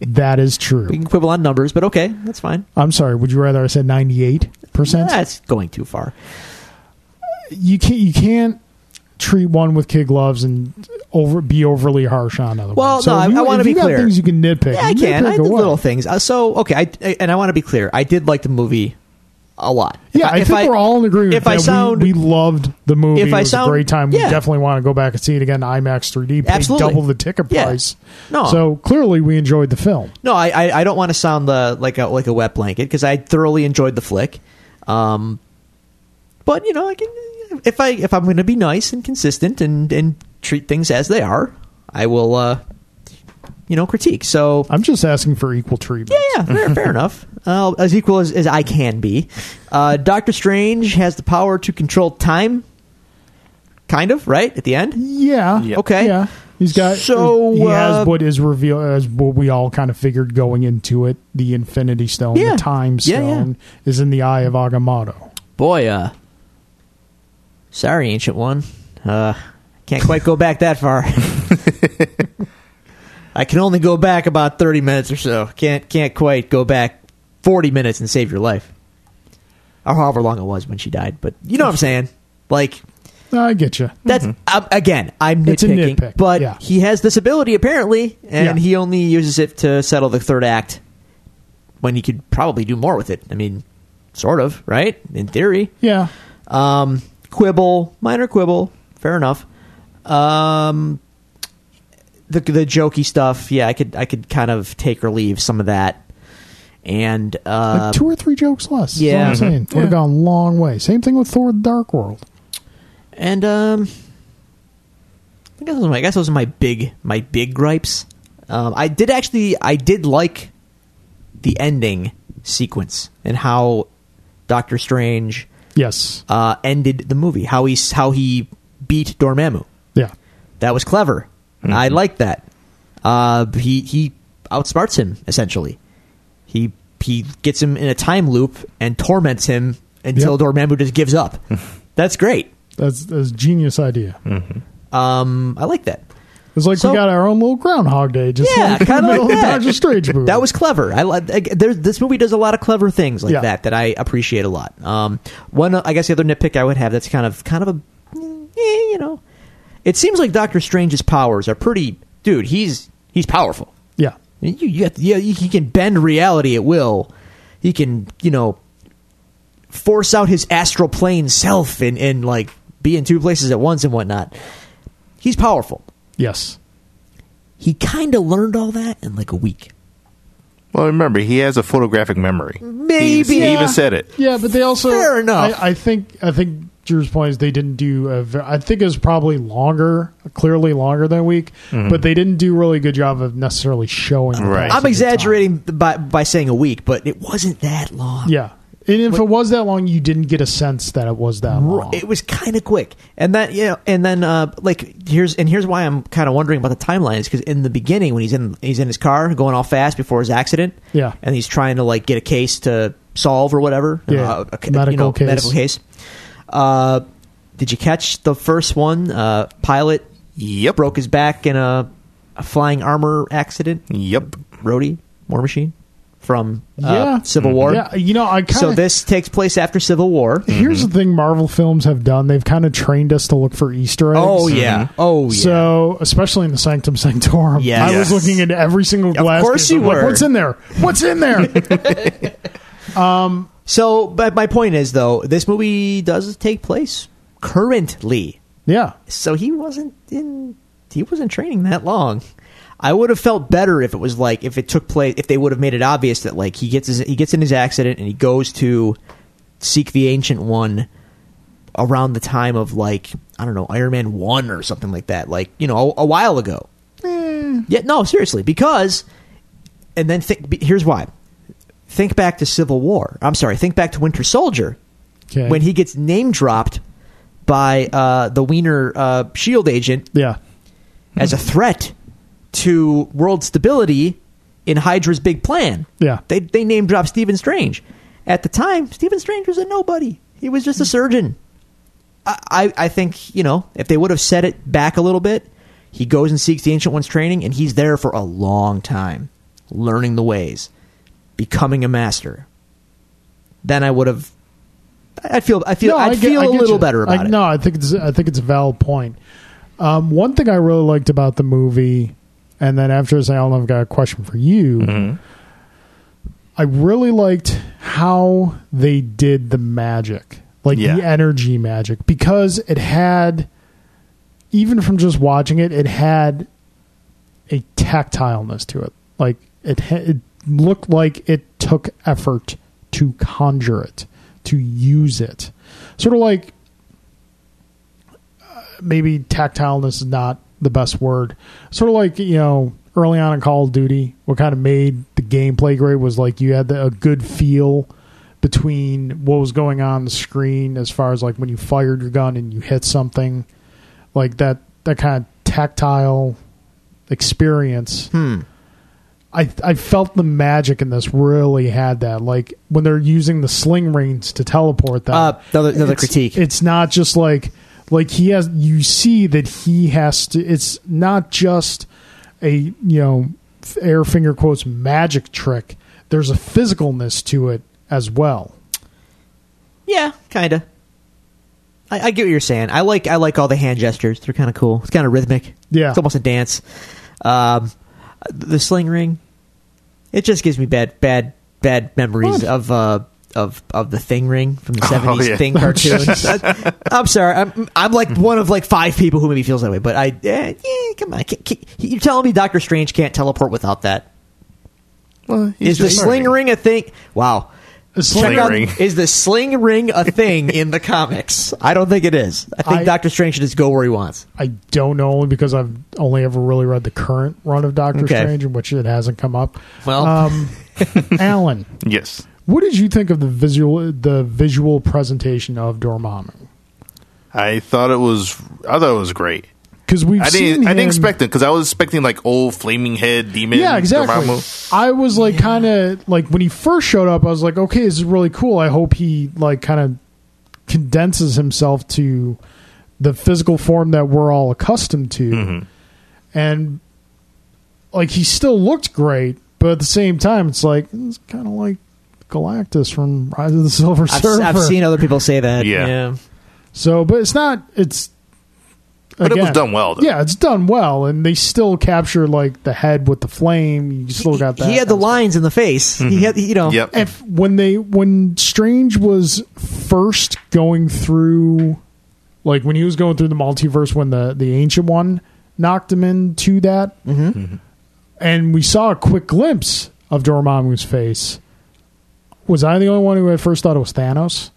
[SPEAKER 1] that is
[SPEAKER 2] We
[SPEAKER 1] true
[SPEAKER 2] can quibble on numbers, but okay, that's fine.
[SPEAKER 1] I'm sorry would you rather I said ninety eight percent
[SPEAKER 2] That's going too far.
[SPEAKER 1] you can't you can't treat one with kid gloves and over be overly harsh on another
[SPEAKER 2] Well,
[SPEAKER 1] one. So
[SPEAKER 2] no,
[SPEAKER 1] if
[SPEAKER 2] I-
[SPEAKER 1] you,
[SPEAKER 2] I wanna
[SPEAKER 1] if
[SPEAKER 2] be
[SPEAKER 1] you got
[SPEAKER 2] clear.
[SPEAKER 1] things you can nitpick
[SPEAKER 2] Yeah, I can.
[SPEAKER 1] nitpick
[SPEAKER 2] I did
[SPEAKER 1] away.
[SPEAKER 2] little things. Uh, So okay, I, I- and I want to be clear. I did like the movie a lot. If
[SPEAKER 1] Yeah, I,
[SPEAKER 2] if
[SPEAKER 1] think we're all in agreement.
[SPEAKER 2] If
[SPEAKER 1] that
[SPEAKER 2] I sound
[SPEAKER 1] we, we loved the movie,
[SPEAKER 2] if I
[SPEAKER 1] it was
[SPEAKER 2] sound-
[SPEAKER 1] a great time.
[SPEAKER 2] yeah.
[SPEAKER 1] We definitely want to go back and see it again. IMAX 3D, paid
[SPEAKER 2] Absolutely.
[SPEAKER 1] double the ticket
[SPEAKER 2] Yeah.
[SPEAKER 1] price.
[SPEAKER 2] No.
[SPEAKER 1] so clearly we enjoyed the film.
[SPEAKER 2] no, I I, I don't want to sound the like a like a wet blanket because I thoroughly enjoyed the flick. Um, but you know, I can if I if I'm going to be nice and consistent and and treat things as they are, I will. uh You know, critique. So
[SPEAKER 1] I'm just asking for equal treatment.
[SPEAKER 2] Yeah, fair, fair enough. Uh, as equal as, as I can be. Uh, Doctor Strange has the power to control time. Kind of, right? At the end?
[SPEAKER 1] Yeah.
[SPEAKER 3] Yeah.
[SPEAKER 2] Okay.
[SPEAKER 1] Yeah. He's got
[SPEAKER 2] So,
[SPEAKER 1] he
[SPEAKER 2] uh,
[SPEAKER 1] has what is revealed as what we all kind of figured going into it. The Infinity Stone,
[SPEAKER 2] Yeah.
[SPEAKER 1] the Time
[SPEAKER 2] Yeah, yeah.
[SPEAKER 1] Stone, is in the eye of Agamotto.
[SPEAKER 2] Boy, uh. Sorry, Ancient One. Uh, can't quite go back that far. I can only go back about 30 minutes or so. Can't, can't quite go back 40 minutes and save your life. Or however long it was when she died. But you know what I'm saying? Like,
[SPEAKER 1] I get you.
[SPEAKER 2] That's um, again, I'm
[SPEAKER 1] It's a
[SPEAKER 2] nitpicking,
[SPEAKER 1] nitpick,
[SPEAKER 2] but
[SPEAKER 1] yeah.
[SPEAKER 2] he has this ability apparently, and
[SPEAKER 1] Yeah.
[SPEAKER 2] he only uses it to settle the third act when he could probably do more with it. I mean, sort of, right? In theory,
[SPEAKER 1] Yeah.
[SPEAKER 2] um, quibble, minor quibble, fair enough. Um, the the jokey stuff, yeah, I could I could kind of take or leave some of that, and uh,
[SPEAKER 1] Like two or three jokes less. is
[SPEAKER 2] Mm-hmm. yeah.
[SPEAKER 1] what I'm saying would have
[SPEAKER 3] Yeah.
[SPEAKER 1] gone a long way. Same thing with Thor: The Dark World.
[SPEAKER 2] And um, I guess those are my, I guess those are my big my big gripes. Um, I did actually I did like the ending sequence and how Doctor Strange
[SPEAKER 1] Yes.
[SPEAKER 2] uh, ended the movie. How he how he beat Dormammu.
[SPEAKER 1] Yeah.
[SPEAKER 2] That was clever. I like that. Uh, he he outsmarts him essentially. He he gets him in a time loop and torments him until
[SPEAKER 1] Yep.
[SPEAKER 2] Dormammu just gives up. That's great.
[SPEAKER 1] That's that's a genius idea.
[SPEAKER 2] Hmm. Um, I like that.
[SPEAKER 1] It's like
[SPEAKER 2] So-
[SPEAKER 1] we got our own little Groundhog Day, just
[SPEAKER 2] Yeah,
[SPEAKER 1] like in the
[SPEAKER 2] kind of
[SPEAKER 1] middle
[SPEAKER 2] like
[SPEAKER 1] of
[SPEAKER 2] that.
[SPEAKER 1] Doctor Strange movie.
[SPEAKER 2] That was clever. I like ag- there. This movie does a lot of clever things like
[SPEAKER 1] Yeah.
[SPEAKER 2] that that I appreciate a lot. Um, one, I guess, the other nitpick I would have that's kind of kind of a, eh, you know, it seems like Doctor Strange's powers are pretty. Dude, he's he's powerful.
[SPEAKER 1] yeah,
[SPEAKER 2] You, you have to, yeah, he can bend reality at will. He can, you know, force out his astral plane self and and like be in two places at once and whatnot. He's powerful.
[SPEAKER 1] yes,
[SPEAKER 2] He kind of learned all that in like a week.
[SPEAKER 3] Well, remember he has a photographic memory.
[SPEAKER 2] Maybe.
[SPEAKER 3] he, he
[SPEAKER 2] Yeah.
[SPEAKER 1] uh,
[SPEAKER 3] even said it.
[SPEAKER 1] yeah. But they also
[SPEAKER 2] Fair enough.
[SPEAKER 1] I, I think I think Drew's point is they didn't do. A, ve- I think it was probably longer, clearly longer than a week,
[SPEAKER 2] Hmm.
[SPEAKER 1] but they didn't do a really good job of necessarily showing. the
[SPEAKER 3] Right.
[SPEAKER 1] passage of
[SPEAKER 2] I'm
[SPEAKER 1] time.
[SPEAKER 2] exaggerating by by saying a week, but it wasn't that long.
[SPEAKER 1] Yeah, And if it was that long, you didn't get a sense that it was that
[SPEAKER 2] Ru-
[SPEAKER 1] long.
[SPEAKER 2] It was kind of quick, and that you know, and then uh, like here's and here's why I'm kind of wondering about the timeline is because in the beginning when he's in he's in his car going all fast before his accident,
[SPEAKER 1] Yeah.
[SPEAKER 2] and he's trying to like get a case to solve or whatever,
[SPEAKER 1] Yeah.
[SPEAKER 2] uh, a,
[SPEAKER 1] Medical
[SPEAKER 2] you know,
[SPEAKER 1] case.
[SPEAKER 2] medical case. Uh, did you catch the first one? Uh, pilot
[SPEAKER 3] Yep.
[SPEAKER 2] broke his back in a, a flying armor accident.
[SPEAKER 3] Yep.
[SPEAKER 2] Rhodey War Machine from uh,
[SPEAKER 1] yeah,
[SPEAKER 2] Civil War.
[SPEAKER 1] Yeah, you know, I kind of.
[SPEAKER 2] So this takes place after Civil War.
[SPEAKER 1] Here's the thing: Marvel films have done. They've kind of trained us to look for Easter eggs.
[SPEAKER 2] Oh yeah. Oh yeah.
[SPEAKER 1] So, especially in the Sanctum Sanctorum,
[SPEAKER 2] Yes.
[SPEAKER 1] I was looking into every single glass.
[SPEAKER 2] course
[SPEAKER 1] case.
[SPEAKER 2] you
[SPEAKER 1] I'm like,
[SPEAKER 2] were.
[SPEAKER 1] What's in there? What's in there?
[SPEAKER 2] So, but my point is though, this movie does take place currently.
[SPEAKER 1] yeah,
[SPEAKER 2] So he wasn't in he wasn't training that long. I would have felt better if it was like if it took place if they would have made it obvious that like he gets his, he gets in his accident and he goes to seek the ancient one around the time of like I don't know Iron Man 1 or something like that like you know a, a while ago. Yeah, no, seriously, because and then think be- here's why. Think back to Civil War. I'm sorry, think back to Winter Soldier.
[SPEAKER 1] Okay.
[SPEAKER 2] When he gets name dropped by uh, the Wiener uh, Shield agent
[SPEAKER 1] yeah.
[SPEAKER 2] as a
[SPEAKER 1] Hmm.
[SPEAKER 2] threat to world stability in Hydra's big plan.
[SPEAKER 1] Yeah.
[SPEAKER 2] They they name dropped Stephen Strange. At the time, Stephen Strange was a nobody. He was
[SPEAKER 1] Hmm.
[SPEAKER 2] just a surgeon. I, I, I think, you know, if they would have set it back a little bit, he goes and seeks the Ancient One's training, and he's there for a long time, learning the ways, becoming a master. Then I would have. I I'd feel I feel I'd
[SPEAKER 1] get-
[SPEAKER 2] feel a
[SPEAKER 1] get
[SPEAKER 2] little
[SPEAKER 1] you.
[SPEAKER 2] better about
[SPEAKER 1] I,
[SPEAKER 2] it.
[SPEAKER 1] No, I think it's I think it's a valid point. Um, one thing I really liked about the movie, and then after this, I don't know. I've got a question for you.
[SPEAKER 2] Mm-hmm.
[SPEAKER 1] I really liked how they did the magic, like
[SPEAKER 3] Yeah.
[SPEAKER 1] the energy magic, because it had, even from just watching it, it had a tactileness to it. Like it, ha- it looked like it took effort to conjure it, to use it. Sort of like uh, maybe tactileness is not the best word. Sort of like you know early on in Call of Duty, what kind of made the gameplay great was like you had the, a good feel between what was going on the screen as far as like when you fired your gun and you hit something like that that kind of tactile experience.
[SPEAKER 2] Hmm.
[SPEAKER 1] I I felt the magic in this really had that. Like when they're using the sling rings to teleport them.
[SPEAKER 2] Uh, another- another
[SPEAKER 1] it's-
[SPEAKER 2] critique.
[SPEAKER 1] It's not just like like he has. You see that he has to. It's not just a you know f- air finger quotes magic trick. There's a physicalness to it as well.
[SPEAKER 2] Yeah, kind of. I, I get what you're saying. I like I like all the hand gestures. They're kind of cool. It's kind of rhythmic.
[SPEAKER 1] Yeah.
[SPEAKER 2] it's almost a dance. Um, the sling ring, it just gives me bad bad bad memories
[SPEAKER 1] What? Oh,
[SPEAKER 2] of uh of of the thing ring from the seventies
[SPEAKER 3] yeah.
[SPEAKER 2] thing cartoon. I, am sorry. I'm I'm like one of like five people who maybe feels that way. But I eh, yeah, come on. I can't- can't- you're telling me Doctor Strange can't teleport without that?
[SPEAKER 3] Well,
[SPEAKER 2] Is the sling ring a thing? Wow.
[SPEAKER 1] The sling
[SPEAKER 2] Check out-
[SPEAKER 3] ring.
[SPEAKER 2] Is the sling ring a thing in the comics? I don't think it is. I think
[SPEAKER 1] I-
[SPEAKER 2] Doctor Strange should just go where he wants.
[SPEAKER 1] I don't know only because I've only ever really read the current run of Doctor
[SPEAKER 2] Okay.
[SPEAKER 1] Strange, in which it hasn't come up.
[SPEAKER 2] Well.
[SPEAKER 1] um, Alan,
[SPEAKER 3] Yes.
[SPEAKER 1] what did you think of the visual the visual presentation of Dormammu?
[SPEAKER 3] I thought it was. I thought it was great.
[SPEAKER 1] Because we've
[SPEAKER 3] I
[SPEAKER 1] seen
[SPEAKER 3] didn't. I
[SPEAKER 1] him-
[SPEAKER 3] didn't expect it because I was expecting like old flaming head demon.
[SPEAKER 1] Yeah, exactly.
[SPEAKER 3] Dormammu.
[SPEAKER 1] I was like, kind of like when he first showed up, I was like, okay, this is really cool. I hope he like kind of condenses himself to the physical form that we're all accustomed to,
[SPEAKER 3] Mm-hmm.
[SPEAKER 1] and like he still looked great, but at the same time, it's like it's kind of like Galactus from Rise of the Silver
[SPEAKER 2] I've,
[SPEAKER 1] Surfer.
[SPEAKER 2] I've seen other people say that.
[SPEAKER 3] Yeah.
[SPEAKER 1] So, but it's not. It's
[SPEAKER 3] But it was done well, though.
[SPEAKER 1] Yeah, it's done well, and they still capture like the head with the flame. You still got that.
[SPEAKER 2] He had the lines in the face. He had, you know.
[SPEAKER 3] Mm-hmm. Yep.
[SPEAKER 1] If when they when Strange was first going through, like when he was going through the multiverse, when the the ancient one knocked him into that, mm-hmm. and we saw a quick glimpse of Dormammu's face. Was I the only one who at first thought it was Thanos?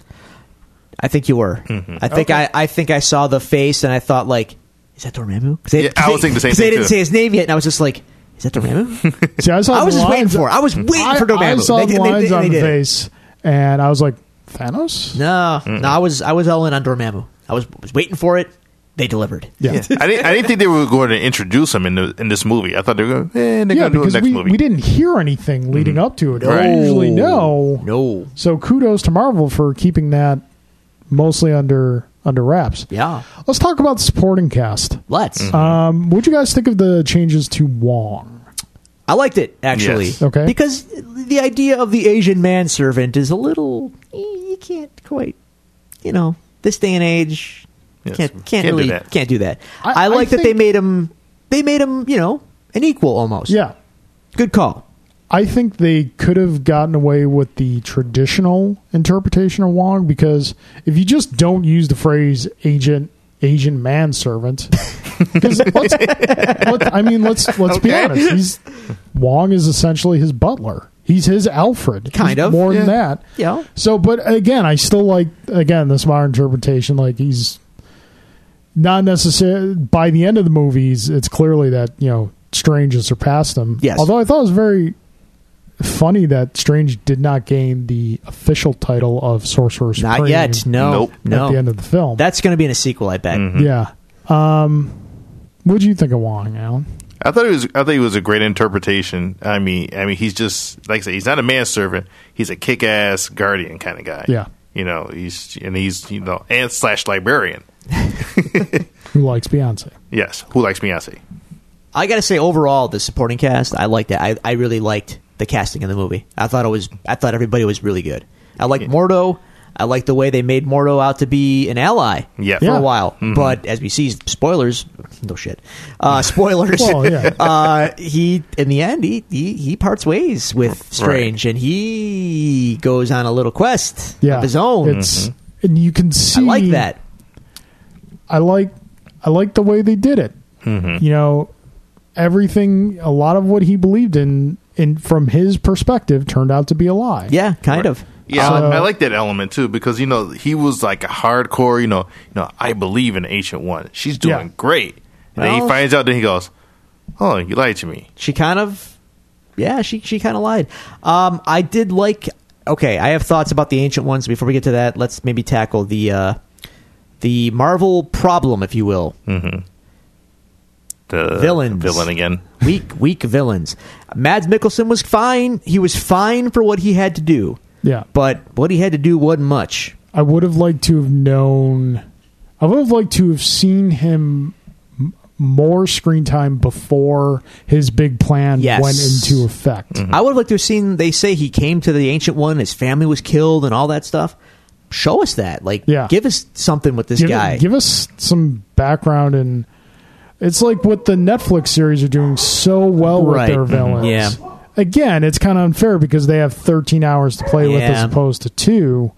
[SPEAKER 2] I think you were.
[SPEAKER 3] Mm-hmm.
[SPEAKER 2] I think I, I think I saw the face and I thought like, is that Dormammu? 'Cause they-
[SPEAKER 3] Yeah,
[SPEAKER 2] 'cause
[SPEAKER 3] I was
[SPEAKER 2] they-
[SPEAKER 3] thinking the same
[SPEAKER 2] 'cause
[SPEAKER 3] thing,
[SPEAKER 2] They didn't
[SPEAKER 3] too.
[SPEAKER 2] say his name yet, and I was just like, is that Dormammu?
[SPEAKER 1] See, I, saw
[SPEAKER 2] I
[SPEAKER 1] the
[SPEAKER 2] was just waiting
[SPEAKER 1] lines-
[SPEAKER 2] for it. I was waiting
[SPEAKER 1] I,
[SPEAKER 2] for Dormammu.
[SPEAKER 1] I saw
[SPEAKER 2] They-
[SPEAKER 1] the
[SPEAKER 2] they- they-
[SPEAKER 1] lines
[SPEAKER 2] they
[SPEAKER 1] on the
[SPEAKER 2] did it.
[SPEAKER 1] face, and I was like, Thanos?
[SPEAKER 2] No, no, I was I was all in on Dormammu. I was, was waiting for it. They delivered.
[SPEAKER 1] Yeah.
[SPEAKER 3] I didn't. I didn't think they were going to introduce him in the, in this movie. I thought they were going. Eh, they're
[SPEAKER 1] Yeah,
[SPEAKER 3] going to do it
[SPEAKER 1] because
[SPEAKER 3] next
[SPEAKER 1] we,
[SPEAKER 3] movie.
[SPEAKER 1] we didn't hear anything leading up to it.
[SPEAKER 3] Right.
[SPEAKER 1] We usually know.
[SPEAKER 2] No.
[SPEAKER 1] So kudos to Marvel for keeping that mostly under under wraps.
[SPEAKER 2] Yeah.
[SPEAKER 1] Let's talk about the supporting cast.
[SPEAKER 2] Let's.
[SPEAKER 3] Mm-hmm.
[SPEAKER 1] Um, what'd you guys think of the changes to Wong?
[SPEAKER 2] I liked it actually.
[SPEAKER 3] Yes.
[SPEAKER 1] Okay.
[SPEAKER 2] Because the idea of the Asian manservant is a little eh, you can't quite you know, this day and age you
[SPEAKER 3] Yes.
[SPEAKER 2] can't can't,
[SPEAKER 3] Can't do
[SPEAKER 2] really
[SPEAKER 3] that.
[SPEAKER 2] can't do that.
[SPEAKER 1] I-
[SPEAKER 2] I,
[SPEAKER 1] I
[SPEAKER 2] like that they
[SPEAKER 1] think-
[SPEAKER 2] made him they made him, you know, an equal almost.
[SPEAKER 1] Yeah.
[SPEAKER 2] Good call.
[SPEAKER 1] I think they could have gotten away with the traditional interpretation of Wong because if you just don't use the phrase agent Asian manservant, because I mean, let's let's be
[SPEAKER 3] Okay.
[SPEAKER 1] honest, he's, Wong is essentially his butler. He's his Alfred,
[SPEAKER 2] Kind
[SPEAKER 1] He's
[SPEAKER 2] of,
[SPEAKER 1] more than
[SPEAKER 3] yeah.
[SPEAKER 1] that.
[SPEAKER 2] Yeah.
[SPEAKER 1] So, but again, I still like again this modern interpretation. Like he's not necessarily by the end of the movies. It's clearly that you know Strange has surpassed him.
[SPEAKER 2] Yes.
[SPEAKER 1] Although I thought it was very funny that Strange did not gain the official title of Sorcerer Supreme.
[SPEAKER 2] Not yet. No.
[SPEAKER 3] Nope. Mm-hmm.
[SPEAKER 1] At
[SPEAKER 2] No.
[SPEAKER 1] the end of the film.
[SPEAKER 2] That's going to be in a sequel, I bet.
[SPEAKER 1] yeah. Um, what do you think of Wong, Alan?
[SPEAKER 3] I thought it was. I thought it was a great interpretation. I mean, I mean, he's just like I said. He's not a manservant. He's a kick-ass guardian kind of guy.
[SPEAKER 1] Yeah.
[SPEAKER 3] You know, he's and he's you know and slash librarian.
[SPEAKER 1] Who likes Beyonce?
[SPEAKER 3] Yes, who likes Beyonce?
[SPEAKER 2] I gotta say, overall, the supporting cast, I liked it. I, I really liked the casting in the movie. I thought it was, I thought everybody was really good. I liked Mordo. I liked the way they made Mordo out to be an ally
[SPEAKER 3] Yeah.
[SPEAKER 2] for
[SPEAKER 1] Yeah.
[SPEAKER 2] a while. But as we see, spoilers, no shit, uh, spoilers.
[SPEAKER 1] Well, yeah.
[SPEAKER 2] uh, he in the end he he, he parts ways with Strange, and he goes on a little quest
[SPEAKER 1] Yeah.
[SPEAKER 2] of his own.
[SPEAKER 1] It's and you can
[SPEAKER 2] I
[SPEAKER 1] see
[SPEAKER 2] like that.
[SPEAKER 1] I like I like the way they did it. You know, everything a lot of what he believed in in from his perspective turned out to be a lie.
[SPEAKER 2] Yeah, kind of.
[SPEAKER 3] Yeah,
[SPEAKER 1] So-
[SPEAKER 3] I, I like that element too because you know he was like a hardcore. You know, you know, I believe in Ancient One. She's doing
[SPEAKER 1] Yeah.
[SPEAKER 3] great. And then
[SPEAKER 2] Well-
[SPEAKER 3] he finds out. Then he goes, "Oh, you lied to me."
[SPEAKER 2] she kind of yeah she she kind of lied um i did like okay i have thoughts about the ancient ones before we get to that let's maybe tackle the uh the marvel problem if you will
[SPEAKER 1] Hmm.
[SPEAKER 3] The
[SPEAKER 2] Villains.
[SPEAKER 3] villain again.
[SPEAKER 2] weak weak villains mads mikkelsen was fine he was fine for what he had to do
[SPEAKER 1] Yeah.
[SPEAKER 2] but what he had to do wasn't much
[SPEAKER 1] I would have liked to have known I would have liked to have seen him m- more screen time before his big plan
[SPEAKER 2] Yes. Mm-hmm.
[SPEAKER 1] went into effect.
[SPEAKER 2] i would have liked to have seen they say he came to the ancient one his family was killed and all that stuff show us that like
[SPEAKER 1] Yeah.
[SPEAKER 2] give us something with this
[SPEAKER 1] give,
[SPEAKER 2] guy
[SPEAKER 1] give us some background and it's like what the Netflix series are doing so well with
[SPEAKER 2] Right.
[SPEAKER 1] their
[SPEAKER 2] Mhm.
[SPEAKER 1] villains.
[SPEAKER 2] Yeah.
[SPEAKER 1] Again, it's kind of unfair because they have 13 hours to play with as
[SPEAKER 2] Yeah.
[SPEAKER 1] opposed to two.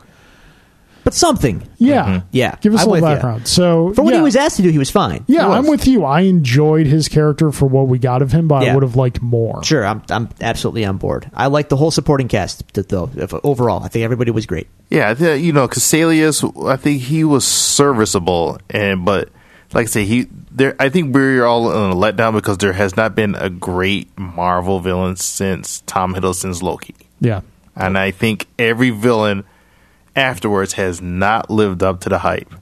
[SPEAKER 2] but something
[SPEAKER 1] Yeah.
[SPEAKER 2] Mm-hmm. yeah
[SPEAKER 1] Give us
[SPEAKER 2] I'm
[SPEAKER 1] a
[SPEAKER 2] with
[SPEAKER 1] little
[SPEAKER 2] ya.
[SPEAKER 1] background. So
[SPEAKER 2] for what
[SPEAKER 1] yeah.
[SPEAKER 2] he was asked to do he was fine
[SPEAKER 1] Yeah,
[SPEAKER 2] He was.
[SPEAKER 1] I'm with you. I enjoyed his character for what we got of him, but I
[SPEAKER 2] Yeah.
[SPEAKER 1] would have liked more.
[SPEAKER 2] Sure, I'm I'm absolutely on board. I like the whole supporting cast th- though. if- Overall, I think everybody was great.
[SPEAKER 3] Yeah, I think, you know, Casalius, I think he was serviceable, and but like I say, he there. I think we're all on a letdown because there has not been a great Marvel villain since Tom Hiddleston's Loki,
[SPEAKER 1] Yeah.
[SPEAKER 3] and I think every villain afterwards has not lived up to the hype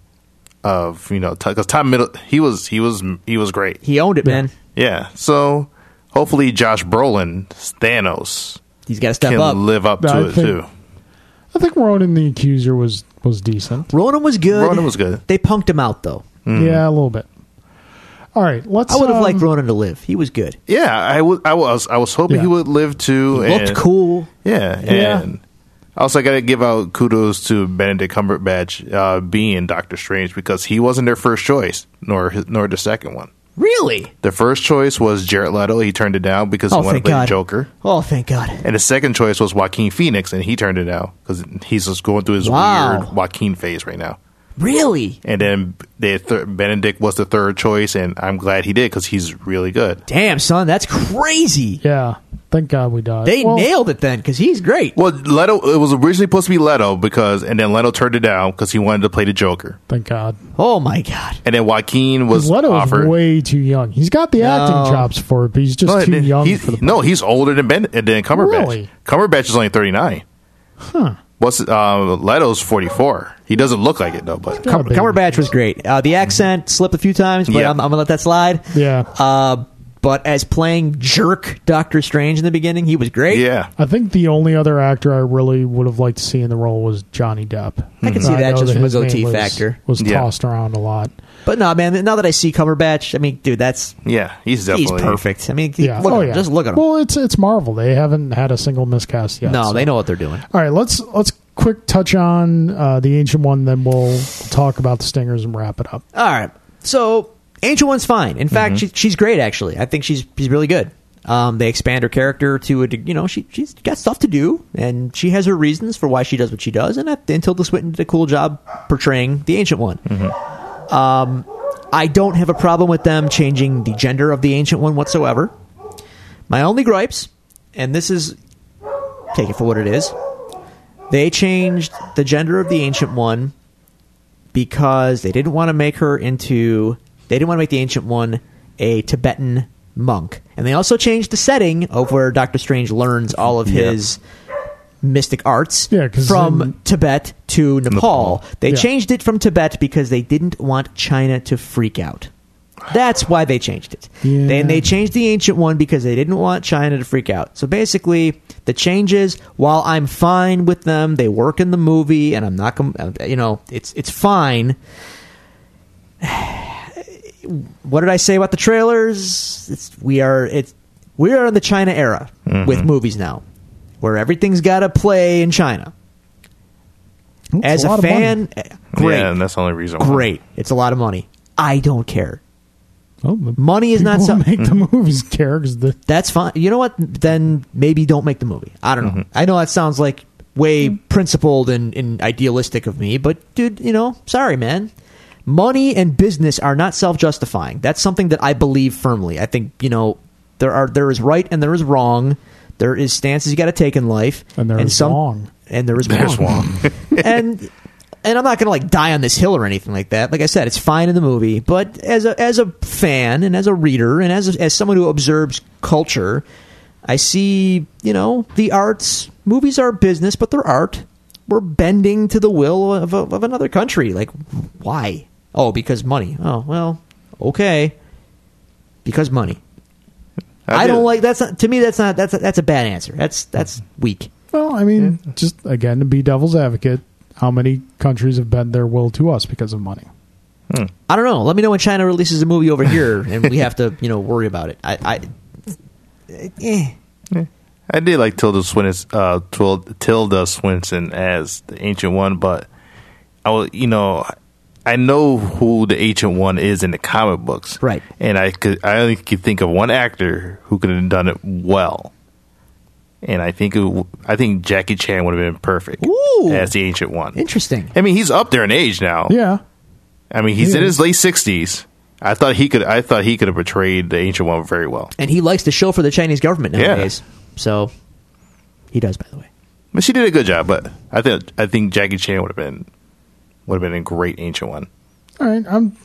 [SPEAKER 3] of you know because Tom Middle he was he was he was great.
[SPEAKER 2] He owned it, man.
[SPEAKER 3] Yeah, so hopefully Josh Brolin Thanos
[SPEAKER 2] He's got to step
[SPEAKER 3] can
[SPEAKER 2] up.
[SPEAKER 3] live up to
[SPEAKER 1] I
[SPEAKER 3] it
[SPEAKER 1] think-
[SPEAKER 3] too.
[SPEAKER 1] I think Ronan the Accuser was was decent.
[SPEAKER 2] Ronan was good.
[SPEAKER 3] Ronan was good.
[SPEAKER 2] They punked him out though.
[SPEAKER 1] Yeah, a little bit. All right, let's
[SPEAKER 2] Mm. I would have
[SPEAKER 1] um,
[SPEAKER 2] liked Ronan to live. He was good.
[SPEAKER 3] Yeah, I wa- I was I was hoping he
[SPEAKER 1] Yeah.
[SPEAKER 3] would live too.
[SPEAKER 2] He looked
[SPEAKER 3] and-
[SPEAKER 2] cool.
[SPEAKER 3] Yeah,
[SPEAKER 1] Yeah.
[SPEAKER 3] and also I got to give out kudos to Benedict Cumberbatch uh, being Doctor Strange because he wasn't their first choice, nor his- nor the second one.
[SPEAKER 2] Really?
[SPEAKER 3] The first choice was Jared Leto. He turned it down because
[SPEAKER 2] Oh,
[SPEAKER 3] he
[SPEAKER 2] thank
[SPEAKER 3] wanted to play
[SPEAKER 2] God.
[SPEAKER 3] Joker.
[SPEAKER 2] Oh, thank God.
[SPEAKER 3] And the second choice was Joaquin Phoenix, and he turned it down because he's just going through his
[SPEAKER 2] Wow.
[SPEAKER 3] weird Joaquin phase right now.
[SPEAKER 2] Really?
[SPEAKER 3] And then they th- Benedict was the third choice, and I'm glad he did because he's really good.
[SPEAKER 2] Damn, son, that's crazy.
[SPEAKER 1] Yeah, thank God we died.
[SPEAKER 2] They
[SPEAKER 1] Well,
[SPEAKER 2] nailed it then because he's great.
[SPEAKER 3] Well, Leto it was originally supposed to be Leto because, and then Leto turned it down because he wanted to play the Joker.
[SPEAKER 1] Thank God.
[SPEAKER 2] Oh my God.
[SPEAKER 3] And then Joaquin was
[SPEAKER 1] Leto is
[SPEAKER 3] offered.
[SPEAKER 1] way too young. He's got the acting chops for it, but he's just
[SPEAKER 3] no,
[SPEAKER 1] too
[SPEAKER 3] and
[SPEAKER 1] young
[SPEAKER 3] he's,
[SPEAKER 1] for the.
[SPEAKER 3] no, he's older than Ben than Cumberbatch.
[SPEAKER 1] Really?
[SPEAKER 3] Cumberbatch is only thirty nine. Huh. What's uh, Leto's forty four? He doesn't look like it though, but
[SPEAKER 1] Come on, baby.
[SPEAKER 2] Cumberbatch was great. Uh, the accent slipped a few times, but
[SPEAKER 3] Yeah.
[SPEAKER 2] I'm, I'm gonna let that slide.
[SPEAKER 1] Yeah.
[SPEAKER 2] Uh, but as playing jerk Doctor Strange in the beginning, he was great.
[SPEAKER 3] yeah,
[SPEAKER 1] I think the only other actor I really would have liked to see in the role was Johnny Depp.
[SPEAKER 2] I can see that
[SPEAKER 1] know
[SPEAKER 2] just from
[SPEAKER 1] his
[SPEAKER 2] his OT
[SPEAKER 1] name was-
[SPEAKER 2] factor.
[SPEAKER 1] Was
[SPEAKER 3] Yeah.
[SPEAKER 1] tossed around a lot.
[SPEAKER 2] But no, man. Now that I see Cumberbatch, I mean, dude, that's
[SPEAKER 3] yeah, he's definitely
[SPEAKER 2] he's perfect. I mean,
[SPEAKER 1] Yeah.
[SPEAKER 2] look
[SPEAKER 1] oh,
[SPEAKER 2] at him.
[SPEAKER 1] yeah.
[SPEAKER 2] Just look at him.
[SPEAKER 1] Well, it's it's Marvel. They haven't had a single miscast yet.
[SPEAKER 2] no,
[SPEAKER 1] so.
[SPEAKER 2] they know what they're doing.
[SPEAKER 1] All right, let's let's quick touch on uh, the ancient one, then we'll talk about the stingers and wrap it up.
[SPEAKER 2] All right. So Angel One's fine. In fact, she, she's great. Actually, I think she's she's really good. Um, they expand her character to a, deg- you know, she she's got stuff to do, and she has her reasons for why she does what she does. And that, until this Whitten did a cool job portraying the Ancient One. Um, I don't have a problem with them changing the gender of the Ancient One whatsoever. My only gripes, and this is take it for what it is, they changed the gender of the Ancient One because they didn't want to make her into they didn't want to make the ancient one a Tibetan monk. And they also changed the setting of where Doctor Strange learns all of
[SPEAKER 3] Yeah.
[SPEAKER 2] his mystic arts
[SPEAKER 1] Yeah, 'cause
[SPEAKER 2] from
[SPEAKER 1] in-
[SPEAKER 2] Tibet to Nepal.
[SPEAKER 3] Nepal.
[SPEAKER 2] They
[SPEAKER 1] Yeah.
[SPEAKER 2] changed it from Tibet because they didn't want China to freak out. That's why they changed it.
[SPEAKER 1] Yeah.
[SPEAKER 2] Then they changed the ancient one because they didn't want China to freak out. So basically, the changes, while I'm fine with them, they work in the movie, and I'm not, com- uh, you know, it's it's fine. What did I say about the trailers? It's, we are it's we are in the China era with movies now, where everything's got to play in China.
[SPEAKER 1] It's
[SPEAKER 2] As a,
[SPEAKER 1] lot of money.
[SPEAKER 2] fan, eh, great,
[SPEAKER 3] Yeah, and that's the only reason. why.
[SPEAKER 2] great. It's a lot of money. I don't care.
[SPEAKER 1] Oh, the
[SPEAKER 2] Money is not
[SPEAKER 1] people
[SPEAKER 2] so- Mm-hmm.
[SPEAKER 1] who make the movies care 'cause the
[SPEAKER 2] That's fine. You know what? Then maybe don't make the movie. I don't know.
[SPEAKER 3] Mm-hmm.
[SPEAKER 2] I know that sounds like way principled and, and idealistic of me, but dude, you know, sorry, man. Money and business are not self justifying. That's something that I believe firmly. I think, you know, there are there is right and there is wrong. There is stances you gotta take in life.
[SPEAKER 1] And there
[SPEAKER 2] there is
[SPEAKER 1] is wrong.
[SPEAKER 2] And there is
[SPEAKER 3] There's
[SPEAKER 2] wrong.
[SPEAKER 3] Wong.
[SPEAKER 2] and and I'm not gonna like die on this hill or anything like that. Like I said, it's fine in the movie, but as a as a fan and as a reader and as a, as someone who observes culture, I see you know the arts. Movies are business, but they're art. We're bending to the will of a, of another country. Like why? Oh, because money. Oh well, okay, because money. I,
[SPEAKER 3] did-
[SPEAKER 2] don't like that's not, to me. That's not that's a, that's a bad answer. That's that's weak.
[SPEAKER 1] well, I mean, just again to be devil's advocate, how many countries have bent their will to us because of money?
[SPEAKER 2] I don't know. Let me know when China releases a movie over here, and we have to, you know, worry about it. I, I eh.
[SPEAKER 3] I did like Tilda Swinton, uh, Til- Tilda Swinton as the Ancient One, but I was, you know, I know who the Ancient One is in the comic books,
[SPEAKER 2] Right.
[SPEAKER 3] And I could, I only could think of one actor who could have done it well, and I think, it, w- I think Jackie Chan would have been perfect
[SPEAKER 2] Ooh.
[SPEAKER 3] as the Ancient One.
[SPEAKER 2] interesting.
[SPEAKER 3] I mean, he's up there in age
[SPEAKER 2] Oh.
[SPEAKER 3] now.
[SPEAKER 1] Yeah,
[SPEAKER 3] I mean, he's in
[SPEAKER 1] Yeah.
[SPEAKER 3] his late sixties. I thought he could, I thought he could have portrayed the Ancient One very well.
[SPEAKER 2] And he likes to show for the Chinese government
[SPEAKER 3] Yeah.
[SPEAKER 2] nowadays. So he does, by the way.
[SPEAKER 3] But she did a good job, but I think I think Jackie Chan would have been would have been a great ancient one.
[SPEAKER 1] All right, I'm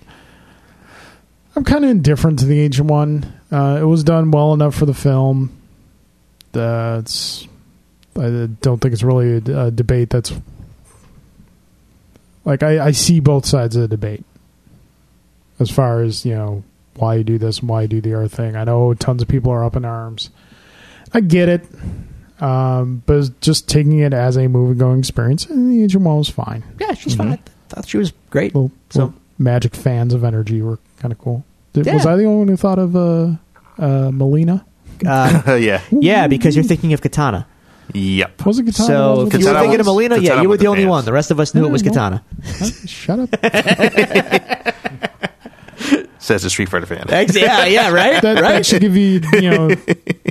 [SPEAKER 1] I'm kind of indifferent to the ancient one. Uh, it was done well enough for the film. That's I don't think it's really a, a debate that's like I, I see both sides of the debate as far as you know why you do this and why you do the other thing. I know tons of people are up in arms. I get it, um, but just taking it as a movie going experience, eh, the ancient one was fine
[SPEAKER 2] Yeah, she's fine. I th-
[SPEAKER 3] Mm-hmm.
[SPEAKER 2] thought she was great.
[SPEAKER 1] little,
[SPEAKER 2] so
[SPEAKER 1] little magic fans of energy were kind of cool. Did, Was
[SPEAKER 2] Yeah.
[SPEAKER 1] I the only one who thought of uh, uh, Melina?
[SPEAKER 2] uh,
[SPEAKER 3] yeah.
[SPEAKER 2] yeah, because you're thinking of Katana.
[SPEAKER 3] Yep.
[SPEAKER 1] Was it Katana?
[SPEAKER 2] so
[SPEAKER 1] wasn't
[SPEAKER 2] if
[SPEAKER 1] it?
[SPEAKER 2] you were
[SPEAKER 3] Katana
[SPEAKER 2] thinking of
[SPEAKER 3] was-
[SPEAKER 2] Melina, yeah,
[SPEAKER 3] Katana
[SPEAKER 2] you were
[SPEAKER 3] was
[SPEAKER 2] the
[SPEAKER 3] the
[SPEAKER 2] only
[SPEAKER 3] fans.
[SPEAKER 2] one. The rest of us knew it was
[SPEAKER 1] Yeah, well-
[SPEAKER 2] Katana.
[SPEAKER 1] Huh? Shut up.
[SPEAKER 3] Says the Street Fighter fan.
[SPEAKER 2] Ex- yeah, yeah, right,
[SPEAKER 1] That, that
[SPEAKER 2] right.
[SPEAKER 1] should give you, you know,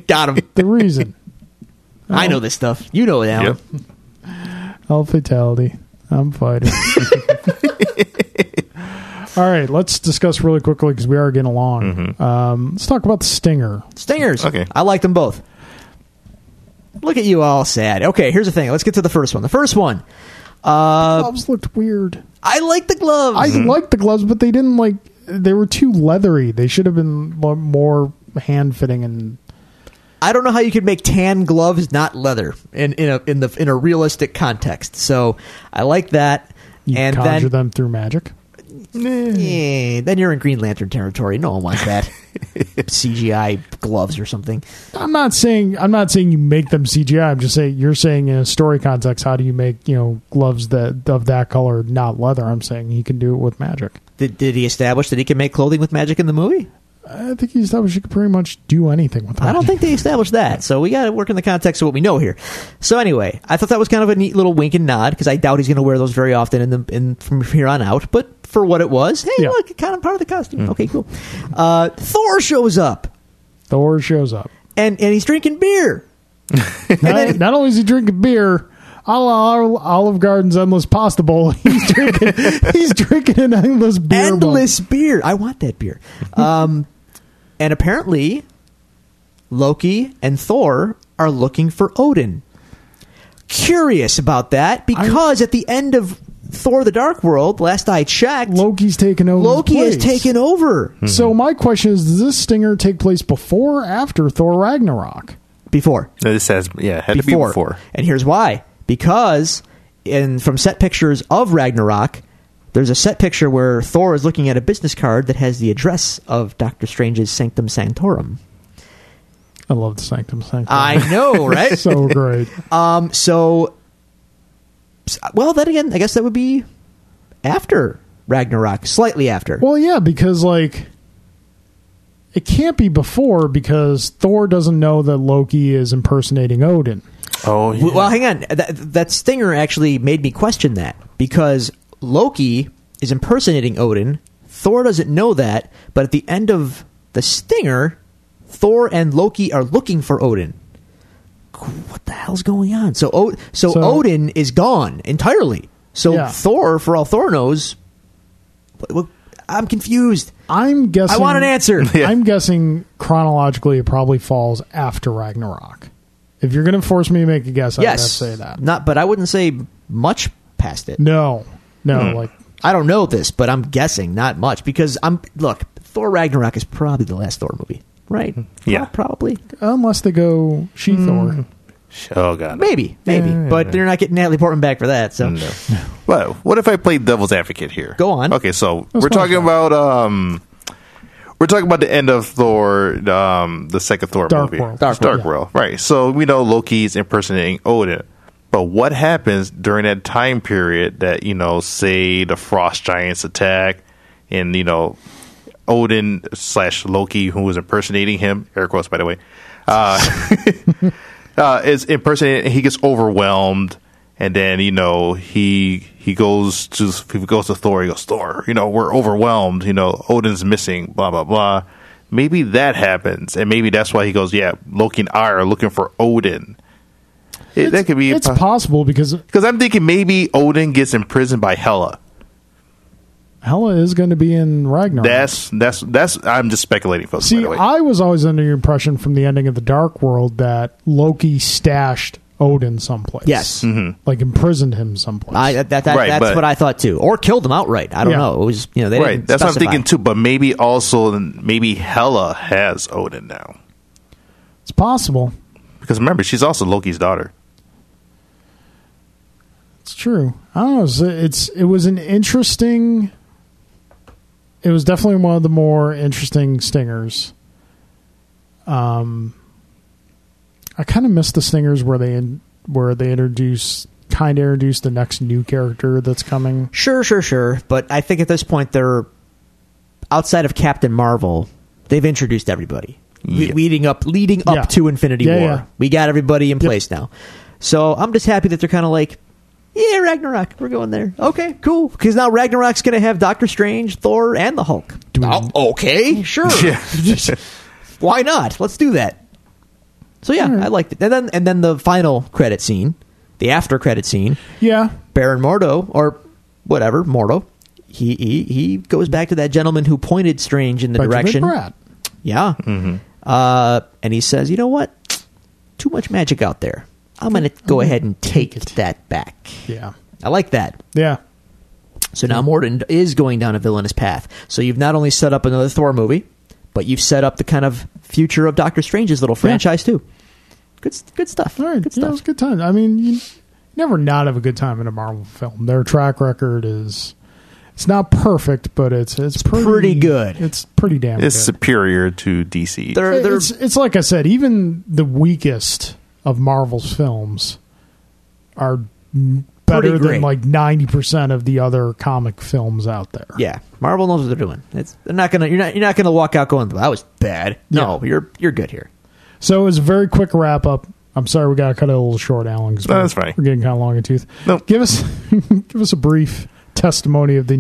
[SPEAKER 2] Got him.
[SPEAKER 1] the reason.
[SPEAKER 2] I
[SPEAKER 1] Oh.
[SPEAKER 2] know this stuff. You know it, Alan.
[SPEAKER 3] Yep.
[SPEAKER 1] El fatality. I'm fighting. All right, let's discuss really quickly because we are getting along. Um, let's talk about the stinger.
[SPEAKER 2] Stingers.
[SPEAKER 3] Okay.
[SPEAKER 2] I like them both. Look at you all sad. Okay, here's the thing. Let's get to the first one. The first one. uh,
[SPEAKER 1] gloves looked weird.
[SPEAKER 2] I like the gloves.
[SPEAKER 1] I liked the gloves, but they didn't like. They were too leathery. They should have been lo- more hand fitting and
[SPEAKER 2] I don't know how you could make tan gloves not leather in in a in the in a realistic context. So I like that.
[SPEAKER 1] You
[SPEAKER 2] and
[SPEAKER 1] conjure
[SPEAKER 2] then
[SPEAKER 1] them through magic.
[SPEAKER 2] Eh, then you're in Green Lantern territory. No one wants that CGI gloves or something.
[SPEAKER 1] I'm not saying I'm not saying you make them CGI. I'm just saying you're saying in a story context, how do you make you know gloves that of that color not leather? I'm saying he can do it with magic.
[SPEAKER 2] Did, did he establish that he can make clothing with magic in the movie?
[SPEAKER 1] I think he established you could pretty much do anything with. Magic.
[SPEAKER 2] I don't think they established that. So we got to work in the context of what we know here. So anyway, I thought that was kind of a neat little wink and nod because I doubt he's going to wear those very often in the in from here on out. But for what it was, hey,
[SPEAKER 1] Yeah.
[SPEAKER 2] look, kind of part of the costume. Okay, cool. Uh, Thor shows up
[SPEAKER 1] Thor shows up.
[SPEAKER 2] and and he's drinking beer.
[SPEAKER 1] Not, not only is he drinking beer, a la Olive Garden's endless pasta bowl, he's drinking he's drinking an endless beer. bowl.
[SPEAKER 2] endless beer. I want that beer.
[SPEAKER 3] Mm-hmm.
[SPEAKER 2] Um, and apparently, Loki and Thor are looking for Odin. Curious about that because at the end of Thor: The Dark World, last I checked,
[SPEAKER 1] Loki's taken over.
[SPEAKER 2] Loki has taken over
[SPEAKER 3] Hmm.
[SPEAKER 1] So my question is: Does this stinger take place before or after Thor Ragnarok?
[SPEAKER 2] before.
[SPEAKER 3] No, this has yeah, had to be before.
[SPEAKER 2] And here's why. Because in from set pictures of Ragnarok, there's a set picture where Thor is looking at a business card that has the address of Doctor Strange's Sanctum Sanctorum.
[SPEAKER 1] I love the Sanctum Sanctum.
[SPEAKER 2] I know, right?
[SPEAKER 1] so great.
[SPEAKER 2] Um, so, well, then again, I guess that would be after Ragnarok, slightly after.
[SPEAKER 1] Well, yeah, because like it can't be before because Thor doesn't know that Loki is impersonating Odin.
[SPEAKER 3] Oh, yeah.
[SPEAKER 2] W- Well, hang on. That, that stinger actually made me question that because Loki is impersonating Odin. Thor doesn't know that, but at the end of the stinger, Thor and Loki are looking for Odin. What the hell's going on? So, o- so,
[SPEAKER 1] So-
[SPEAKER 2] Odin is gone entirely. So
[SPEAKER 1] Yeah.
[SPEAKER 2] Thor, for all Thor knows, wh- wh- I'm confused.
[SPEAKER 1] I'm guessing.
[SPEAKER 2] I want an answer.
[SPEAKER 1] I'm guessing chronologically it probably falls after Ragnarok. If you're going to force me to make a guess, I
[SPEAKER 2] yes,
[SPEAKER 1] would have to say that.
[SPEAKER 2] not, but I wouldn't say much past it.
[SPEAKER 1] No, no,
[SPEAKER 3] Hmm.
[SPEAKER 1] like
[SPEAKER 2] I don't know this, but I'm guessing not much because I'm look. Thor Ragnarok is probably the last Thor movie, right?
[SPEAKER 3] Yeah.
[SPEAKER 2] Pro- probably,
[SPEAKER 1] unless they go She Thor.
[SPEAKER 3] oh god.
[SPEAKER 2] maybe, maybe.
[SPEAKER 3] Yeah, yeah,
[SPEAKER 2] but
[SPEAKER 3] yeah.
[SPEAKER 2] they're not getting Natalie Portman back for that. So
[SPEAKER 3] No. Well, what if I played devil's advocate here?
[SPEAKER 2] Go on.
[SPEAKER 3] Okay, so
[SPEAKER 1] That's
[SPEAKER 3] we're
[SPEAKER 1] what I
[SPEAKER 3] talking about um, we're talking about the end of Thor, um, the second Thor
[SPEAKER 1] Dark
[SPEAKER 3] movie,
[SPEAKER 1] World.
[SPEAKER 2] Dark
[SPEAKER 1] World,
[SPEAKER 3] Dark World, right? So we know Loki's impersonating Odin, but what happens during that time period that you know, say the frost giants attack, and you know, Odin slash Loki, who was impersonating him, air quotes by the way, uh, is impersonating. He gets overwhelmed, and then you know he he goes to he goes to Thor. He goes Thor. You know we're overwhelmed. You know Odin's missing. Blah blah blah. Maybe that happens, and maybe that's why he goes. Yeah, Loki and I are looking for Odin. It, that could be
[SPEAKER 1] It's possible because
[SPEAKER 3] because I'm thinking maybe Odin gets imprisoned by Hela.
[SPEAKER 1] Hela is going to be in Ragnarok.
[SPEAKER 3] That's that's that's I'm just speculating, folks. by
[SPEAKER 1] See,
[SPEAKER 3] the way.
[SPEAKER 1] I was always under the impression from the ending of the Dark World that Loki stashed Odin someplace. Mm-hmm.
[SPEAKER 2] Yes. Mm-hmm.
[SPEAKER 1] like imprisoned him someplace.
[SPEAKER 2] I, that, that,
[SPEAKER 3] Hmm. Right,
[SPEAKER 2] that's
[SPEAKER 3] but-
[SPEAKER 2] what I thought too, or killed him outright. I don't
[SPEAKER 1] Yeah.
[SPEAKER 2] know. It was you know they
[SPEAKER 3] right,
[SPEAKER 2] didn't
[SPEAKER 3] that's what I'm
[SPEAKER 2] specify.
[SPEAKER 3] thinking too. But maybe also maybe Hela has Odin now.
[SPEAKER 1] it's possible.
[SPEAKER 3] Because remember, she's also Loki's daughter.
[SPEAKER 1] It's true. I don't know. It's, it's it was an interesting. It was definitely one of the more interesting stingers. Um, I kind of miss the stingers where they in, where they introduce kind of introduce the next new character that's coming.
[SPEAKER 2] Sure, sure, sure. But I think at this point they're outside of Captain Marvel. They've introduced everybody Le-
[SPEAKER 3] Yeah.
[SPEAKER 2] leading up leading up
[SPEAKER 1] Yeah.
[SPEAKER 2] to Infinity
[SPEAKER 1] Yeah,
[SPEAKER 2] War.
[SPEAKER 1] yeah.
[SPEAKER 2] We got everybody in place now. So I'm just happy that they're kind of like, yeah, Ragnarok. We're going there. Okay, cool. Because now Ragnarok's going to have Doctor Strange, Thor, and the Hulk.
[SPEAKER 1] Do we-
[SPEAKER 2] Oh, okay, sure. Why not? Let's do that. So yeah, I liked it. And then and then the final credit scene, the after credit scene.
[SPEAKER 1] Yeah,
[SPEAKER 2] Baron Mordo or whatever Mordo, he he, he goes back to that gentleman who pointed Strange in the
[SPEAKER 1] Benjamin
[SPEAKER 2] direction.
[SPEAKER 1] Bratt.
[SPEAKER 2] Yeah, uh, and he says, "You know what? Too much magic out there. I'm going to go ahead and take that back."
[SPEAKER 1] Yeah,
[SPEAKER 2] I like that.
[SPEAKER 1] yeah.
[SPEAKER 2] So now Morden is going down a villainous path. So you've not only set up another Thor movie, but you've set up the kind of future of Doctor Strange's little franchise too. Good, s- good stuff.
[SPEAKER 1] All right,
[SPEAKER 2] good
[SPEAKER 1] yeah, it was
[SPEAKER 2] stuff.
[SPEAKER 1] a good time. I mean, you never not have a good time in a Marvel film. Their track record is it's not perfect, but it's it's, pretty,
[SPEAKER 2] pretty good.
[SPEAKER 1] It's pretty damn
[SPEAKER 3] It's
[SPEAKER 1] good.
[SPEAKER 3] superior to DC.
[SPEAKER 2] They're, they're,
[SPEAKER 1] it's, it's like I said, even the weakest of Marvel's films are m- better
[SPEAKER 2] Pretty
[SPEAKER 1] than
[SPEAKER 2] great.
[SPEAKER 1] like 90% of the other comic films out there.
[SPEAKER 2] yeah, Marvel knows what they're doing. It's, they're not gonna. You're not. You're not gonna walk out going, "That was bad." No, you're you're good here.
[SPEAKER 1] So it was a very quick wrap up. I'm sorry we got to cut it a little short, Alan. 'cause
[SPEAKER 3] No,
[SPEAKER 1] we're-
[SPEAKER 3] that's fine.
[SPEAKER 1] We're getting kind of long in tooth.
[SPEAKER 3] Nope.
[SPEAKER 1] Give us give us a brief testimony of the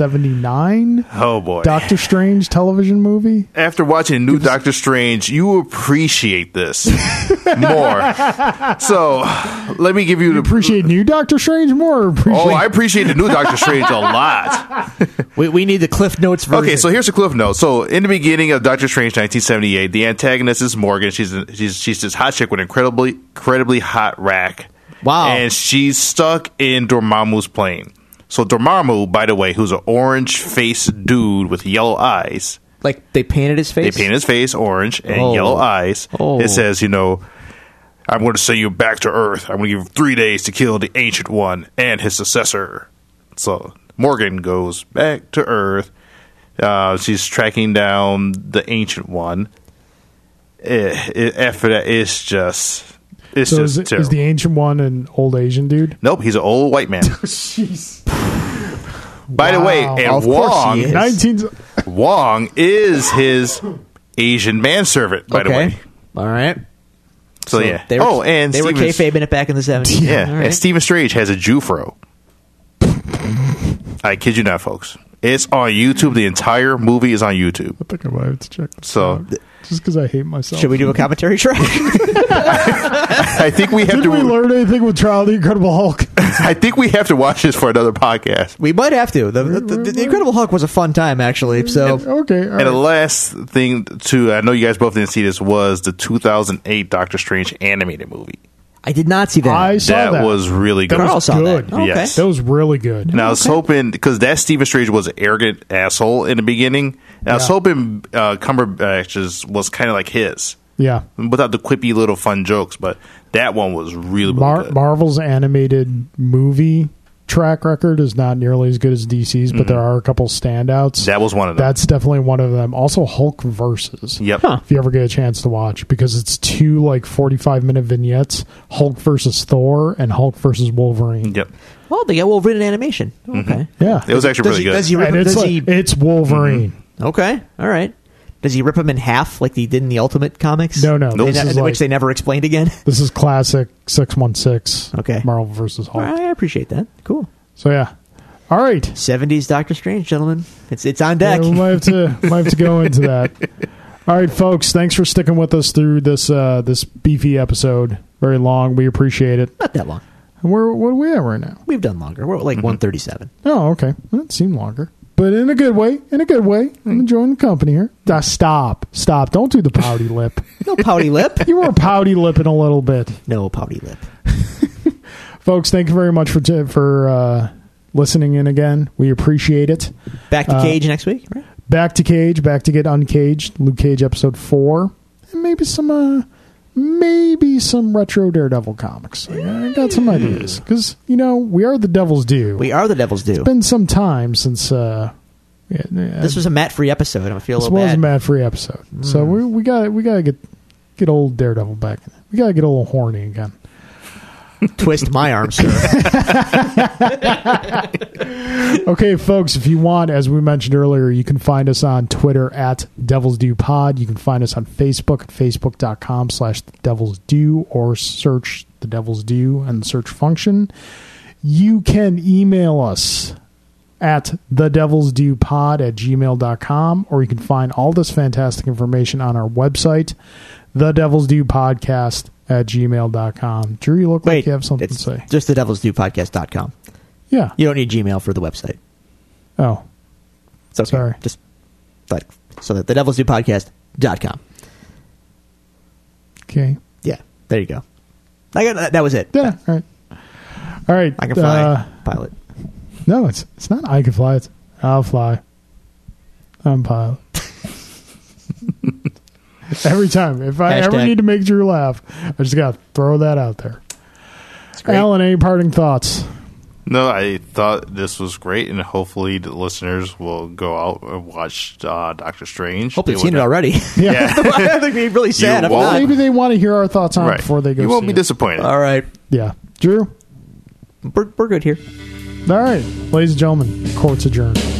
[SPEAKER 1] 1979
[SPEAKER 3] Oh boy.
[SPEAKER 1] Doctor Strange television movie.
[SPEAKER 3] After watching New Doctor Strange, you appreciate this more. so, let me give you the
[SPEAKER 1] Appreciate new Doctor Strange more. or Appreciate
[SPEAKER 3] Oh, I appreciate the new Doctor Strange a lot.
[SPEAKER 2] We, we need the Cliff Notes version.
[SPEAKER 3] Okay, so here's a cliff note. So in the beginning of Doctor Strange 1978, the antagonist is Morgan. She's she's she's this hot chick with incredibly incredibly hot rack.
[SPEAKER 2] Wow.
[SPEAKER 3] And she's stuck in Dormammu's plane. So Dormammu, by the way, who's an orange-faced dude with yellow eyes.
[SPEAKER 2] like they painted his
[SPEAKER 3] They
[SPEAKER 2] face.
[SPEAKER 3] paint his face orange and
[SPEAKER 2] Oh.
[SPEAKER 3] yellow eyes.
[SPEAKER 2] Oh.
[SPEAKER 3] It says, you know, I'm going to send you back to Earth. I'm going to give you three days to kill the Ancient One and his successor. So Morgan goes back to Earth. Uh, she's tracking down the Ancient One. Eh, eh, after that, it's just, it's
[SPEAKER 1] so
[SPEAKER 3] just
[SPEAKER 1] is, is
[SPEAKER 3] terrible.
[SPEAKER 1] the ancient one an old Asian dude?
[SPEAKER 3] nope, he's an old white man.
[SPEAKER 1] Jeez,
[SPEAKER 3] By the way,
[SPEAKER 1] Wow.
[SPEAKER 3] and
[SPEAKER 2] Of course
[SPEAKER 3] Wong,
[SPEAKER 2] he is.
[SPEAKER 1] 19.
[SPEAKER 3] Wong is his Asian manservant. By
[SPEAKER 2] okay.
[SPEAKER 3] the way,
[SPEAKER 2] All right.
[SPEAKER 3] so, yeah.
[SPEAKER 2] They were,
[SPEAKER 3] oh, and
[SPEAKER 2] they were
[SPEAKER 3] Steven-
[SPEAKER 2] kayfabing it back in the seventies.
[SPEAKER 3] Yeah,
[SPEAKER 2] All right.
[SPEAKER 3] and Stephen Strange has a Jufro. I kid you not, folks. It's on YouTube. The entire movie is on YouTube.
[SPEAKER 1] I think I might have to check. this
[SPEAKER 3] So-
[SPEAKER 1] out, just because I hate myself.
[SPEAKER 2] Should we do a commentary track?
[SPEAKER 3] I think we have
[SPEAKER 1] Did
[SPEAKER 3] to.
[SPEAKER 1] we learn anything with Trial of the Incredible Hulk?
[SPEAKER 3] I think we have to watch this for another podcast.
[SPEAKER 2] we might have to. The, the, the-
[SPEAKER 3] Mm-hmm.
[SPEAKER 2] the Incredible Hulk was a fun time, actually. So
[SPEAKER 1] okay, all
[SPEAKER 3] And the
[SPEAKER 1] right.
[SPEAKER 3] last thing too, I know you guys both didn't see this was the 2008 Doctor Strange animated movie.
[SPEAKER 2] I did not see that.
[SPEAKER 1] I saw
[SPEAKER 3] That,
[SPEAKER 1] that.
[SPEAKER 3] was really good.
[SPEAKER 1] That
[SPEAKER 2] Carl
[SPEAKER 1] was
[SPEAKER 2] saw
[SPEAKER 1] good.
[SPEAKER 2] that. Oh, Okay.
[SPEAKER 3] Yes.
[SPEAKER 1] that was really good.
[SPEAKER 3] And I was hoping because that Stephen Strange was an arrogant asshole in the beginning. And I was
[SPEAKER 1] Yeah.
[SPEAKER 3] hoping uh, Cumberbatch's was kind of like his.
[SPEAKER 1] Yeah.
[SPEAKER 3] without the quippy little fun jokes, but that one was really, really
[SPEAKER 1] Mar-
[SPEAKER 3] good.
[SPEAKER 1] Marvel's animated movie track record is not nearly as good as DC's, but there are a couple standouts.
[SPEAKER 3] Mm-hmm. that was one of them.
[SPEAKER 1] That's definitely one of them. Also, Hulk versus.
[SPEAKER 3] yep.
[SPEAKER 2] Huh.
[SPEAKER 1] If you ever get a chance to watch, because it's two like forty-five minute vignettes: Hulk versus Thor and Hulk versus Wolverine.
[SPEAKER 3] Yep.
[SPEAKER 2] Oh, they got Wolverine in animation.
[SPEAKER 3] Mm-hmm.
[SPEAKER 2] Okay.
[SPEAKER 1] Yeah,
[SPEAKER 3] It was actually
[SPEAKER 2] Does
[SPEAKER 3] really
[SPEAKER 2] he,
[SPEAKER 3] good. Mm-hmm.
[SPEAKER 2] does he rip?
[SPEAKER 1] and it's
[SPEAKER 2] Does
[SPEAKER 1] like,
[SPEAKER 2] he?
[SPEAKER 1] it's Wolverine.
[SPEAKER 2] Okay. All right. Does he rip him in half like he did in the Ultimate comics?
[SPEAKER 1] No, no,
[SPEAKER 2] They
[SPEAKER 1] Nope.
[SPEAKER 2] ne-
[SPEAKER 1] this is
[SPEAKER 2] which
[SPEAKER 1] like-
[SPEAKER 2] they never explained again.
[SPEAKER 1] This is classic six one six.
[SPEAKER 2] Okay.
[SPEAKER 1] Marvel versus Hulk.
[SPEAKER 2] All right, I appreciate that. Cool.
[SPEAKER 1] So yeah, all right.
[SPEAKER 2] Seventies Doctor Strange, gentlemen. It's it's on deck.
[SPEAKER 1] Yeah, we might have to might have to go into that. All right, folks. Thanks for sticking with us through this uh, this beefy episode. Very long. We appreciate it.
[SPEAKER 2] Not that long.
[SPEAKER 1] And we're what are we at right now?
[SPEAKER 2] We've done longer. We're at
[SPEAKER 1] Mm-hmm.
[SPEAKER 2] like one thirty-seven.
[SPEAKER 1] Oh, okay. Well, It seemed longer, but in a good way. In a good way. I'm enjoying the company here. Ah, stop, stop. Don't do the pouty lip.
[SPEAKER 2] No pouty lip.
[SPEAKER 1] You were pouty lipping a little bit,
[SPEAKER 2] No pouty lip.
[SPEAKER 1] folks. Thank you very much for t- for uh, listening in again. We appreciate it.
[SPEAKER 2] Back
[SPEAKER 1] Uh,
[SPEAKER 2] to Cage next week. Right?
[SPEAKER 1] back to cage back to get uncaged luke cage episode four and maybe some uh maybe some retro daredevil comics i I got some ideas because you know we are the devil's due
[SPEAKER 2] We are the Devil's Due.
[SPEAKER 1] it's been some time since uh yeah, yeah,
[SPEAKER 2] This was a Matt free episode. I feel a
[SPEAKER 1] this
[SPEAKER 2] little
[SPEAKER 1] was a
[SPEAKER 2] bad. Mm.
[SPEAKER 1] mad free episode so we we got we got to get get old daredevil back in it. we got to get a little horny again
[SPEAKER 2] Twist my arm, sir.
[SPEAKER 1] Okay, folks, if you want, as we mentioned earlier, you can find us on Twitter at Devil's Due Pod. You can find us on Facebook at facebook.com slash The Devil's Due or search The Devil's Due and the search function. You can email us at The Devil's Due Pod at gmail.com or you can find all this fantastic information on our website, The Devil's Due Podcast at gmail.com. Drew, you look like
[SPEAKER 2] Wait,
[SPEAKER 1] you have something to
[SPEAKER 2] it's
[SPEAKER 1] say.
[SPEAKER 2] Just the Devil's Due podcast.com.
[SPEAKER 1] Yeah.
[SPEAKER 2] You don't need Gmail for the website.
[SPEAKER 1] Oh,
[SPEAKER 2] It's okay.
[SPEAKER 1] Sorry.
[SPEAKER 2] Just like so that the Devil's Due podcast.com.
[SPEAKER 1] okay.
[SPEAKER 2] Yeah, there you go. I got that. That was it.
[SPEAKER 1] Yeah, all right. All right.
[SPEAKER 2] I can fly
[SPEAKER 1] Uh,
[SPEAKER 2] pilot.
[SPEAKER 1] no, it's it's not I can fly. It's I'll fly. I'm pilot. Every time. If I ever
[SPEAKER 2] Hashtag.
[SPEAKER 1] need to make Drew laugh, I just got to throw that out there.
[SPEAKER 2] great.
[SPEAKER 1] Alan, any parting thoughts?
[SPEAKER 3] No, I thought this was great, and hopefully the listeners will go out and watch uh, Doctor Strange.
[SPEAKER 2] Hopefully,
[SPEAKER 3] They
[SPEAKER 2] you've seen
[SPEAKER 3] would-
[SPEAKER 2] it already.
[SPEAKER 3] Yeah.
[SPEAKER 2] I think be really sad. if
[SPEAKER 3] won't?
[SPEAKER 2] not.
[SPEAKER 1] Maybe they want to hear our thoughts on it
[SPEAKER 3] right.
[SPEAKER 1] before they go
[SPEAKER 3] you won't
[SPEAKER 1] see
[SPEAKER 3] be
[SPEAKER 1] it.
[SPEAKER 3] disappointed.
[SPEAKER 2] All right,
[SPEAKER 1] Yeah. Drew?
[SPEAKER 2] we're, we're good here.
[SPEAKER 1] All right. Ladies and gentlemen, court's adjourned.